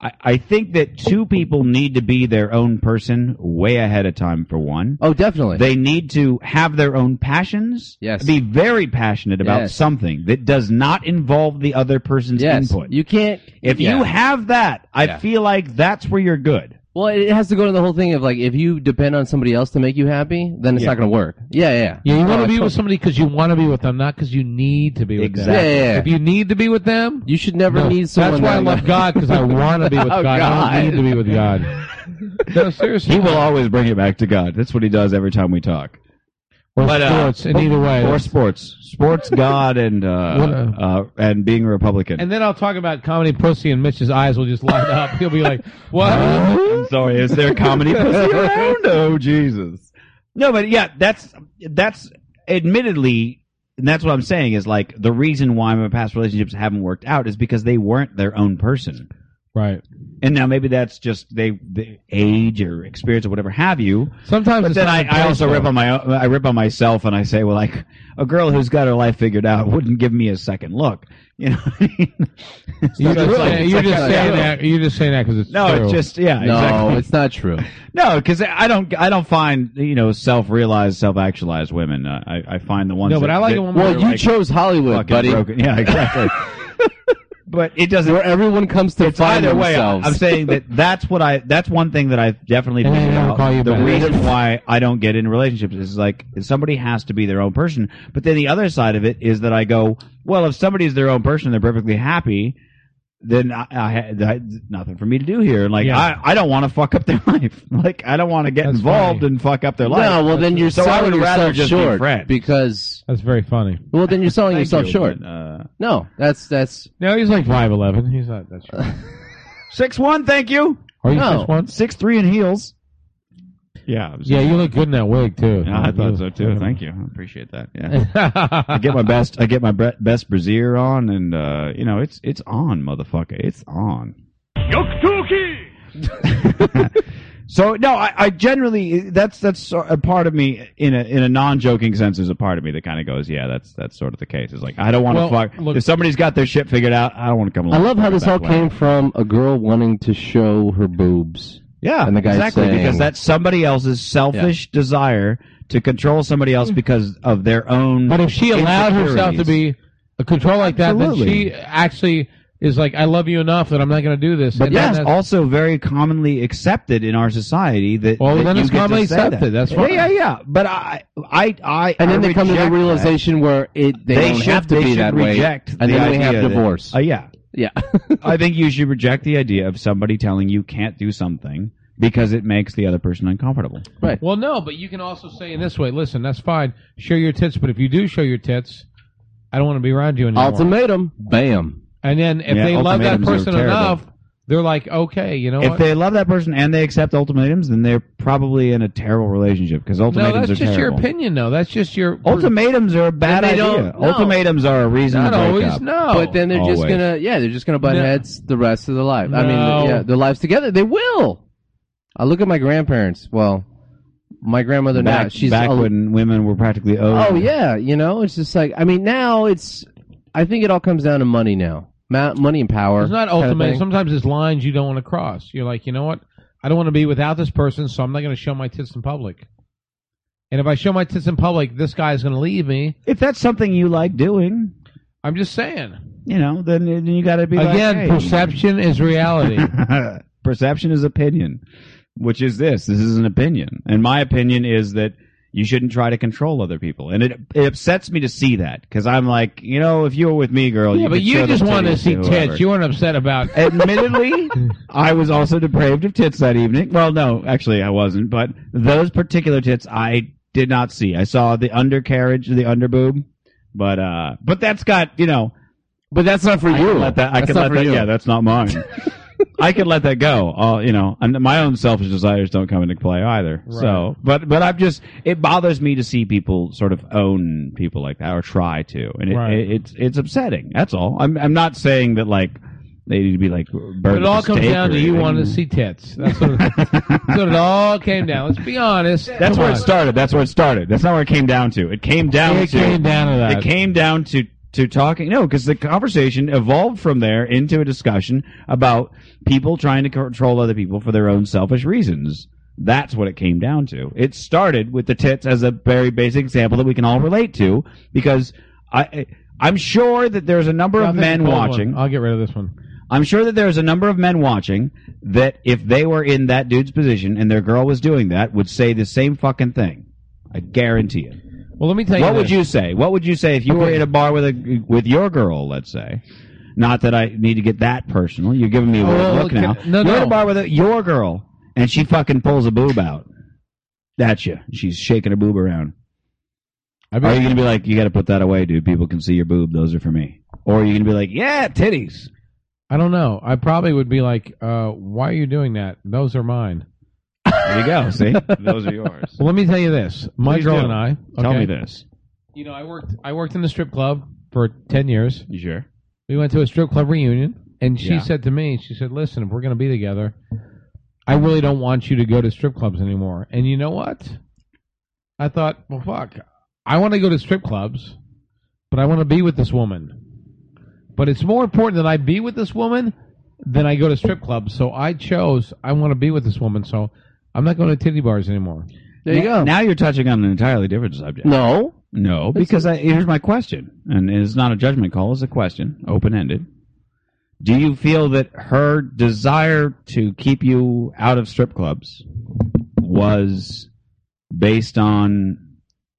Speaker 1: I, I think that two people need to be their own person way ahead of time for one.
Speaker 3: Oh, definitely.
Speaker 1: They need to have their own passions.
Speaker 3: Yes.
Speaker 1: Be very passionate about
Speaker 3: Yes.
Speaker 1: something that does not involve the other person's
Speaker 3: yes.
Speaker 1: input.
Speaker 3: You can't.
Speaker 1: If
Speaker 3: yeah.
Speaker 1: you have that, I
Speaker 3: Yeah.
Speaker 1: feel like that's where you're good.
Speaker 3: Well, it has to go to the whole thing of like, if you depend on somebody else to make you happy, then it's
Speaker 1: Yeah.
Speaker 3: not going to work. Yeah, yeah.
Speaker 2: yeah, you want
Speaker 3: Oh,
Speaker 2: to be
Speaker 3: totally.
Speaker 2: with somebody because you want to be with them, not because you need to be with
Speaker 1: Exactly.
Speaker 2: them.
Speaker 3: Yeah, yeah, yeah.
Speaker 2: If you need to be with them,
Speaker 3: You should never
Speaker 2: No,
Speaker 3: need someone.
Speaker 2: That's why I
Speaker 3: that-
Speaker 2: love God because I want to be with
Speaker 3: Oh,
Speaker 2: God. I don't
Speaker 3: God.
Speaker 2: need to be with God. No, seriously.
Speaker 1: He will always bring it back to God. That's what he does every time we talk.
Speaker 2: Or
Speaker 1: But, uh,
Speaker 2: sports, in either way.
Speaker 1: Or sports, sports, God, and uh,
Speaker 2: What, uh,
Speaker 1: uh, and being a Republican.
Speaker 2: and then I'll talk about comedy pussy, and Mitch's eyes will just light up. He'll be like, "What?"
Speaker 1: I'm sorry, is there comedy pussy around? Oh Jesus! No, but yeah, that's that's admittedly, and that's what I'm saying is like the reason why my past relationships haven't worked out is because they weren't their own person.
Speaker 2: Right.
Speaker 1: And now maybe that's just they, the age or experience or whatever have you.
Speaker 2: Sometimes
Speaker 1: But
Speaker 2: it's
Speaker 1: then
Speaker 2: not
Speaker 1: I,
Speaker 2: the
Speaker 1: I
Speaker 2: place,
Speaker 1: also
Speaker 2: though.
Speaker 1: rip on my own- I rip on myself and I say, well, like a girl who's got her life figured out wouldn't give me a second look. You know, what I mean?
Speaker 2: You're
Speaker 1: So
Speaker 2: just,
Speaker 1: it's like-
Speaker 2: saying,
Speaker 1: it's
Speaker 2: you're
Speaker 1: like,
Speaker 2: just
Speaker 1: I-
Speaker 2: saying that. You're just saying that because it's
Speaker 1: No,
Speaker 2: true.
Speaker 1: it's just yeah.
Speaker 3: no,
Speaker 1: exactly.
Speaker 3: it's not true.
Speaker 1: No, because I don't. I don't find you know self-realized, self-actualized women. Uh, I I find the ones.
Speaker 2: no. But
Speaker 1: that-
Speaker 2: I like
Speaker 1: that
Speaker 2: a woman.
Speaker 3: well,
Speaker 2: that-
Speaker 3: you chose Hollywood,
Speaker 1: fucking
Speaker 3: buddy,
Speaker 1: broken. Yeah, exactly. but it doesn't.
Speaker 3: where everyone comes to
Speaker 1: It's
Speaker 3: find
Speaker 1: either way. I-
Speaker 3: themselves.
Speaker 1: I'm saying that that's what I. That's one thing that I definitely
Speaker 2: And they
Speaker 1: figured
Speaker 2: never
Speaker 1: out.
Speaker 2: call you
Speaker 1: The
Speaker 2: back.
Speaker 1: reason why I don't get into relationships is like somebody has to be their own person. But then the other side of it is that I go, well, if somebody is their own person, they're perfectly happy. Then I, I had I- nothing for me to do here. Like
Speaker 2: Yeah.
Speaker 1: I, I don't want to fuck up their life. Like I don't want to get
Speaker 2: That's
Speaker 1: involved
Speaker 2: funny.
Speaker 1: and fuck up their life.
Speaker 3: no, well then you're
Speaker 1: So I
Speaker 3: selling
Speaker 1: would rather
Speaker 3: yourself
Speaker 1: just be
Speaker 3: short
Speaker 1: friends.
Speaker 3: because
Speaker 2: That's very funny.
Speaker 3: well then you're selling
Speaker 1: Thank
Speaker 3: yourself
Speaker 1: you,
Speaker 3: short.
Speaker 1: but, uh,
Speaker 3: No, that's that's
Speaker 2: No, he's like five eleven. He's not that short.
Speaker 1: Six one, thank you.
Speaker 2: Are you
Speaker 3: No.
Speaker 2: six one?
Speaker 1: Six three in heels. Yeah.
Speaker 2: Yeah, you look good in that wig too.
Speaker 1: I thought so too. Thank you. I appreciate that. Yeah. I get my best. I get my bre- best brassiere on, and uh, you know it's it's on, motherfucker. It's on. so no, I, I generally that's that's sor- a part of me in a in a non joking sense is a part of me that kind of goes, yeah, that's that's sort of the case. It's like I don't want to
Speaker 2: Well,
Speaker 1: fuck.
Speaker 2: look-
Speaker 1: if somebody's got their shit figured out, I don't want to come.
Speaker 3: I
Speaker 1: along
Speaker 3: love
Speaker 1: and
Speaker 3: how
Speaker 1: fuck
Speaker 3: this
Speaker 1: that
Speaker 3: all
Speaker 1: way.
Speaker 3: came from a girl wanting to show her boobs.
Speaker 1: Yeah,
Speaker 3: And the guy's
Speaker 1: exactly
Speaker 3: saying-
Speaker 1: because that's somebody else's selfish desire to control somebody else because of their own.
Speaker 2: But if she allowed herself to be a control like that, then
Speaker 1: Absolutely.
Speaker 2: she actually is like, "I love you enough that I'm not going to do this."
Speaker 1: but
Speaker 2: And then
Speaker 1: that's
Speaker 2: that's-
Speaker 1: also very commonly accepted in our society that.
Speaker 2: Well,
Speaker 1: that
Speaker 2: then
Speaker 1: you
Speaker 2: it's
Speaker 1: get to
Speaker 2: commonly
Speaker 1: say that.
Speaker 2: accepted. That's
Speaker 1: yeah,
Speaker 2: fine.
Speaker 1: yeah, yeah. But I, I, I,
Speaker 3: And
Speaker 1: I
Speaker 3: then they come to the
Speaker 1: reject
Speaker 3: realization where it they,
Speaker 1: that. They
Speaker 3: don't
Speaker 1: should
Speaker 3: have to
Speaker 1: they
Speaker 3: be
Speaker 1: should
Speaker 3: that way.
Speaker 1: reject
Speaker 3: and
Speaker 1: the
Speaker 3: then we
Speaker 1: idea
Speaker 3: have
Speaker 1: that-
Speaker 3: divorce.
Speaker 1: Uh, yeah,
Speaker 3: yeah.
Speaker 1: I think you should reject the idea of somebody telling you can't do something because it makes the other person uncomfortable.
Speaker 3: right.
Speaker 2: Well, no, but you can also say in this way, "Listen, that's fine. Show your tits, but if you do show your tits, I don't want to be around you anymore."
Speaker 3: Ultimatum. Bam.
Speaker 2: and then if
Speaker 1: Yeah,
Speaker 2: they love that
Speaker 1: ultimatums are
Speaker 2: person
Speaker 1: terrible.
Speaker 2: enough, they're like, "Okay, you know
Speaker 1: if
Speaker 2: what?"
Speaker 1: they love that person and they accept ultimatums, then they're probably in a terrible relationship because
Speaker 2: no,
Speaker 1: ultimatums
Speaker 2: that's
Speaker 1: are
Speaker 2: just
Speaker 1: terrible.
Speaker 2: your opinion, though. That's just your
Speaker 1: Ultimatums are a bad
Speaker 3: And they
Speaker 1: idea.
Speaker 3: don't- no.
Speaker 1: Ultimatums are a reason
Speaker 2: Not
Speaker 1: to break
Speaker 2: always,
Speaker 1: up.
Speaker 2: no.
Speaker 3: but then they're just
Speaker 1: always.
Speaker 3: gonna yeah they're just gonna butt
Speaker 2: No.
Speaker 3: heads the rest of their life. I
Speaker 2: No.
Speaker 3: mean yeah their lives together they will. I look at my grandparents. Well, my grandmother now
Speaker 1: Back,
Speaker 3: she's
Speaker 1: back
Speaker 3: a,
Speaker 1: when women were practically owed.
Speaker 3: Oh yeah, you know, it's just like I mean, now it's. I think it all comes down to money now, Ma- money and power.
Speaker 2: It's not
Speaker 3: kinda
Speaker 2: ultimate.
Speaker 3: thing.
Speaker 2: Sometimes it's lines you don't want to cross. You're like, you know what? I don't want to be without this person, so I'm not going to show my tits in public. And if I show my tits in public, this guy's going to leave me.
Speaker 1: If that's something you like doing,
Speaker 2: I'm just saying.
Speaker 1: you know, then, then you got to be
Speaker 2: Again,
Speaker 1: like, hey.
Speaker 2: perception is reality.
Speaker 1: perception is opinion, which is this. This is an opinion, and my opinion is that you shouldn't try to control other people, and it it upsets me to see that because I'm like, you know, if you were with me, girl,
Speaker 2: yeah,
Speaker 1: you
Speaker 2: but
Speaker 1: could
Speaker 2: you
Speaker 1: show
Speaker 2: just
Speaker 1: them
Speaker 2: wanted to
Speaker 1: titties
Speaker 2: see
Speaker 1: whoever.
Speaker 2: tits. You weren't upset about.
Speaker 1: Uh, Admittedly, I was also depraved of tits that evening. Well, no, actually, I wasn't. But those particular tits, I did not see. I saw the undercarriage, the underboob, but uh, but that's got you know.
Speaker 3: but that's not for
Speaker 1: I
Speaker 3: you.
Speaker 1: can let that. I
Speaker 3: That's
Speaker 1: can
Speaker 3: not
Speaker 1: let
Speaker 3: for
Speaker 1: that.
Speaker 3: you.
Speaker 1: Yeah, that's not mine. I could let that go. All you know, and my own selfish desires don't come into play either. So, but but I'm just. It bothers me to see people sort of own people like that or try to, and it,
Speaker 2: Right.
Speaker 1: it, it's it's upsetting. That's all. I'm I'm not saying that like they need to be like.
Speaker 2: But it all comes down to you wanted to see tits. That's what, that's what it all came down. Let's be honest.
Speaker 1: That's
Speaker 2: Come
Speaker 1: where
Speaker 2: on.
Speaker 1: it started. That's where it started. That's not where it came down to. It came down
Speaker 2: It
Speaker 1: to
Speaker 2: came down to that.
Speaker 1: It came down to to talking. No, because the conversation evolved from there into a discussion about people trying to control other people for their own selfish reasons. That's what it came down to. It started with the tits as a very basic example that we can all relate to because I. I'm sure that there's a number
Speaker 2: I
Speaker 1: of
Speaker 2: think
Speaker 1: men
Speaker 2: you pulled one.
Speaker 1: watching.
Speaker 2: I'll get rid of this one.
Speaker 1: I'm sure that there's a number of men watching that if they were in that dude's position and their girl was doing that, would say the same fucking thing. I guarantee it.
Speaker 2: Well, let me tell you.
Speaker 1: What would
Speaker 2: this.
Speaker 1: you say? What would you say if you were in a bar with a with your girl, let's say? Not that I need to get that personal. You're giving me a weird
Speaker 2: Oh,
Speaker 1: look
Speaker 2: can-
Speaker 1: now.
Speaker 2: no,
Speaker 1: You're in
Speaker 2: no.
Speaker 1: a bar with a, your girl, and she fucking pulls a boob out. That's you. She's shaking her boob around.
Speaker 2: I bet-
Speaker 1: Are you gonna be like, you got to put that away, dude? People can see your boob. Those are for me. Or are you gonna be like, yeah, titties?
Speaker 2: I don't know. I probably would be like, uh, "Why are you doing that? Those are mine."
Speaker 1: There you go. See, those are yours.
Speaker 2: Well, let me tell you this. My
Speaker 1: Please
Speaker 2: girl
Speaker 1: do.
Speaker 2: and I.
Speaker 1: Tell
Speaker 2: okay,
Speaker 1: me this.
Speaker 2: You know, I worked. I worked in the strip club for ten years.
Speaker 1: You sure?
Speaker 2: We went to a strip club reunion, and she
Speaker 1: Yeah.
Speaker 2: said to me, she said, "Listen, if we're going to be together, I really don't want you to go to strip clubs anymore." And you know what? I thought, well, fuck. I want to go to strip clubs, but I want to be with this woman. But it's more important that I be with this woman than I go to strip clubs. So I chose I want to be with this woman. So I'm not going to titty bars anymore.
Speaker 3: There you
Speaker 1: Now-
Speaker 3: go.
Speaker 1: Now you're touching on an entirely different subject.
Speaker 3: No.
Speaker 1: No, because I, here's my question, and it's not a judgment call; it's a question, open ended. Do you feel that her desire to keep you out of strip clubs was based on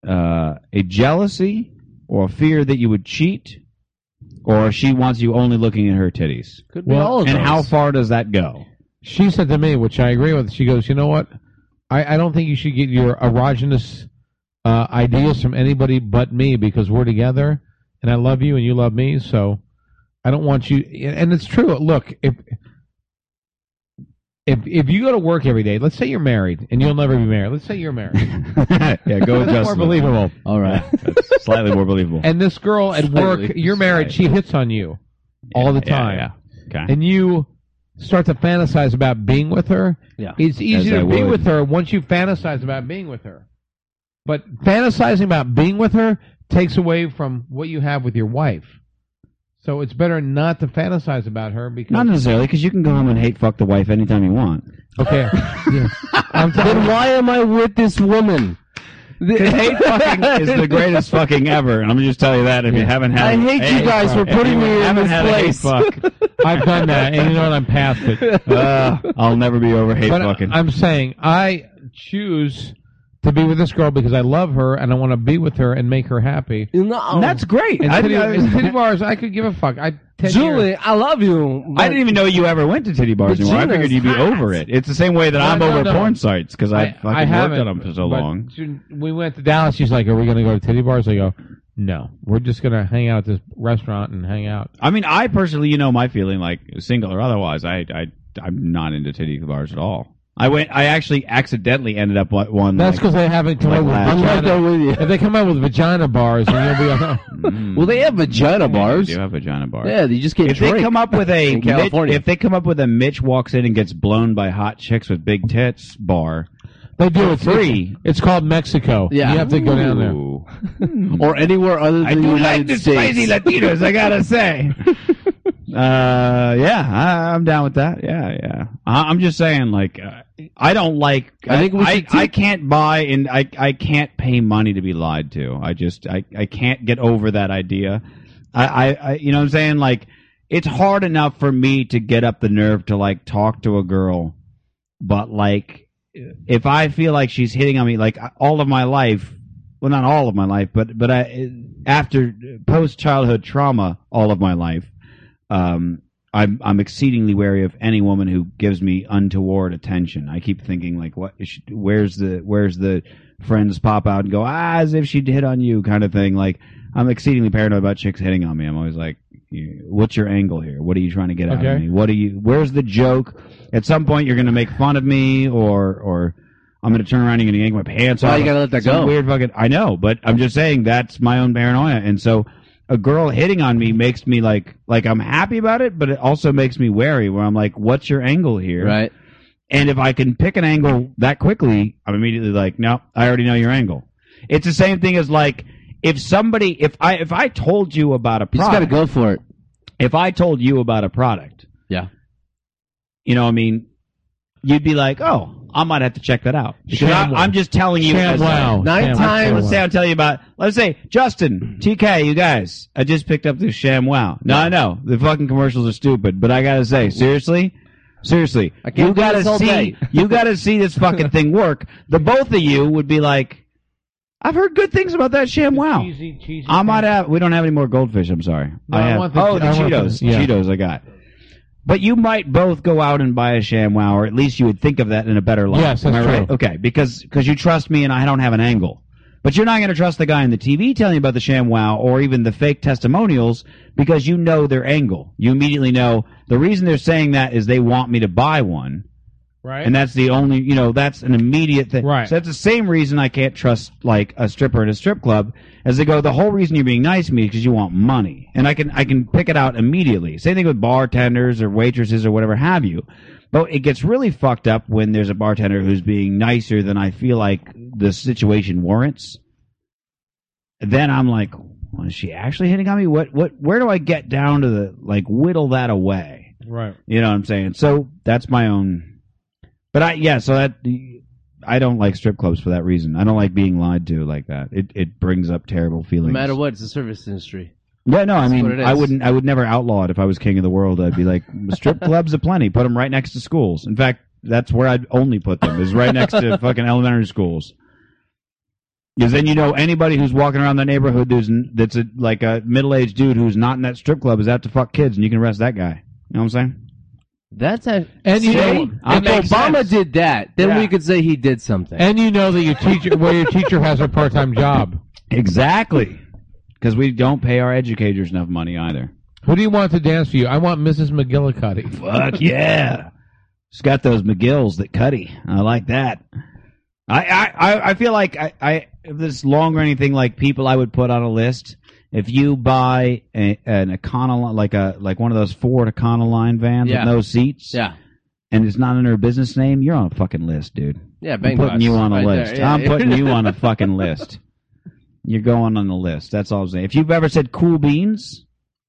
Speaker 1: uh, a jealousy or a fear that you would cheat, or she wants you only looking at her titties?
Speaker 3: Could
Speaker 2: Well,
Speaker 3: of
Speaker 1: And
Speaker 3: those.
Speaker 1: how far does that go?
Speaker 2: she said to me, which I agree with. She goes, you know what? I, I don't think you should get your erogenous uh, ideas from anybody but me because we're together and I love you and you love me. So I don't want you. And it's true. Look, if if if you go to work every day, let's say you're married and you'll never be married. Let's say you're married.
Speaker 1: yeah, go
Speaker 2: That's
Speaker 1: adjust.
Speaker 2: more believable.
Speaker 3: All right.
Speaker 1: That's slightly more believable.
Speaker 2: And this girl at work,
Speaker 3: Slightly.
Speaker 2: you're married. She hits on you all the
Speaker 1: Yeah, yeah,
Speaker 2: time,
Speaker 1: yeah. Okay.
Speaker 2: Mm-hmm. and you start to fantasize about being with her.
Speaker 3: Yeah.
Speaker 2: It's easier
Speaker 1: I
Speaker 2: to be
Speaker 1: would.
Speaker 2: with her once you fantasize about being with her. But fantasizing about being with her takes away from what you have with your wife. So it's better not to fantasize about her because
Speaker 1: Not necessarily, because you can go home and hate fuck the wife anytime you want.
Speaker 2: okay. Yeah. I'm
Speaker 3: Then
Speaker 2: telling
Speaker 3: why am I with this woman?
Speaker 1: hate fucking is the greatest fucking ever, and I'm gonna just tell you that if you haven't had.
Speaker 3: I hate you guys for putting me in this place.
Speaker 1: Fuck,
Speaker 2: I've done that, and you know what? I'm past it.
Speaker 1: uh, I'll never be over hate
Speaker 2: But
Speaker 1: fucking.
Speaker 2: I'm saying I choose to be with this girl because I love her and I want to be with her and make her happy.
Speaker 3: No.
Speaker 1: That's great.
Speaker 2: And
Speaker 1: I,
Speaker 2: titty,
Speaker 1: I-
Speaker 2: and titty bars, I could give a fuck. I ten years.
Speaker 3: Julie, I love you. but-
Speaker 1: I didn't even know you ever went to titty bars anymore. I
Speaker 3: Regina's
Speaker 1: figured you'd be
Speaker 3: hot.
Speaker 1: over it. It's the same way that
Speaker 2: No,
Speaker 1: I'm
Speaker 2: no,
Speaker 1: over
Speaker 2: no.
Speaker 1: porn sites because I, fucking worked
Speaker 2: haven't,
Speaker 1: on them for so
Speaker 2: but
Speaker 1: long.
Speaker 2: she- We went to Dallas. She's like, "Are we going to go to titty bars?" I go, "No, we're just going to hang out at this restaurant and hang out."
Speaker 1: I mean, I personally, you know, my feeling, like single or otherwise, I, I, I'm not into titty bars at all. I went. I actually accidentally ended up at one.
Speaker 2: That's
Speaker 1: like,
Speaker 2: because they haven't come
Speaker 1: like
Speaker 2: up with
Speaker 1: last
Speaker 3: I'm
Speaker 2: vagina.
Speaker 3: not there with you.
Speaker 1: Hmm.
Speaker 2: if they come up with vagina bars, then you'll be like, oh,
Speaker 1: mm,
Speaker 3: Well, they have vagina bars.
Speaker 1: They do
Speaker 3: Yeah,
Speaker 1: have vagina bars.
Speaker 3: you just can't
Speaker 1: If
Speaker 3: drink.
Speaker 1: they come up with a
Speaker 3: in
Speaker 1: Mitch,
Speaker 3: California.
Speaker 1: if they come up with a Mitch walks in and gets blown by hot chicks with big tits bar,
Speaker 2: "They do it
Speaker 1: Free.
Speaker 2: It's called Mexico.
Speaker 3: Yeah.
Speaker 2: you have to go down there.
Speaker 1: Ooh.
Speaker 3: or anywhere other than
Speaker 1: I
Speaker 3: the
Speaker 1: do
Speaker 3: United
Speaker 1: like the
Speaker 3: States.
Speaker 1: spicy Latinos. I gotta say. Uh yeah, I, I'm down with that. Yeah, yeah. I, I'm just saying, like, uh, I don't like.
Speaker 3: I think we
Speaker 1: I,
Speaker 3: should take-
Speaker 1: I can't buy and I I can't pay money to be lied to. I just I I can't get over that idea. I I, I you know what I'm saying like it's hard enough for me to get up the nerve to like talk to a girl, but like if I feel like she's hitting on me like all of my life, well not all of my life, but but I after post childhood trauma all of my life, um I'm I'm exceedingly wary of any woman who gives me untoward attention. I keep thinking like what is she, where's the where's the friends pop out and go ah, as if she'd hit on you kind of thing. Like I'm exceedingly paranoid about chicks hitting on me. I'm always like what's your angle here? What are you trying to get out of
Speaker 2: Okay.
Speaker 1: me? What are you where's the joke? At some point you're going to make fun of me or or I'm going to turn around and you're going to yank my pants
Speaker 3: Well,
Speaker 1: off.
Speaker 3: you gotta let that
Speaker 1: Some
Speaker 3: go.
Speaker 1: Weird fucking I know, but I'm just saying that's my own paranoia and so a girl hitting on me makes me like like I'm happy about it, but it also makes me wary where I'm like, what's your angle here?
Speaker 3: Right.
Speaker 1: And if I can pick an angle that quickly, I'm immediately like, no, I already know your angle. It's the same thing as like if somebody if I if I told you about a
Speaker 3: You just got to
Speaker 1: product
Speaker 3: go for it.
Speaker 1: if I told you about a product,
Speaker 3: Yeah.
Speaker 1: you know, I mean, you'd be like, oh, I might have to check that out. Because I,
Speaker 2: Shamwow.
Speaker 1: I'm just telling you. as a-
Speaker 2: Sham-wow.
Speaker 3: Nine
Speaker 2: Sham-wow.
Speaker 3: times-
Speaker 1: Let's say I'll tell you about. Let's say
Speaker 3: Mm-hmm.
Speaker 1: Justin, TK, you guys. I just picked up this Sham Wow. No, I know the fucking commercials are stupid, but I gotta say, seriously, seriously,
Speaker 3: Mm-hmm. I can't
Speaker 1: you
Speaker 3: do
Speaker 1: gotta
Speaker 3: this all
Speaker 1: see,
Speaker 3: day.
Speaker 1: you gotta see this fucking thing work. The both of you would be like, I've heard good things about that Sham Wow.
Speaker 2: Cheesy, cheesy
Speaker 1: I'm out
Speaker 2: thing.
Speaker 1: of. We don't have any more goldfish. I'm sorry.
Speaker 2: No, I
Speaker 1: have,
Speaker 2: want the-
Speaker 1: oh, the
Speaker 2: I want the-
Speaker 1: Cheetos.
Speaker 2: yeah.
Speaker 1: Cheetos. I got. But you might both go out and buy a ShamWow, or at least you would think of that in a better light.
Speaker 2: Yes,
Speaker 1: Am
Speaker 2: that's
Speaker 1: I right?
Speaker 2: true.
Speaker 1: Okay, because because you trust me, and I don't have an angle. But you're not going to trust the guy on the TV telling you about the ShamWow or even the fake testimonials because you know their angle. You immediately know the reason they're saying that is they want me to buy one
Speaker 2: right?
Speaker 1: and that's the only you know that's an immediate thing
Speaker 2: Right.
Speaker 1: so that's the same reason i can't trust like a stripper at a strip club as they go the whole reason you're being nice to me is because you want money and i can i can pick it out immediately same thing with bartenders or waitresses or whatever have you but it gets really fucked up when there's a bartender who's being nicer than i feel like the situation warrants then i'm like well, is she actually hitting on me what what where do i get down to the like whittle that away
Speaker 2: right.
Speaker 1: you know what I'm saying? So that's my own. But I yeah, so that I don't like strip clubs for that reason. I don't like being lied to like that. It it brings up terrible
Speaker 3: No
Speaker 1: feelings.
Speaker 3: matter what, it's the service industry.
Speaker 1: Yeah, no, I
Speaker 3: That's what it
Speaker 1: mean,
Speaker 3: is.
Speaker 1: I wouldn't. I would never outlaw it if I was king of the world. I'd be like, strip clubs aplenty. Put them right next to schools. In fact, that's where I'd only put them is right next to fucking elementary schools. Because then you know anybody who's walking around the neighborhood who's n- that's a, like a middle aged dude who's not in that strip club is out to fuck kids, and you can arrest that guy. You know what I'm saying?
Speaker 3: That's a,
Speaker 2: And you
Speaker 3: See?
Speaker 2: know,
Speaker 1: I'm
Speaker 3: if
Speaker 1: It makes
Speaker 3: Obama
Speaker 1: sense.
Speaker 3: did that, then
Speaker 1: Yeah.
Speaker 3: we could say he did something.
Speaker 2: and you know that your teacher, where your teacher has her part-time job.
Speaker 1: Exactly. Because we don't pay our educators enough money either.
Speaker 2: Who do you want to dance for you? I want Mrs. McGillicuddy.
Speaker 1: Fuck yeah. She's got those McGills that Cuddy. I like that. I I, I- I feel like I, I if this long running thing like people I would put on a list. If you buy a, an Econoline, like a like one of those Ford Econoline vans
Speaker 3: Yeah.
Speaker 1: with no seats,
Speaker 3: yeah,
Speaker 1: and it's not under a business name, you're on a fucking list, dude.
Speaker 3: yeah,
Speaker 1: I'm
Speaker 3: bang
Speaker 1: putting
Speaker 3: bucks.
Speaker 1: you on a
Speaker 3: Right there,
Speaker 1: list.
Speaker 3: yeah.
Speaker 1: I'm putting you on a fucking list. You're going on the list. That's all I'm saying. If you've ever said cool beans,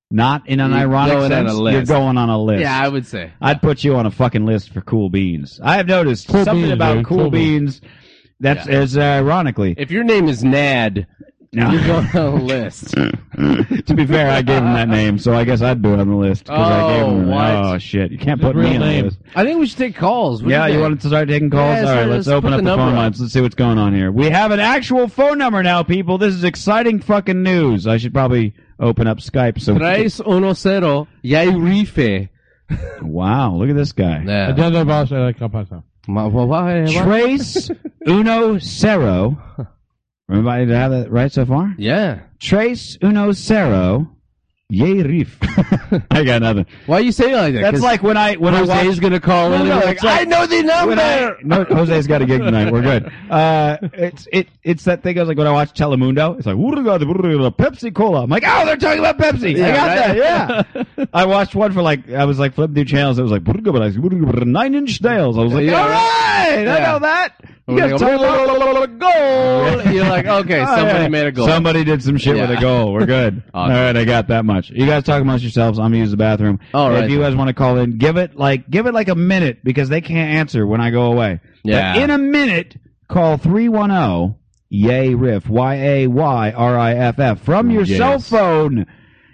Speaker 1: not in an
Speaker 3: You're
Speaker 1: ironic
Speaker 3: going on
Speaker 1: sense,
Speaker 3: a list.
Speaker 1: you're going on a list.
Speaker 3: yeah, I would say.
Speaker 1: I'd put you on a fucking list for cool beans. I have noticed
Speaker 2: Cool
Speaker 1: something
Speaker 2: beans,
Speaker 1: about
Speaker 2: dude.
Speaker 1: cool,
Speaker 2: Cool
Speaker 1: beans.
Speaker 2: beans.
Speaker 1: That's
Speaker 3: Yeah.
Speaker 1: as uh, ironically.
Speaker 3: If your name is Nad,
Speaker 1: No.
Speaker 3: you're going on a list.
Speaker 1: to be fair, I gave him that name, so I guess I'd be on the list because I gave
Speaker 3: Oh,
Speaker 1: him.
Speaker 3: what?
Speaker 1: Oh shit! You can't
Speaker 2: His
Speaker 1: put me
Speaker 2: real
Speaker 1: on the
Speaker 2: name.
Speaker 1: list.
Speaker 3: I think we should take calls. What do
Speaker 1: yeah, you
Speaker 3: think?
Speaker 1: wanted to start taking calls?
Speaker 3: Yeah,
Speaker 1: All right,
Speaker 3: sure,
Speaker 1: let's,
Speaker 3: let's
Speaker 1: open
Speaker 3: put
Speaker 1: up
Speaker 3: the
Speaker 1: the, phone
Speaker 3: number up.
Speaker 1: lines. Let's see what's going on here. We have an actual phone number now, people. This is exciting fucking news. I should probably open up Skype. So
Speaker 3: Tres uno cero. Yairife.
Speaker 1: wow, look at this guy.
Speaker 3: Yeah.
Speaker 2: Addenda Bosch, I uh, like Capasso.
Speaker 3: Ma- wa- wa- wa-
Speaker 1: Trace Uno Cero. Everybody have that right so far?
Speaker 3: Yeah.
Speaker 1: Trace Uno Cero. Yay reef. I got nothing.
Speaker 3: Why you saying it like that?
Speaker 1: That's
Speaker 3: 'Cause
Speaker 1: like when I when I watch
Speaker 3: Jose's gonna call
Speaker 1: No,
Speaker 3: in. and
Speaker 1: no,
Speaker 3: be
Speaker 1: it's like-
Speaker 3: I know the
Speaker 1: when I,
Speaker 3: number.
Speaker 1: no, Jose's got a gig tonight. We're good. Uh, it's it it's that thing. I was like when I watch Telemundo, it's like "Wurga, wurga, Pepsi Cola. I'm like, oh, they're talking about Pepsi. I
Speaker 3: Yeah,
Speaker 1: got that. Yeah. I watched one for like I was like flipping through channels. It was like "Wurga, wurga, wurga, nine inch nails. I was like,
Speaker 3: Yeah,
Speaker 1: all right, I
Speaker 3: Yeah.
Speaker 1: know that. You
Speaker 3: When
Speaker 1: guys
Speaker 3: they go,
Speaker 1: talk about-
Speaker 3: Goal. You're like, okay,
Speaker 1: Oh,
Speaker 3: somebody
Speaker 1: yeah.
Speaker 3: made a goal.
Speaker 1: Somebody did some shit with
Speaker 3: Yeah.
Speaker 1: a goal. We're good. All
Speaker 3: Awesome.
Speaker 1: right, I got that much. You guys talk amongst yourselves. I'm gonna use the bathroom.
Speaker 3: All
Speaker 1: If
Speaker 3: right.
Speaker 1: you guys want to call in, give it like give it like a minute because they can't answer when I go away. But
Speaker 3: Yeah.
Speaker 1: in a minute, call three one zero yay riff y a y r i f f from your
Speaker 3: Yes.
Speaker 1: cell phone.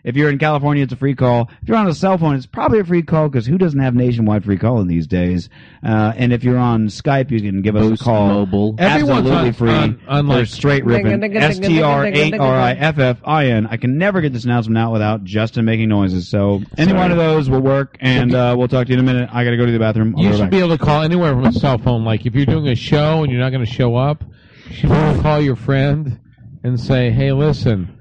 Speaker 1: If you're in California, it's a free call. If you're on a cell phone, it's probably a free call because who doesn't have nationwide free calling these days? Uh, and if you're on Skype, you can give us
Speaker 3: Boost
Speaker 1: a call.
Speaker 3: Mobile.
Speaker 2: Everyone's
Speaker 1: absolutely
Speaker 2: on-
Speaker 1: free.
Speaker 2: on- on,
Speaker 1: for
Speaker 2: like-
Speaker 1: straight ripping. S T R A R I F F I N. I can never get this announcement out without Justin making noises. So any one of those will work, and uh, we'll talk to you in a minute. I got to go to the bathroom. I'll
Speaker 2: You
Speaker 1: be right
Speaker 2: should
Speaker 1: back.
Speaker 2: be able to call anywhere from a cell phone. Like if you're doing a show and you're not going to show up, you should be able to call your friend and say, "Hey, listen,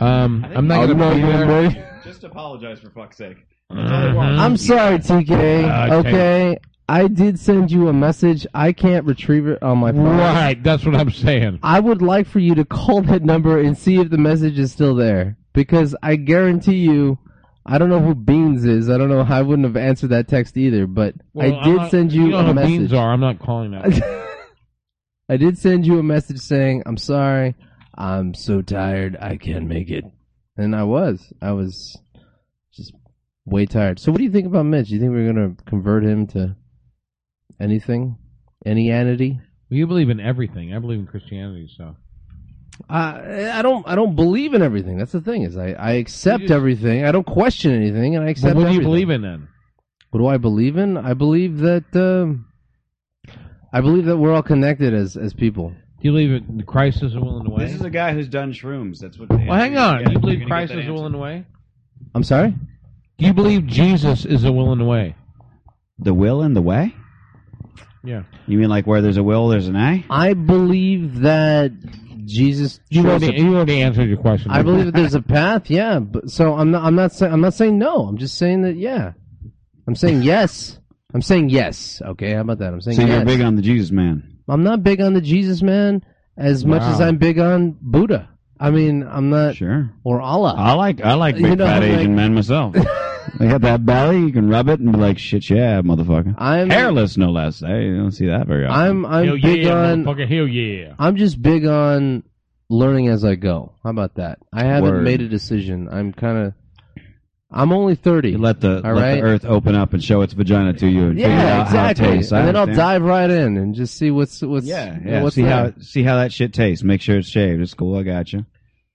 Speaker 2: um, I'm not going to be there."
Speaker 1: Just apologize for fuck's sake.
Speaker 2: Mhm.
Speaker 3: I'm sorry, TK.
Speaker 2: Okay.
Speaker 3: okay. I did send you a message. I can't retrieve it on my phone.
Speaker 2: Right, that's what I'm saying.
Speaker 3: I would like for you to call that number and see if the message is still there. Because I guarantee you, I don't know who Beans is. I don't know. I wouldn't have answered that text either. But
Speaker 2: Well,
Speaker 3: I
Speaker 2: I'm
Speaker 3: did
Speaker 2: not-
Speaker 3: send you,
Speaker 2: know
Speaker 3: a
Speaker 2: how
Speaker 3: message.
Speaker 2: beans are. I'm not calling that.
Speaker 3: I did send you a message saying, "I'm sorry. I'm so tired. I can't make it." And I was. I was just way tired. So, what do you think about Mitch? Do you think we're gonna convert him to anything, any entity?
Speaker 2: you believe in everything. I believe in Christianity, so
Speaker 3: I I don't I don't believe in everything. That's the thing is I, I accept
Speaker 2: You just-
Speaker 3: everything. I don't question anything, and I accept.
Speaker 2: but what do you
Speaker 3: everything.
Speaker 2: believe in then?
Speaker 3: What do I believe in? I believe that um I believe that we're all connected as as people.
Speaker 2: Do you believe in Christ is the will and the way?
Speaker 1: This is a guy who's done shrooms. That's what.
Speaker 2: well, hang on. Do you believe Christ is the will and the way?
Speaker 3: I'm sorry.
Speaker 2: Do you believe Jesus is the will and the way?
Speaker 1: the will and the way?
Speaker 2: Yeah.
Speaker 1: You mean like where there's a will, there's an A?
Speaker 3: I believe that Jesus.
Speaker 2: You
Speaker 3: chose
Speaker 2: already,
Speaker 3: a-
Speaker 2: you already answered your question.
Speaker 3: I believe that there's a path. Yeah, but so I'm not. I'm not saying. I'm not saying no. I'm just saying that. Yeah, I'm saying yes. I'm saying yes. Okay, how about that? I'm saying
Speaker 1: So
Speaker 3: yes.
Speaker 1: you're big on the Jesus man.
Speaker 3: I'm not big on the Jesus man as much as
Speaker 2: Wow.
Speaker 3: I'm big on Buddha. I mean, I'm not
Speaker 1: Sure.
Speaker 3: or Allah.
Speaker 1: I like I like
Speaker 3: You
Speaker 1: big
Speaker 3: know,
Speaker 1: fat
Speaker 3: like-
Speaker 1: Asian men myself. they got that belly, you can rub it and be like, shit, yeah, motherfucker.
Speaker 3: I'm
Speaker 1: Hairless, no less. I don't see that very often.
Speaker 3: I'm I'm
Speaker 2: hell
Speaker 3: big
Speaker 2: yeah,
Speaker 3: on
Speaker 2: motherfucker. Hell yeah.
Speaker 3: I'm just big on learning as I go. How about that? I haven't
Speaker 1: Word.
Speaker 3: made a decision. I'm kind of I'm only 30.
Speaker 1: You let the let
Speaker 3: All right.
Speaker 1: the earth open up and show its vagina to you, and figure
Speaker 3: yeah,
Speaker 1: out
Speaker 3: exactly.
Speaker 1: how it tastes. I
Speaker 3: and then I'll
Speaker 1: understand.
Speaker 3: dive right in and just see what's what's
Speaker 1: Yeah, yeah.
Speaker 3: what's
Speaker 1: see
Speaker 3: there.
Speaker 1: how see how that shit tastes. Make sure it's shaved. It's cool. I got you.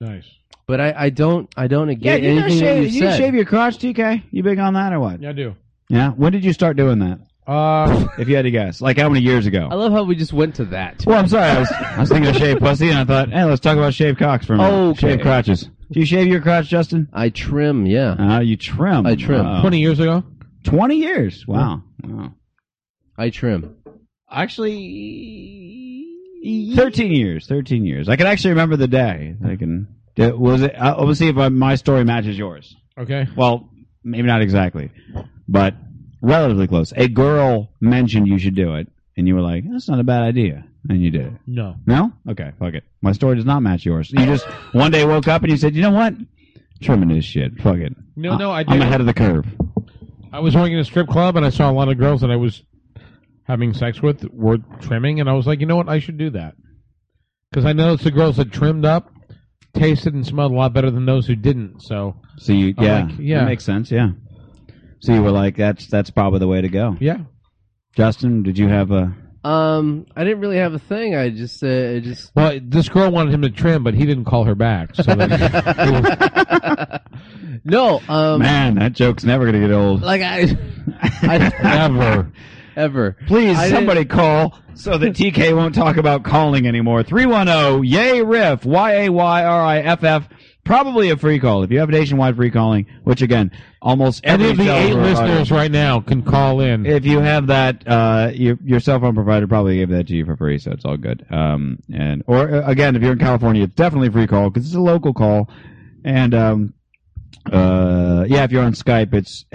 Speaker 2: Nice.
Speaker 3: But I, I don't I don't get anything that you said.
Speaker 1: your crotch, TK. You big on that or what?
Speaker 2: Yeah, I do.
Speaker 1: Yeah. When did you start doing that?
Speaker 2: Uh,
Speaker 1: If you had to guess, like how many years ago?
Speaker 3: I love how we just went to that.
Speaker 1: Well, I'm sorry. I was, I was thinking of shaved pussy, and I thought, hey, let's talk about shaved cocks for a minute.
Speaker 3: Okay.
Speaker 1: Shaved crotches. Do you shave your crotch, Justin?
Speaker 3: I trim, yeah.
Speaker 1: Uh, you trim.
Speaker 3: I trim.
Speaker 1: Uh-oh.
Speaker 2: 20 years ago.
Speaker 1: 20 years. Wow. wow.
Speaker 3: I trim.
Speaker 1: Actually, 13 years. 13 years. I can actually remember the day. I can. It was it? I- I'll see if I, my story matches yours.
Speaker 2: Okay.
Speaker 1: Well, maybe not exactly, but relatively close. A girl mentioned you should do it, and you were like, "That's not a bad idea," and you did it.
Speaker 2: No.
Speaker 1: No? Okay, fuck it. My story does not match yours. You just one day woke up and you said, "You know what? Trimming this shit. Fuck it.
Speaker 2: No, no, I
Speaker 1: I'm
Speaker 2: did.
Speaker 1: ahead of the curve."
Speaker 2: I was working in a strip club and I saw a lot of girls that I was having sex with were trimming, and I was like, you know what, I should do that because I noticed the girls that trimmed up tasted and smelled a lot better than those who didn't. So
Speaker 1: So you,
Speaker 2: I'm
Speaker 1: yeah,
Speaker 2: Oh, like, yeah.
Speaker 1: that makes sense. Yeah. So you were like, "That's that's probably the way to go."
Speaker 2: yeah,
Speaker 1: Justin, did you have a?
Speaker 3: Um, I didn't really have a thing. I just, uh, I just.
Speaker 2: well, this girl wanted him to trim, but he didn't call her back. So then,
Speaker 3: no, um,
Speaker 1: Man, that joke's never gonna get old.
Speaker 3: like I, I
Speaker 2: ever
Speaker 3: ever.
Speaker 1: Please,
Speaker 3: I didn't-
Speaker 1: somebody call so that TK won't talk about calling anymore. 310 Yay Riff, Y A Y R I F F. Probably a free call. If you have nationwide free calling, which again, almost every
Speaker 2: any of the
Speaker 1: cell
Speaker 2: eight
Speaker 1: provider-
Speaker 2: listeners right now can call in.
Speaker 1: If you have that, uh, your, your cell phone provider probably gave that to you for free, so it's all good. Um, and or uh, again, if you're in California, it's definitely a free call because it's a local call. And um, uh, yeah, if you're on Skype, it's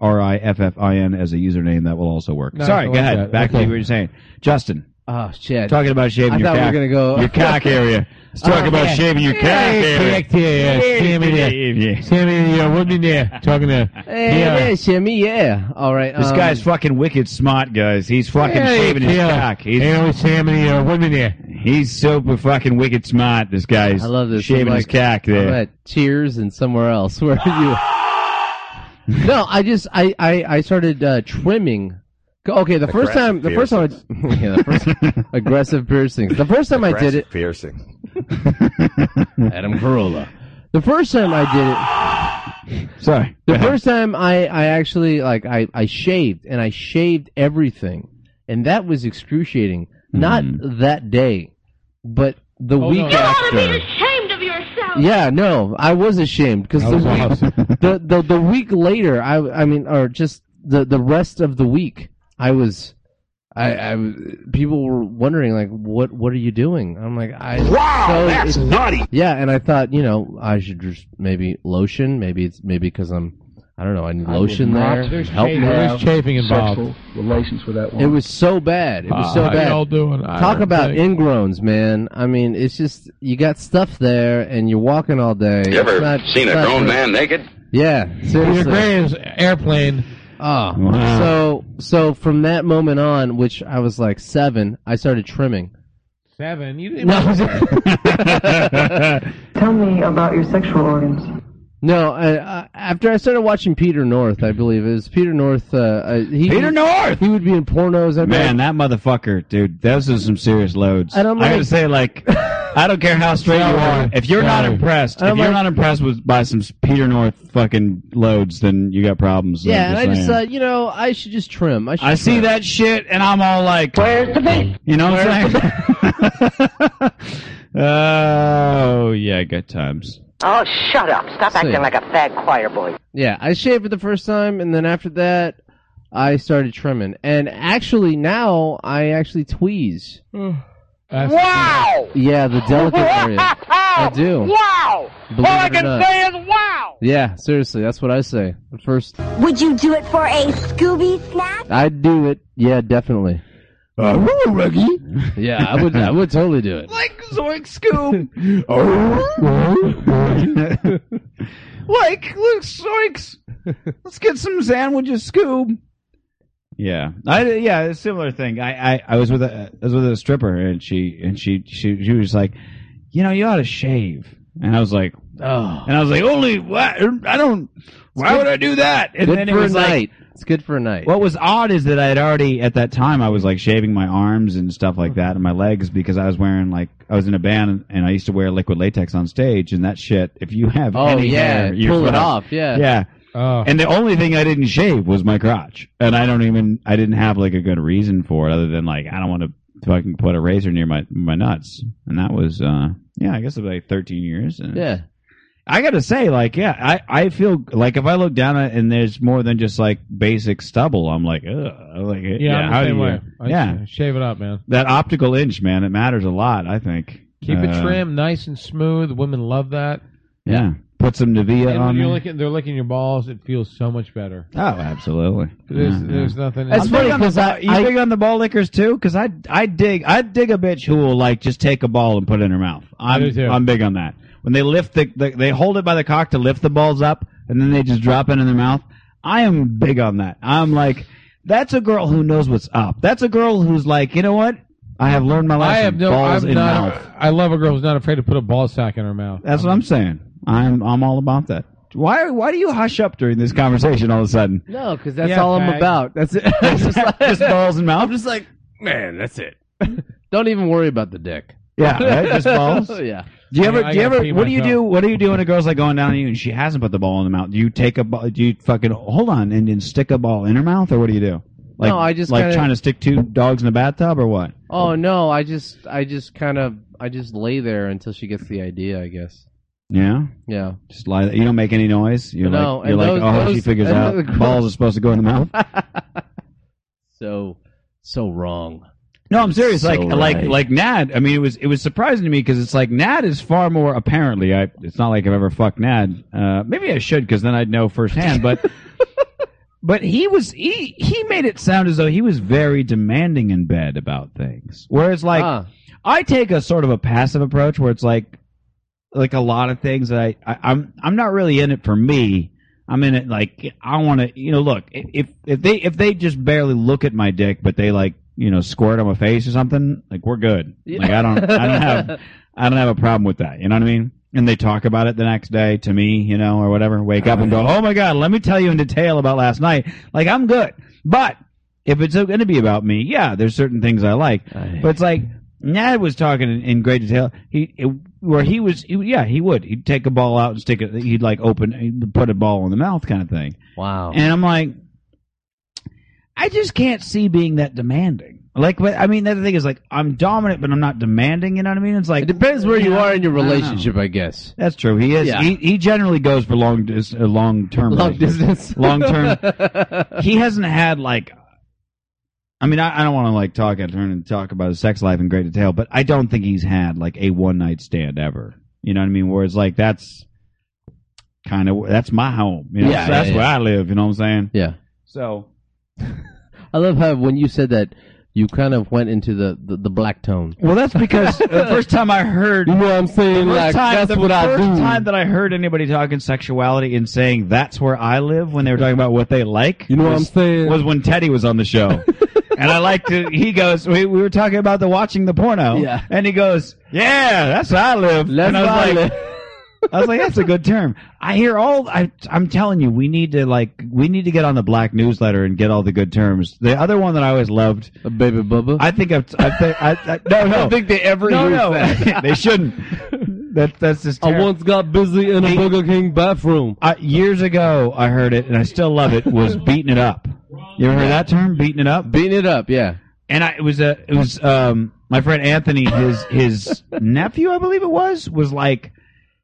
Speaker 1: strr8riffin as a username. That will also work.
Speaker 2: No, I
Speaker 1: Sorry, go
Speaker 2: like
Speaker 1: ahead.
Speaker 2: that.
Speaker 1: Back to
Speaker 2: Okay.
Speaker 1: what you're saying, Justin.
Speaker 3: Oh shit!
Speaker 1: Talking about shaving
Speaker 3: I
Speaker 1: your
Speaker 3: thought we
Speaker 1: cock,
Speaker 3: were gonna go.
Speaker 1: your cock area. Let's talk
Speaker 3: Oh,
Speaker 1: about
Speaker 3: yeah.
Speaker 1: shaving your cock area.
Speaker 2: Correct, yeah, yeah, Sammy there.
Speaker 1: Yeah.
Speaker 2: Sammy, yeah, what in there? Talking to
Speaker 3: Hey,
Speaker 2: yeah.
Speaker 3: yeah, Shimmy, yeah. All right.
Speaker 1: This
Speaker 3: um,
Speaker 1: guy's fucking wicked smart, guys. He's fucking
Speaker 2: Hey,
Speaker 1: shaving his
Speaker 2: yeah.
Speaker 1: cock. He's
Speaker 2: Hey, Sammy, uh, what in there?
Speaker 1: He's super fucking wicked smart. This guy's
Speaker 3: I love this.
Speaker 1: shaving
Speaker 3: I'm
Speaker 1: his
Speaker 3: like-
Speaker 1: cock
Speaker 3: I'm
Speaker 1: there.
Speaker 3: at Cheers and somewhere else. Where are you? no, I just, I, I, I started uh, trimming. Okay, the first time, the first time, I, yeah, the first aggressive piercings. The first time I did it,
Speaker 5: Piercing.
Speaker 3: Adam Carolla. The first time I did it.
Speaker 1: Sorry.
Speaker 3: The first time I, I actually like I, I shaved and I shaved everything. And that was excruciating. Not that day, but the
Speaker 2: no.
Speaker 3: week
Speaker 2: You ought to
Speaker 6: You ought to be
Speaker 3: after.
Speaker 6: ashamed of yourself.
Speaker 3: Yeah, no, I was ashamed because
Speaker 2: That
Speaker 3: the
Speaker 2: was
Speaker 3: week,
Speaker 2: awesome.
Speaker 3: the, the the week later, I I mean, or just the the rest of the week, I was, I, I w- people were wondering like, what what are you doing? I'm like, I wow, that's naughty. Yeah, and I thought, you know, I should just maybe lotion, maybe it's maybe because I'm, I don't know, I need lotion there.
Speaker 2: There's
Speaker 3: Help
Speaker 2: chafing,
Speaker 3: me.
Speaker 2: there's chafing involved.
Speaker 7: sexual relations with that
Speaker 3: It
Speaker 7: woman.
Speaker 3: was so bad. It was so
Speaker 2: How
Speaker 3: bad.
Speaker 2: y'all doing? I
Speaker 3: Talk
Speaker 2: don't
Speaker 3: about
Speaker 2: think-
Speaker 3: ingrowns, man. I mean, it's just you got stuff there, and you're walking all day.
Speaker 8: You ever
Speaker 3: It's not-
Speaker 8: seen a
Speaker 3: it's not
Speaker 8: grown
Speaker 3: great.
Speaker 8: man naked?
Speaker 3: Yeah,
Speaker 2: Peter
Speaker 3: seriously.
Speaker 2: Graves airplane.
Speaker 3: Oh,
Speaker 1: Wow.
Speaker 3: so so from that moment on, which I was like seven, I started trimming.
Speaker 2: Seven. You didn't.
Speaker 9: Tell me about your sexual organs.
Speaker 3: No, I, I, after I started watching Peter North, I believe it was Peter North. Uh, I, he,
Speaker 1: Peter North!
Speaker 3: He would be in pornos. I'd be
Speaker 1: Man,
Speaker 3: like,
Speaker 1: that motherfucker, dude, those are some serious loads.
Speaker 3: And I'm
Speaker 1: I gotta
Speaker 3: like-
Speaker 1: say, like, I don't care how straight you are. If you're not
Speaker 2: Sorry.
Speaker 1: impressed, if
Speaker 3: I'm
Speaker 1: you're
Speaker 3: like-
Speaker 1: not impressed with by some Peter North fucking loads, then you got problems. I'm
Speaker 3: yeah, and I just uh,
Speaker 1: saying.
Speaker 3: thought, you know, I should just trim. I, should
Speaker 1: I see
Speaker 3: trim.
Speaker 1: that shit, and I'm all like,
Speaker 9: Where's the beat?
Speaker 1: You know what I'm saying? oh yeah, good times.
Speaker 9: Oh, shut up. Stop
Speaker 3: Say.
Speaker 9: acting like a fag choir boy.
Speaker 3: Yeah, I shaved for the first time, and then after that, I started trimming. And actually, now I actually tweeze.
Speaker 2: That's-
Speaker 9: Wow!
Speaker 3: Yeah, the delicate area. I do.
Speaker 5: Wow!
Speaker 3: Believe
Speaker 5: All I
Speaker 3: it or
Speaker 5: can
Speaker 3: not.
Speaker 5: say is wow!
Speaker 3: Yeah, seriously, that's what I say. The First,
Speaker 6: Would you do it for a Scooby snack?
Speaker 3: I'd do it. Yeah, definitely.
Speaker 1: Oh, Reggie.
Speaker 3: Yeah, I would. I would totally do it.
Speaker 1: Like Zoink Scoob. like, look, Zoinks. Let's get some sandwiches, Scoob. Yeah, I yeah, a similar thing. I, I, I was with a I was with a stripper and she and she she she was like, you know, you ought to shave. And I was like,
Speaker 3: Oh,
Speaker 1: and I was like, only what? I don't. Why would I do that? And
Speaker 3: good
Speaker 1: then it
Speaker 3: for a
Speaker 1: was like,
Speaker 3: night. it's good for a night.
Speaker 1: what was odd is that I had already at that time I was like shaving my arms and stuff like that and my legs because I was wearing like I was in a band and I used to wear liquid latex on stage and that shit if you have
Speaker 3: oh
Speaker 1: any
Speaker 3: yeah,
Speaker 1: hair, you're
Speaker 3: pull it
Speaker 1: fucked.
Speaker 3: off. Yeah.
Speaker 1: Yeah.
Speaker 2: Oh,
Speaker 1: And the only thing I didn't shave was my crotch. And I don't even I didn't have like a good reason for it other than like I don't want to fucking put a razor near my my nuts. And that was uh yeah, I guess it was like 13 years. And
Speaker 3: yeah.
Speaker 1: I gotta say, like, yeah, I, I feel like if I look down at it and there's more than just like basic stubble, I'm like, ugh, I'm like, yeah,
Speaker 2: yeah, I'm
Speaker 1: how
Speaker 2: the
Speaker 1: do
Speaker 2: same
Speaker 1: you-
Speaker 2: way. I
Speaker 1: yeah.
Speaker 2: sh- shave it up, man.
Speaker 1: that optical inch, man, it matters a lot. I think
Speaker 2: Keep it
Speaker 1: Uh,
Speaker 2: trim, nice and smooth. Women love that.
Speaker 1: Yeah, put some Nivea
Speaker 2: and
Speaker 1: on.
Speaker 2: when you're
Speaker 1: there.
Speaker 2: licking, they're licking your balls. It feels so much better.
Speaker 1: oh, absolutely.
Speaker 2: There's,
Speaker 1: Yeah, yeah.
Speaker 2: there's nothing.
Speaker 3: That's
Speaker 1: I'm
Speaker 3: funny
Speaker 1: big on the
Speaker 3: 'cause
Speaker 1: ball-
Speaker 3: I-
Speaker 1: you
Speaker 3: I-
Speaker 1: big on the ball lickers too? Because I I dig I dig a bitch who will like just take a ball and put it in her mouth. I'm
Speaker 2: do, too.
Speaker 1: I'm big on that. When they lift the, the they hold it by the cock to lift the balls up and then they just drop it in their mouth. I am big on that. I'm like that's a girl who knows what's up. That's a girl who's like you know what I have learned my
Speaker 2: I
Speaker 1: lesson.
Speaker 2: have no.
Speaker 1: balls
Speaker 2: I'm
Speaker 1: in
Speaker 2: not.
Speaker 1: mouth.
Speaker 2: I love a girl who's not afraid to put a ball sack in her mouth.
Speaker 1: That's what I'm saying. I'm I'm all about that. Why why do you hush up during this conversation all of a sudden?
Speaker 3: No, because that's
Speaker 2: Yeah,
Speaker 3: all I'm
Speaker 2: fag.
Speaker 3: about. That's it. It's just like-
Speaker 1: just balls and mouth.
Speaker 3: I'm just like, man, that's it. Don't even worry about the dick.
Speaker 1: yeah, right? just balls.
Speaker 3: yeah.
Speaker 1: Do you ever?
Speaker 2: I
Speaker 1: do you
Speaker 2: gotta
Speaker 1: ever?
Speaker 2: pee
Speaker 1: What do you
Speaker 2: myself.
Speaker 1: do? What do you do when a girl's like going down on you and she hasn't put the ball in the mouth? Do you take a ball? Do you fucking hold on and then stick a ball in her mouth, or what do you do? Like,
Speaker 3: No, I just
Speaker 1: like
Speaker 3: kinda-
Speaker 1: trying to stick two dogs in the bathtub, or what?
Speaker 3: Oh no, I just, I just kind of, I just lay there until she gets the idea. I guess.
Speaker 1: Yeah,
Speaker 3: Yeah.
Speaker 1: just lie. You don't make any noise. You're
Speaker 3: No,
Speaker 1: like, you're
Speaker 3: and
Speaker 1: like, oh,
Speaker 3: those-
Speaker 1: she
Speaker 3: those-
Speaker 1: figures
Speaker 3: and
Speaker 1: out
Speaker 3: the-
Speaker 1: balls are supposed to go in the mouth.
Speaker 3: so, so wrong.
Speaker 1: No, I'm serious.
Speaker 3: So
Speaker 1: like, like,
Speaker 3: right.
Speaker 1: like Nad. I mean, it was it was surprising to me because it's like Nad is far more apparently. I it's not like I've ever fucked Nad. Uh, maybe I should because then I'd know firsthand. But but he was he he made it sound as though he was very demanding in bed about things. Whereas like
Speaker 3: Ah,
Speaker 1: I take a sort of a passive approach where it's like like a lot of things that I, I I'm I'm not really in it for me. I'm in it like I want to you know look if if they if they just barely look at my dick but they like you know squirt on my face or something like we're good. Like I don't I don't have I don't have a problem with that. You know what I mean? And they talk about it the next day to me, you know, or whatever. Wake up and go, "Oh my god, let me tell you in detail about last night." Like I'm good. But if it's going to be about me, yeah, there's certain things I like.
Speaker 3: Aye.
Speaker 1: But it's like Nad was talking in, in great detail. He it, where he was, he, yeah, he would. He'd take a ball out and stick it. He'd like open, he'd put a ball in the mouth, kind of thing.
Speaker 3: wow.
Speaker 1: And I'm like, I just can't see being that demanding. Like, but I mean, the other thing is like, I'm dominant, but I'm not demanding. You know what I mean? It's like
Speaker 3: it depends where you
Speaker 1: Yeah.
Speaker 3: are in your
Speaker 1: I don't know.
Speaker 3: relationship, I guess.
Speaker 1: That's true. He is.
Speaker 3: Yeah.
Speaker 1: He, he generally goes for long dis, uh, long term.
Speaker 3: Long distance.
Speaker 1: Long term. he hasn't had like. I mean, I, I don't want to like talk at her and talk about his sex life in great detail, but I don't think he's had like a one night stand ever. You know what I mean? Where it's like that's kind of that's my home. You know?
Speaker 3: Yeah,
Speaker 1: So that's
Speaker 3: yeah,
Speaker 1: where I live. You know what I'm saying?
Speaker 3: yeah.
Speaker 1: So
Speaker 3: I love how when you said that, you kind of went into the the, the black tone.
Speaker 1: well, that's because the first time I heard.
Speaker 3: know what I'm saying?
Speaker 1: First time, the first time that I heard anybody talking sexuality and saying that's where I live when they were talking about what they like, was-
Speaker 3: saying?
Speaker 1: was when Teddy was on the show. and I like to, he goes, we, we were talking about the watching the porno.
Speaker 3: Yeah.
Speaker 1: And he goes, yeah, that's how I live.
Speaker 3: Let's
Speaker 1: and I was
Speaker 3: buy
Speaker 1: like, I was like, that's a good term. I hear all, I, I'm telling you, we need to like, we need to get on the black newsletter and get all the good terms. The other one that I always loved,
Speaker 3: a Uh, baby bubba.
Speaker 1: I think I've, I think, I, I, no, no.
Speaker 3: don't think they ever
Speaker 1: no,
Speaker 3: use
Speaker 1: no.
Speaker 3: that.
Speaker 1: they shouldn't. That, that's just terrible.
Speaker 3: got busy in a Burger King bathroom.
Speaker 1: I, years ago, I heard it, and I still love it, was beating it up. You ever heard that term, beating it up?
Speaker 3: Beating it up, yeah.
Speaker 1: and I, it was a it was um my friend Anthony his his nephew I believe it was was like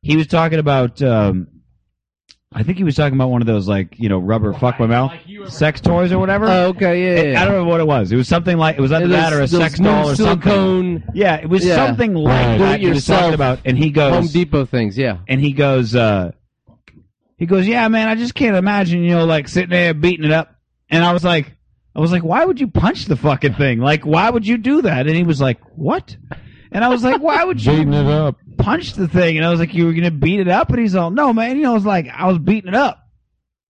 Speaker 1: he was talking about um I think he was talking about one of those like you know rubber fuck my mouth
Speaker 2: Like you ever-
Speaker 1: sex toys or whatever.
Speaker 3: Oh, okay, yeah, yeah, yeah.
Speaker 1: I don't remember what it was. It was something like it was either
Speaker 3: Those-
Speaker 1: that or a
Speaker 3: those
Speaker 1: sex
Speaker 3: new
Speaker 1: doll or something.
Speaker 3: silicone
Speaker 1: Yeah, it was
Speaker 3: Yeah.
Speaker 1: something
Speaker 3: Right.
Speaker 1: like
Speaker 3: Do it
Speaker 1: that he was
Speaker 3: yourself.
Speaker 1: talking about, and he
Speaker 3: Home
Speaker 1: goes,
Speaker 3: Depot things. Yeah,
Speaker 1: and he goes, uh, he goes, yeah, man, I just can't imagine, you know, like sitting there beating it up. And I was like, I was like, why would you punch the fucking thing? Like, why would you do that? And he was like, what? And I was like, why would you
Speaker 2: Beating it up.
Speaker 1: punch the thing? And I was like, you were gonna beat it up? And he's all, no, man, you know, it's like I was beating it up.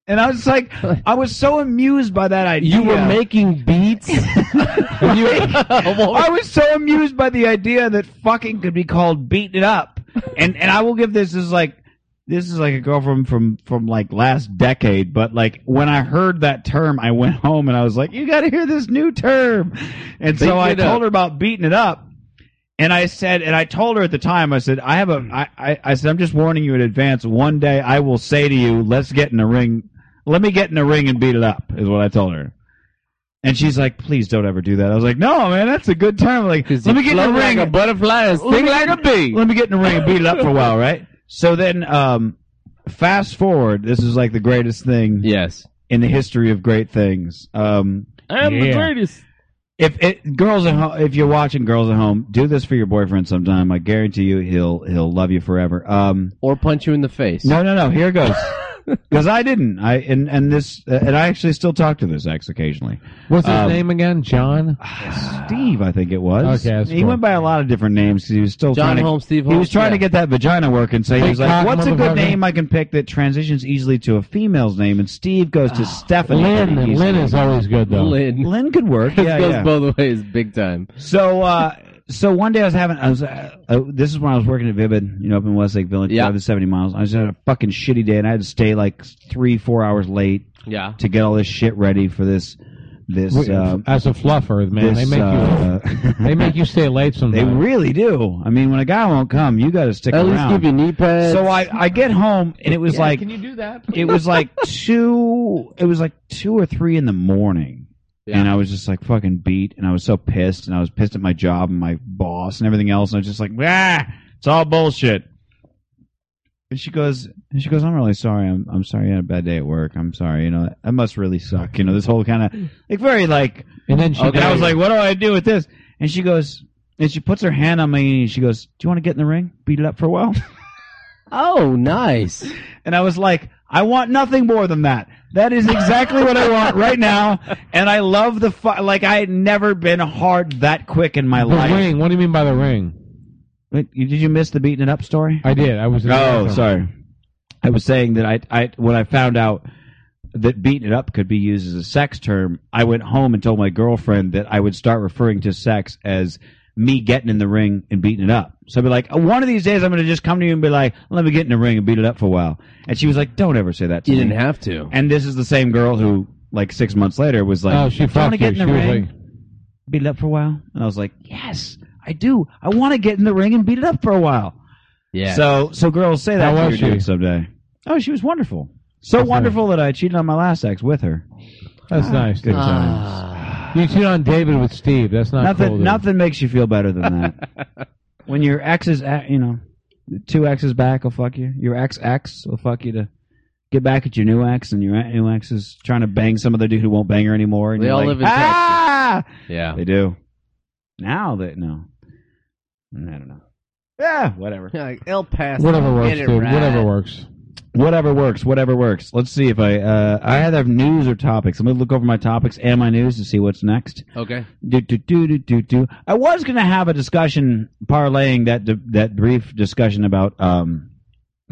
Speaker 1: And I was just like, I was so amused by that idea.
Speaker 3: making beats.
Speaker 1: I was so amused by the idea that fucking could be called beating it up. And and I will give this as like this is like a girl from from from like last decade, but like when I heard that term, I went home and I was like, "You got to hear this new term." And so
Speaker 3: Beating
Speaker 1: I
Speaker 3: it up.
Speaker 1: told her about beating it up, and I said, and I told her at the time, I said, "I have a, I, I, I said, I'm just warning you in advance. One day I will say to you, let's get in a ring. Let me get in a ring and beat it up," is what I told her. And she's like, "Please don't ever do that." I was like, "No, man, that's a good term. Like, let me get in a ring
Speaker 3: like a butterfly and sting like a bee.
Speaker 1: let me get in the ring and beat it up for a while, right? So then, um, fast forward. This is like the greatest thing
Speaker 3: Yes,
Speaker 1: in the history of great things. Um,
Speaker 5: I am the
Speaker 2: Yeah.
Speaker 5: greatest.
Speaker 1: if it, girls at home, if you're watching girls at home, do this for your boyfriend sometime. I guarantee you, he'll he'll love you forever. Um,
Speaker 3: or punch you in the face.
Speaker 1: no, no, no. Here it goes. Because I didn't. I and and this and I actually still talk to this ex occasionally.
Speaker 2: What's his
Speaker 1: Um,
Speaker 2: name again? John.
Speaker 1: Steve, I think it was.
Speaker 2: Okay, that's
Speaker 1: he
Speaker 2: cool.
Speaker 1: went by a lot of different names 'cause he was still
Speaker 3: John
Speaker 1: trying to-
Speaker 3: Holmes, Steve
Speaker 1: He
Speaker 3: Holmes,
Speaker 1: was trying to
Speaker 3: yeah.
Speaker 1: get that vagina working, so he
Speaker 2: Big
Speaker 1: was like,
Speaker 2: cock
Speaker 1: "What's a good
Speaker 2: motherfucker."
Speaker 1: name I can pick that transitions easily to a female's name?" And Steve goes to Stephanie. pretty
Speaker 2: Ah, Lynn.
Speaker 1: easily.
Speaker 2: Lynn is always good though.
Speaker 3: Lynn.
Speaker 1: Lynn could work.
Speaker 3: This
Speaker 1: Yeah,
Speaker 3: goes
Speaker 1: yeah.
Speaker 3: both ways, big time.
Speaker 1: So, uh, so one day I was having, I was, uh, uh, this is when I was working at Vivid, you know, up in Westlake Village,
Speaker 3: Yeah.
Speaker 1: driving 70 miles. I was had a fucking shitty day and I had to stay like three, four hours late
Speaker 3: Yeah.
Speaker 1: to get all this shit ready for this, this,
Speaker 2: Wait,
Speaker 1: uh,
Speaker 2: As a fluffer, man,
Speaker 1: this,
Speaker 2: they make
Speaker 1: uh,
Speaker 2: you they make you stay late sometimes.
Speaker 1: They really do. I mean, when a guy won't come, you got to stick
Speaker 3: At least
Speaker 1: around.
Speaker 3: give you knee pads.
Speaker 1: so uh, I, I get home and it was like
Speaker 2: you do that?
Speaker 1: it was like two it was like two or three in the morning.
Speaker 3: Yeah.
Speaker 1: And I was just like fucking beat and I was so pissed and I was pissed at my job and my boss and everything else and I was just like, ah, it's all bullshit. And she goes and she goes, I'm really sorry. I'm I'm sorry you had a bad day at work. I'm sorry, you know, that must really suck. You know, this whole kind of like very like
Speaker 2: And then she.
Speaker 1: and
Speaker 3: Okay.
Speaker 1: I
Speaker 2: goes-
Speaker 1: was like, what do I do with this? And she goes, and she puts her hand on my knee and she goes, do you want to get in the ring? Beat it up for a while?
Speaker 3: oh, nice.
Speaker 1: And I was like, I want nothing more than that. That is exactly what I want right now. And I love the fu- like I had never been hard that quick in my
Speaker 2: the
Speaker 1: life.
Speaker 2: ring. What do you mean by the ring?
Speaker 1: Wait, you- did you miss the beating it up story?
Speaker 2: I did. I was. in the
Speaker 1: Oh,
Speaker 2: bathroom.
Speaker 1: sorry. I was saying that I, I when I found out that beating it up could be used as a sex term, I went home and told my girlfriend that I would start referring to sex as me getting in the ring and beating it up. So I'd be like, one of these days I'm going to just come to you and be like, let me get in the ring and beat it up for a while. And she was like, don't ever say that to
Speaker 3: You
Speaker 1: me.
Speaker 3: didn't have to.
Speaker 1: and this is the same girl who, like six months later, was like,
Speaker 2: oh, she
Speaker 1: "Do you want
Speaker 2: fucked
Speaker 1: to get
Speaker 2: you.
Speaker 1: in
Speaker 2: She
Speaker 1: the
Speaker 2: was
Speaker 1: ring,
Speaker 2: like,
Speaker 1: beat it up for a while? And I was like, yes, I do. I want to get in the ring and beat it up for a while.
Speaker 3: Yeah.
Speaker 1: So so girls say that
Speaker 2: How
Speaker 1: to
Speaker 2: was
Speaker 1: your
Speaker 2: she?
Speaker 1: dude someday. Oh, she was wonderful. So
Speaker 2: That's
Speaker 1: wonderful that I cheated on my last ex with her.
Speaker 2: "That's nice." Good
Speaker 3: Ah.
Speaker 2: You cheat on David with Steve. That's not
Speaker 1: nothing
Speaker 2: cool, dude.
Speaker 1: nothing makes you feel better than that. when your ex is at, you know, two exes back will fuck you. Your ex ex will fuck you to get back at your new ex, and your new ex is trying to bang some other dude who won't bang her anymore. And
Speaker 3: They
Speaker 1: you're
Speaker 3: all
Speaker 1: like,
Speaker 3: live in Texas.
Speaker 1: ah!
Speaker 3: yeah.
Speaker 1: They do. Now that no, I don't know. Yeah, whatever.
Speaker 3: Like El Paso.
Speaker 2: Whatever
Speaker 3: Get
Speaker 2: works,
Speaker 3: it
Speaker 2: dude.
Speaker 3: right.
Speaker 2: Whatever works.
Speaker 1: Whatever works, whatever works. Let's see if I uh, I have news or topics. I'm gonna look over my topics and my news to see what's next.
Speaker 3: Okay.
Speaker 1: Do do do do do do. I was gonna have a discussion parlaying that that brief discussion about um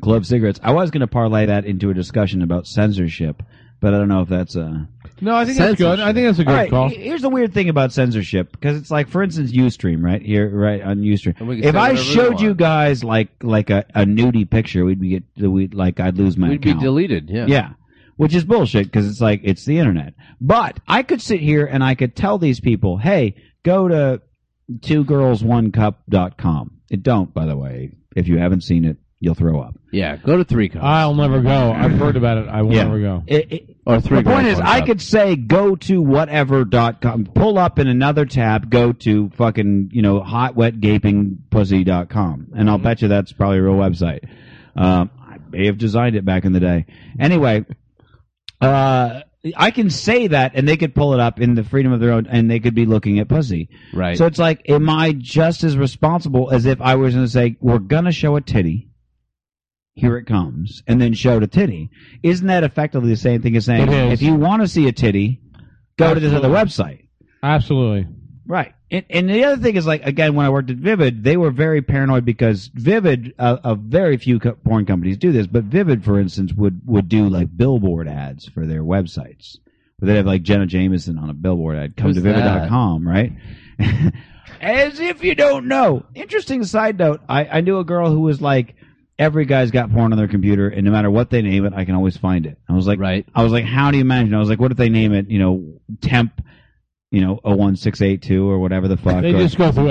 Speaker 1: club cigarettes. I was gonna parlay that into a discussion about censorship, but I don't know if that's uh
Speaker 2: No, I think that's good. I think that's a good
Speaker 1: all right.
Speaker 2: call.
Speaker 1: he- Here's the weird thing about censorship because it's like, for instance, UStream, right here, right on UStream.
Speaker 3: And we can
Speaker 1: If
Speaker 3: say
Speaker 1: I
Speaker 3: whatever we
Speaker 1: showed you
Speaker 3: want.
Speaker 1: guys like like a, a nudie picture, we'd be get we'd like I'd lose my
Speaker 3: We'd be
Speaker 1: account.
Speaker 3: deleted. Yeah.
Speaker 1: Yeah. Which is bullshit because it's like, it's the internet. But I could sit here and I could tell these people, hey, go to two girls one cup.com. It don't, by the way. If you haven't seen it, you'll throw up.
Speaker 3: Yeah. Go to three
Speaker 1: Uh,
Speaker 3: cups.
Speaker 2: I'll never go. I've heard about it. I will
Speaker 1: Yeah.
Speaker 2: never go.
Speaker 1: It, it,
Speaker 3: or three.
Speaker 1: the point
Speaker 3: girls,
Speaker 1: is,
Speaker 3: one
Speaker 1: I
Speaker 3: cup.
Speaker 1: could say go to whatever.com, pull up in another tab, go to fucking, you know, hot, wet, gaping pussy.com. And I'll bet you that's probably a real website. Um, may have designed it back in the day. Anyway, uh, I can say that, and they could pull it up in the freedom of their own, and they could be looking at pussy.
Speaker 3: Right.
Speaker 1: So it's like, am I just as responsible as if I was going to say, we're going to show a titty? Here it comes, and then showed a titty. Isn't that effectively the same thing as saying,
Speaker 2: It is.
Speaker 1: if you want to see a titty, go to this other website?
Speaker 2: Absolutely.
Speaker 1: Right. And, and the other thing is, like, again, when I worked at Vivid, they were very paranoid because Vivid, uh, uh, very few co- porn companies do this, but Vivid, for instance, would, would do like billboard ads for their websites. Where they'd have like Jenna Jameson on a billboard ad, come
Speaker 3: Who's
Speaker 1: to Vivid.com, right? As if you don't know. Interesting side note I, I knew a girl who was like, every guy's got porn on their computer, and no matter what they name it, I can always find it. I was like,
Speaker 3: Right.
Speaker 1: I was like, how do you imagine? I was like, what if they name it, you know, temp, you know, 01682 or whatever the fuck.
Speaker 2: They
Speaker 1: or-
Speaker 2: just go through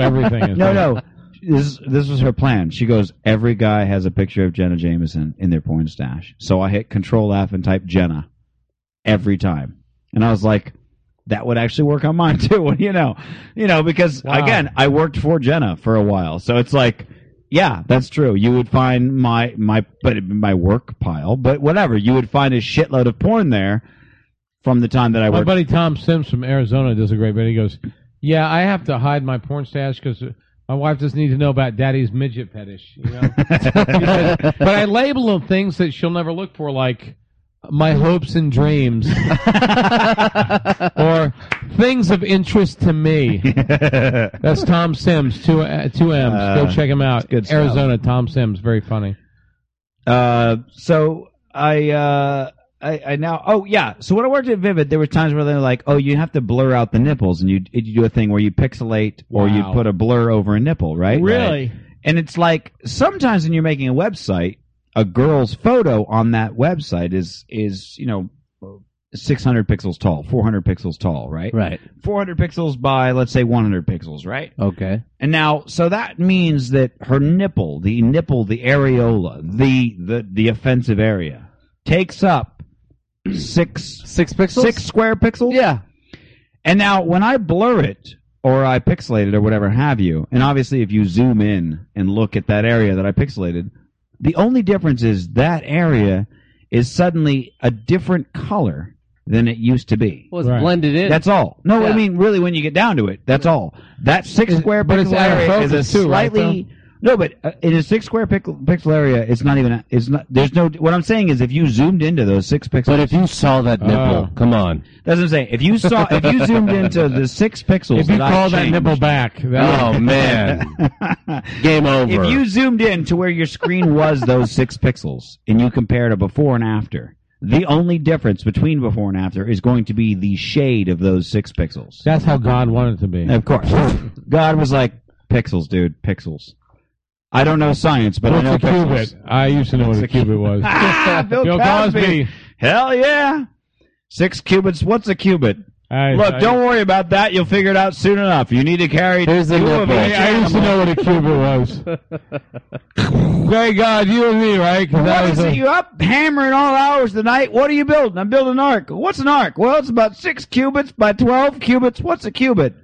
Speaker 2: everything.
Speaker 1: no, no. This this was her plan. She goes, every guy has a picture of Jenna Jameson in their porn stash. So I hit Control F and type Jenna every time, and I was like, that would actually work on mine too. What do you know? You know, because
Speaker 2: Wow.
Speaker 1: again, I worked for Jenna for a while, so it's like. Yeah, that's true. You would find my my but it'd be my work pile, but whatever. You would find a shitload of porn there from the time that I
Speaker 2: My
Speaker 1: worked.
Speaker 2: buddy Tom Sims from Arizona does a great bit. He goes, "Yeah, I have to hide my porn stash because my wife doesn't need to know about Daddy's midget fetish." You know? He says, but I label them things that she'll never look for, like my hopes and dreams, or things of interest to me. That's Tom Sims, two uh, two M's. Go
Speaker 1: Uh,
Speaker 2: check him out.
Speaker 1: good stuff.
Speaker 2: Arizona, Tom Sims, very funny.
Speaker 1: Uh, so I, uh, I, I now, oh yeah. So when I worked at Vivid, there were times where they're like, oh, you have to blur out the nipples, and you you do a thing where you pixelate or you
Speaker 2: Wow.
Speaker 1: put a blur over a nipple, right? Right. And it's like sometimes when you're making a website, a girl's photo on that website is is you know. 600 pixels tall, 400 pixels tall, right?
Speaker 3: Right.
Speaker 1: 400 pixels by, let's say, 100 pixels, right?
Speaker 3: Okay.
Speaker 1: And now, so that means that her nipple, the nipple, the areola, the the the offensive area, takes up six
Speaker 3: Six pixels.
Speaker 1: six square pixels.
Speaker 3: Yeah.
Speaker 1: And now, when I blur it or I pixelate it or whatever have you, and obviously, if you zoom in and look at that area that I pixelated, the only difference is that area is suddenly a different color than it used to be.
Speaker 3: Well, it's
Speaker 2: Right.
Speaker 3: blended in.
Speaker 1: That's all. No, I
Speaker 3: Yeah.
Speaker 1: mean really when you get down to it, that's all. That six
Speaker 2: Is-
Speaker 1: square
Speaker 2: but
Speaker 1: pixel
Speaker 2: it's out of
Speaker 1: area is a
Speaker 2: focus too, right,
Speaker 1: slightly no, but uh, in a six square pixel, pixel area, it's not even. A, it's not. There's no. What I'm saying is, if you zoomed into those six pixels,
Speaker 5: But if you saw that nipple,
Speaker 2: Oh.
Speaker 5: come on.
Speaker 1: that's what I'm saying. If you saw, if you zoomed into the six pixels,
Speaker 2: If you
Speaker 1: that I
Speaker 2: call that
Speaker 1: changed-
Speaker 2: nipple back, that
Speaker 5: Oh man, game over.
Speaker 1: if you zoomed in to where your screen was those six pixels, and you compared a before and after, the only difference between before and after is going to be the shade of those six pixels.
Speaker 2: that's how God wanted it to be.
Speaker 1: Of course. God was like, pixels, dude, pixels. I don't know science, but I know
Speaker 2: What's a
Speaker 1: pixels.
Speaker 2: cubit? I used to know what a cubit was.
Speaker 1: Ah, Bill,
Speaker 2: Bill
Speaker 1: Cosby.
Speaker 2: Cosby.
Speaker 1: Hell yeah. Six cubits. What's a cubit?
Speaker 2: I,
Speaker 1: Look,
Speaker 2: I-
Speaker 1: don't worry about that. You'll figure it out soon enough. You need to carry
Speaker 5: Here's the
Speaker 1: two of
Speaker 5: nipple.
Speaker 1: each
Speaker 2: I, I used to know what a cubit was. Thank God, you and me, right? 'Cause that
Speaker 1: What
Speaker 2: was
Speaker 1: is
Speaker 2: a-
Speaker 1: it? You up hammering all hours of the night? What are you building? I'm building an arc. What's an arc? Well, it's about six cubits by twelve cubits. What's a cubit?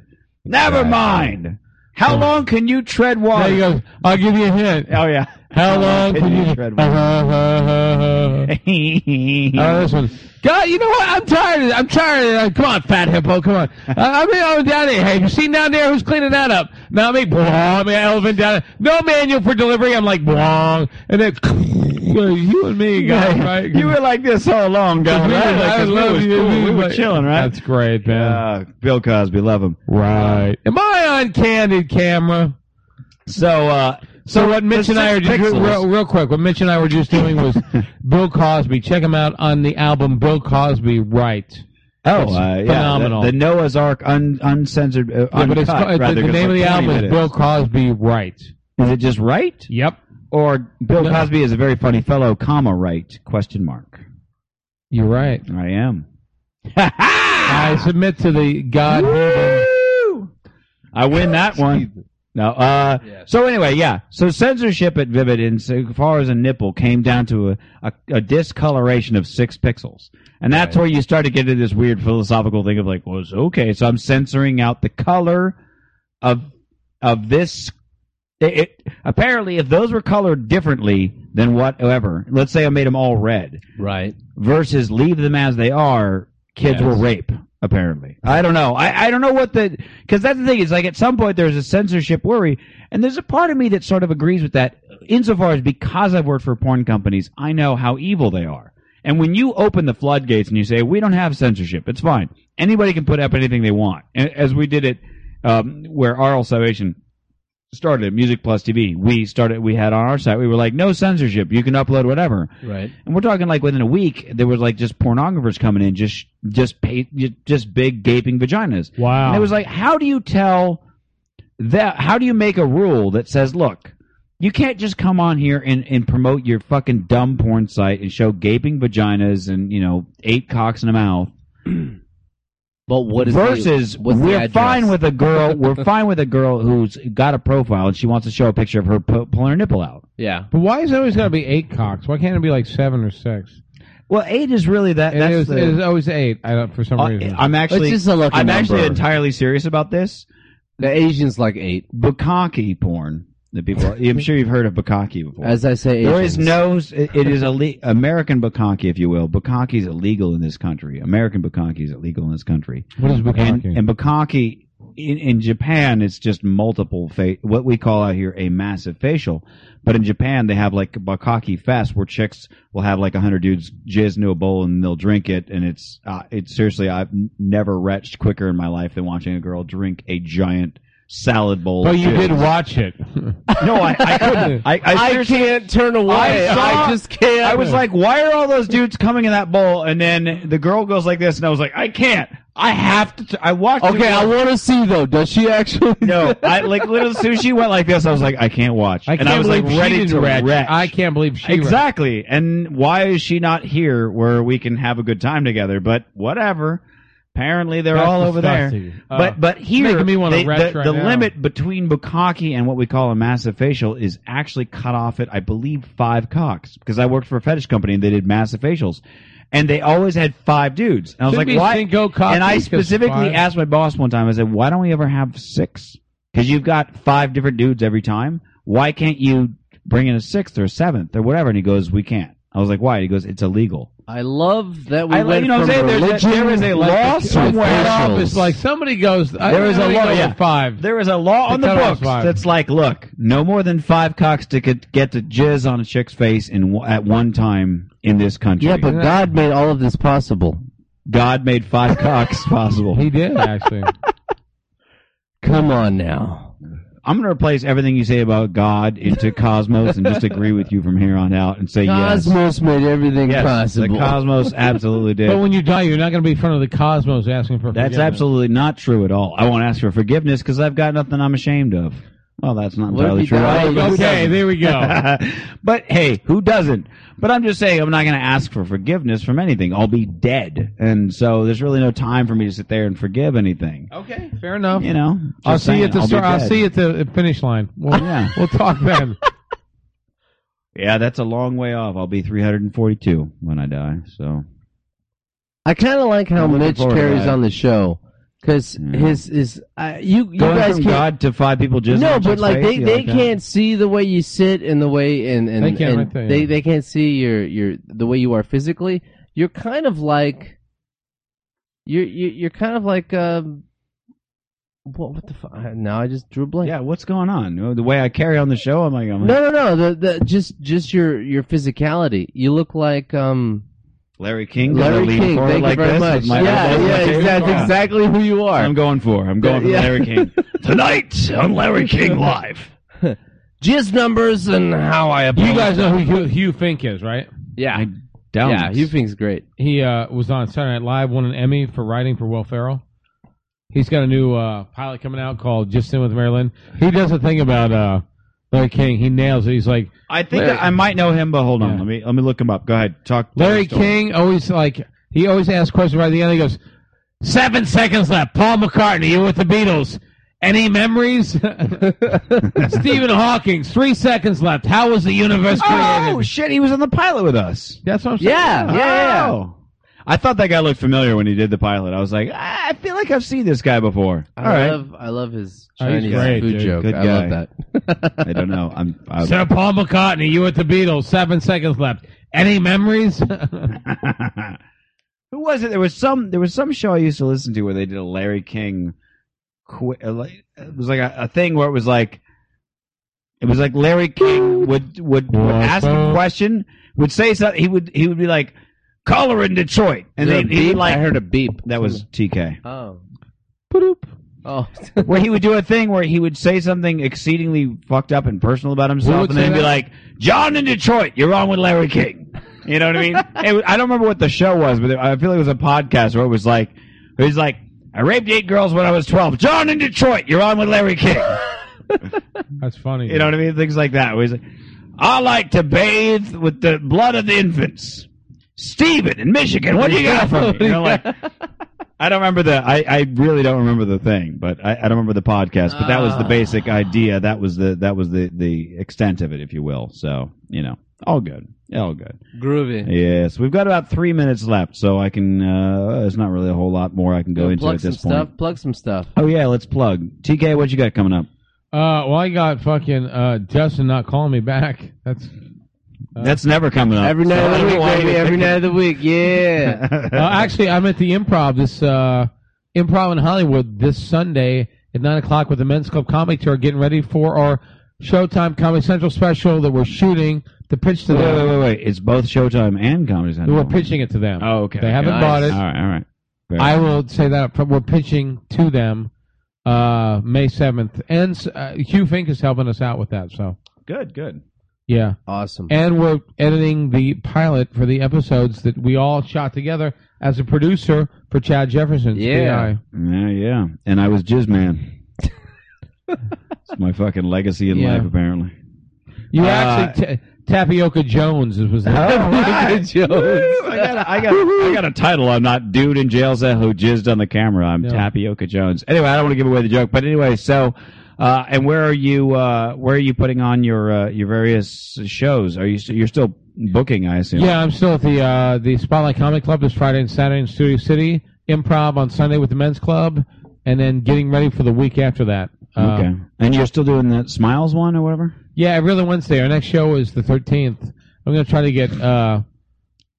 Speaker 1: Never mind. How long can you tread
Speaker 2: there
Speaker 1: water?
Speaker 2: you go. I'll give you a hint.
Speaker 1: Oh yeah.
Speaker 2: How long
Speaker 1: can
Speaker 2: can you?
Speaker 1: tread
Speaker 2: Uh, uh, uh, uh. Oh, this one. God, you know what? I'm tired. Of, I'm tired. Of, that. come on, fat hippo. Come on. Uh, I mean, I'm down there. Have you seen down there who's cleaning that up? Now me, blah. Me, elephant down. There. No manual for delivery. I'm like, blah. And then you and me, guys, right?
Speaker 1: You were like this all along, guys.
Speaker 2: We were-
Speaker 1: right? Like,
Speaker 2: I
Speaker 1: 'cause we
Speaker 2: love
Speaker 1: was
Speaker 2: you,
Speaker 1: cool.
Speaker 2: dude,
Speaker 1: We were
Speaker 2: but-
Speaker 1: chilling, right?
Speaker 2: That's great, man.
Speaker 1: Uh, Bill Cosby, love him.
Speaker 2: Right. Am I on candid camera?
Speaker 1: So, uh,
Speaker 2: So what Mitch
Speaker 1: the
Speaker 2: and I are
Speaker 1: six
Speaker 2: just
Speaker 1: pixels-
Speaker 2: real, real quick. What Mitch and I were just doing was Bill Cosby. Check him out on the album Bill Cosby Right.
Speaker 1: oh,
Speaker 2: it's
Speaker 1: uh, yeah, the-
Speaker 2: phenomenal.
Speaker 1: The, Noah's Ark un, uncensored, uh,
Speaker 2: Yeah,
Speaker 1: uncut.
Speaker 2: but it's ca- the-
Speaker 1: rather,
Speaker 2: the,
Speaker 1: 'cause
Speaker 2: name of
Speaker 1: like 20
Speaker 2: the album is
Speaker 1: minutes.
Speaker 2: Bill Cosby Right.
Speaker 1: Is it just right?
Speaker 2: Yep.
Speaker 1: or Bill
Speaker 2: No.
Speaker 1: Cosby is a very funny fellow, comma right? Question mark.
Speaker 2: You're right.
Speaker 1: I am.
Speaker 2: I submit to the God.
Speaker 1: Woo! I win that one. No. Uh, So anyway, yeah. So censorship at Vivid, in so far as a nipple, came down to a, a, a discoloration of six pixels, and that's where you start to get into this weird philosophical thing of like, well, it's okay, so I'm censoring out the color of of this It, it, apparently, if those were colored differently than whatever, let's say I made them all red
Speaker 3: Right.
Speaker 1: versus leave them as they are, kids
Speaker 2: Yes.
Speaker 1: will rape. Apparently, I don't know. I, I don't know what the because that's the thing is like at some point there's a censorship worry, and there's a part of me that sort of agrees with that insofar as because I've worked for porn companies, I know how evil they are. And when you open the floodgates and you say we don't have censorship, it's fine. Anybody can put up anything they want, and as we did it um, where RL Salvation started at Music Plus TV, we started we had on our site we were like no censorship, you can upload whatever.
Speaker 3: Right.
Speaker 1: And we're talking like within a week, there was like just pornographers coming in, just just pay, just big gaping vaginas.
Speaker 2: Wow.
Speaker 1: And it was like, how do you tell that? How do you make a rule that says, look, you can't just come on here and, and promote your fucking dumb porn site and show gaping vaginas and you know eight cocks in a mouth.
Speaker 5: But what is the-
Speaker 1: Versus,
Speaker 5: what's the
Speaker 1: we're
Speaker 5: address?
Speaker 1: fine with a girl. We're fine with a girl who's got a profile and she wants to show a picture of her pu- pulling her nipple out.
Speaker 5: Yeah.
Speaker 2: But why is it always got to be eight cocks? Why can't it be like seven or six?
Speaker 1: Well, eight is really that.
Speaker 2: It
Speaker 1: that's
Speaker 2: is,
Speaker 1: the- uh,
Speaker 2: it is always eight. I don't, for some reason.
Speaker 1: I'm actually.
Speaker 5: It's just a lucky
Speaker 1: I'm
Speaker 5: number.
Speaker 1: actually entirely serious about this.
Speaker 5: The Asians like eight.
Speaker 1: Bukkake porn. The people. I'm sure you've heard of bukkake before.
Speaker 5: As I say,
Speaker 1: there
Speaker 5: Asians.
Speaker 1: is no. It it is ille- American bukkake, if you will. Bukkake is illegal in this country. American bukkake is illegal in this country.
Speaker 2: what is
Speaker 1: And,
Speaker 2: bukkake?
Speaker 1: and bukkake in, in Japan, it's just multiple fa- what we call out here a massive facial. But in Japan, they have like bukkake fest where chicks will have like a hundred dudes jizz into a bowl and they'll drink it. And it's uh, it's seriously, I've n- never retched quicker in my life than watching a girl drink a giant salad bowl.
Speaker 2: But
Speaker 1: of
Speaker 2: you
Speaker 1: jizz.
Speaker 2: did watch it.
Speaker 1: No, I, I couldn't. I, I,
Speaker 5: I
Speaker 1: seriously-
Speaker 5: can't turn away.
Speaker 1: I
Speaker 5: I,
Speaker 1: saw-
Speaker 5: just can't.
Speaker 1: I was like, why are all those dudes coming in that bowl? And then the girl goes like this, and I was like, I can't. I have to. T- I watched. it
Speaker 5: okay, I want to see though. Does she actually?
Speaker 1: No, I like literally as soon as she went like this, I was like, I can't watch.
Speaker 2: I
Speaker 1: and
Speaker 2: can't
Speaker 1: I was like
Speaker 2: believe she
Speaker 1: ready
Speaker 2: didn't
Speaker 1: to
Speaker 2: retch.
Speaker 1: retch.
Speaker 2: I can't believe she retched.
Speaker 1: exactly. And why is she not here where we can have a good time together? But whatever. Apparently they're
Speaker 2: That's
Speaker 1: all over there.
Speaker 2: disgusting. Uh,
Speaker 1: but but here
Speaker 2: making me wanna
Speaker 1: they-
Speaker 2: retch
Speaker 1: the,
Speaker 2: right
Speaker 1: the
Speaker 2: now.
Speaker 1: limit between bukkake and what we call a massive facial is actually cut off at I believe five cocks because I worked for a fetish company and they did massive facials. And they always had five dudes. And I was
Speaker 2: Shouldn't
Speaker 1: like,
Speaker 2: be
Speaker 1: why?
Speaker 2: Cinco Cock
Speaker 1: and I
Speaker 2: Week 'cause
Speaker 1: specifically
Speaker 2: five-
Speaker 1: asked my boss one time. I said, "Why don't we ever have six? Because you've got five different dudes every time. Why can't you bring in a sixth or a seventh or whatever?" And he goes, "We can't." I was like, "Why?" And he goes, "It's illegal."
Speaker 5: I love that we
Speaker 1: I like-
Speaker 5: went
Speaker 1: you know what
Speaker 5: from
Speaker 1: I'm saying? There's a-
Speaker 5: religion.
Speaker 1: there is a law
Speaker 5: to
Speaker 1: somewhere
Speaker 2: Right
Speaker 5: facials.
Speaker 2: off, it's like somebody goes. I
Speaker 1: There is a
Speaker 2: really
Speaker 1: law,
Speaker 2: go with
Speaker 1: yeah.
Speaker 2: Five.
Speaker 1: There is a law
Speaker 2: They
Speaker 1: on the
Speaker 2: cut it off
Speaker 1: books
Speaker 2: five.
Speaker 1: that's like, look, no more than five cocks to get get to jizz on a chick's face in w- at one time in this country.
Speaker 5: yeah, but God made all of this possible.
Speaker 1: God made five cocks possible.
Speaker 2: He did actually.
Speaker 5: Come on now.
Speaker 1: I'm going to replace everything you say about God into cosmos and just agree with you from here on out and say yes.
Speaker 5: Cosmos made everything
Speaker 1: Yes,
Speaker 5: possible.
Speaker 1: the cosmos absolutely did.
Speaker 2: but when you die, you're not going to be in front of the cosmos asking for.
Speaker 1: That's
Speaker 2: forgiveness.
Speaker 1: absolutely not true at all. I won't ask for forgiveness because I've got nothing I'm ashamed of. Well, that's not
Speaker 5: What if
Speaker 1: entirely
Speaker 5: you
Speaker 1: true.
Speaker 5: die?
Speaker 1: either.
Speaker 2: Okay, there we go.
Speaker 1: but hey, who doesn't? But I'm just saying, I'm not going to ask for forgiveness from anything. I'll be dead, and so there's really no time for me to sit there and forgive anything.
Speaker 2: okay, fair enough.
Speaker 1: You know, Just
Speaker 2: I'll see
Speaker 1: saying,
Speaker 2: you at the
Speaker 1: I'll be
Speaker 2: start. I'll
Speaker 1: dead.
Speaker 2: see you at the finish line. We'll,
Speaker 1: Yeah.
Speaker 2: we'll talk then.
Speaker 1: Yeah, that's a long way off. I'll be 342 when I die. So
Speaker 5: I kind of like how
Speaker 1: I'm looking
Speaker 5: Mitch
Speaker 1: forward to
Speaker 5: carries
Speaker 1: that.
Speaker 5: on the show because
Speaker 1: Yeah.
Speaker 5: his is uh, you. You
Speaker 1: going
Speaker 5: guys
Speaker 1: from
Speaker 5: can't.
Speaker 1: God to five people just
Speaker 5: no,
Speaker 1: on
Speaker 5: but
Speaker 1: Chick's
Speaker 5: like
Speaker 1: face,
Speaker 5: they,
Speaker 1: you
Speaker 5: they
Speaker 1: like that?
Speaker 5: can't see the way you sit and the way and and
Speaker 2: They can't
Speaker 5: and
Speaker 2: right there,
Speaker 5: they
Speaker 2: yeah.
Speaker 5: they can't see your your the way you are physically. You're kind of like you're you're, you're kind of like um what what the fuck? Now I just drew a blank.
Speaker 1: Yeah, what's going on? The way I carry on the show, I'm like, I'm like
Speaker 5: No, no, no. The the just just your your physicality. You look like um
Speaker 1: Larry King. 'cause I
Speaker 5: Larry
Speaker 1: lean
Speaker 5: King.
Speaker 1: forward
Speaker 5: Thank
Speaker 1: like
Speaker 5: you very
Speaker 1: this
Speaker 5: much.
Speaker 1: with my
Speaker 5: yeah,
Speaker 1: elbows on the
Speaker 5: yeah,
Speaker 1: table.
Speaker 5: exactly,
Speaker 1: Yeah.
Speaker 5: exactly who you are.
Speaker 1: I'm going for. I'm going for
Speaker 5: Yeah.
Speaker 1: Larry King tonight on Larry King live.
Speaker 5: Jizz numbers and how I approach.
Speaker 2: You guys know who Hugh, Hugh Fink is, right?
Speaker 5: yeah,
Speaker 1: I don't.
Speaker 5: yeah. Hugh Fink's great.
Speaker 2: He uh, was on Saturday Night Live, won an Emmy for writing for Will Ferrell. He's got a new uh, pilot coming out called Just In with Marilyn. He does a thing about uh, Larry King. He nails it. He's like
Speaker 1: I think
Speaker 2: Larry-
Speaker 1: I might know him, but hold on.
Speaker 2: Yeah.
Speaker 1: Let me let me look him up. Go ahead. Talk. tell
Speaker 2: Larry
Speaker 1: your story.
Speaker 2: King always like he always asks questions right at the end. He goes seven seconds left. Paul McCartney, you with the Beatles. Any memories? Stephen Hawking, three seconds left. How was the universe created?
Speaker 1: Oh shit! He was on the pilot with us.
Speaker 2: That's what I'm saying.
Speaker 5: Yeah, yeah, yeah.
Speaker 1: Oh. I thought that guy looked familiar when he did the pilot. I was like, "Ah, I I feel like I've seen this guy before. All
Speaker 3: I
Speaker 1: right,
Speaker 3: love I love his
Speaker 2: Oh, he's
Speaker 3: Chinese
Speaker 2: great,
Speaker 3: food
Speaker 2: dude.
Speaker 3: joke.
Speaker 1: Good
Speaker 3: I
Speaker 1: guy.
Speaker 3: love that.
Speaker 1: I don't know. I'm. I,
Speaker 2: Sir Paul McCartney, you at the Beatles. Seven seconds left. Any memories?
Speaker 1: Who was it? There was some. There was some show I used to listen to where they did a Larry King. Qu- uh, like- it was like a, a thing where it was like. It was like Larry King would would, would ask a question, would say something. He would he would be like, "Caller in Detroit," and
Speaker 3: Is there
Speaker 1: they
Speaker 3: a
Speaker 1: he would
Speaker 3: beep? I
Speaker 1: like
Speaker 3: heard a beep.
Speaker 1: that was TK.
Speaker 3: oh oh.
Speaker 1: where he would do a thing where he would say something exceedingly fucked up and personal about
Speaker 2: Who
Speaker 1: himself,
Speaker 2: would
Speaker 1: and then
Speaker 2: say
Speaker 1: be
Speaker 2: that?
Speaker 1: like, "John in Detroit, you're on with Larry King." You know what I mean? It was- I don't remember what the show was, but I feel like it was a podcast where it was like, it was like, "I raped eight girls when I was 12. John in Detroit, you're on with Larry King."
Speaker 2: That's funny.
Speaker 1: You know what I mean? Things like that. Where he's like, "I like to bathe with the blood of the infants." Steven in Michigan, what do you got for me? You know, like, I don't remember the. I, I really don't remember the thing, but I, I don't remember the podcast. But that was
Speaker 3: Ah.
Speaker 1: the basic idea. That was the that was the the extent of it, if you will. So you know, all good, all good.
Speaker 3: groovy.
Speaker 1: Yes, we've got about three minutes left, so I can. uh It's not really a whole lot more I can go, into
Speaker 3: plug
Speaker 1: at
Speaker 3: some
Speaker 1: this point.
Speaker 3: stuff. Plug some stuff.
Speaker 1: Oh yeah, let's plug. TK, what you got coming up?
Speaker 2: Uh, well, I got fucking uh, Justin not calling me back. That's
Speaker 3: Uh,
Speaker 1: That's never coming up.
Speaker 5: Every night of the week, baby. Every night of the week. Yeah.
Speaker 2: uh, actually I'm at the Improv this uh, Improv in Hollywood this Sunday at nine o'clock with the Men's Club Comedy Tour, getting ready for our Showtime Comedy Central special that we're shooting to pitch to
Speaker 1: Wait, wait,
Speaker 2: them.
Speaker 1: wait, wait. It's both Showtime and Comedy Central.
Speaker 2: We're pitching it to them.
Speaker 1: Oh, okay.
Speaker 2: They haven't
Speaker 1: Nice.
Speaker 2: bought it.
Speaker 1: All right, all right. Fair.
Speaker 2: I will say that up front. We're pitching to them uh, May seventh, and uh, Hugh Fink is helping us out with that. So
Speaker 1: good, good.
Speaker 2: yeah.
Speaker 3: Awesome.
Speaker 2: and we're editing the pilot for the episodes that we all shot together as a producer for Chad Jefferson.
Speaker 3: Yeah.
Speaker 1: Yeah, yeah. And I was Jizz Man. it's my fucking legacy in
Speaker 2: Yeah.
Speaker 1: life, apparently.
Speaker 2: you
Speaker 1: Uh, Oh,
Speaker 2: actually ta- Tapioca Jones was the
Speaker 1: right.
Speaker 2: Jones.
Speaker 1: I got, a, I, got, I got a title. I'm not dude in jail cell who jizzed on the camera. I'm
Speaker 2: No.
Speaker 1: Tapioca Jones. Anyway, I don't want to give away the joke, but anyway, so uh, and where are you? Uh, where are you putting on your uh, your various shows? Are you st- you're still booking? I assume.
Speaker 2: Yeah, I'm still at the uh, the Spotlight Comic Club this Friday and Saturday in Studio City. Improv on Sunday with the Men's Club, and then getting ready for the week after that. Uh,
Speaker 1: Okay. and you're still doing that smiles one or whatever.
Speaker 2: Yeah, every other Wednesday. Our next show is the 13th. I'm going to try to get uh,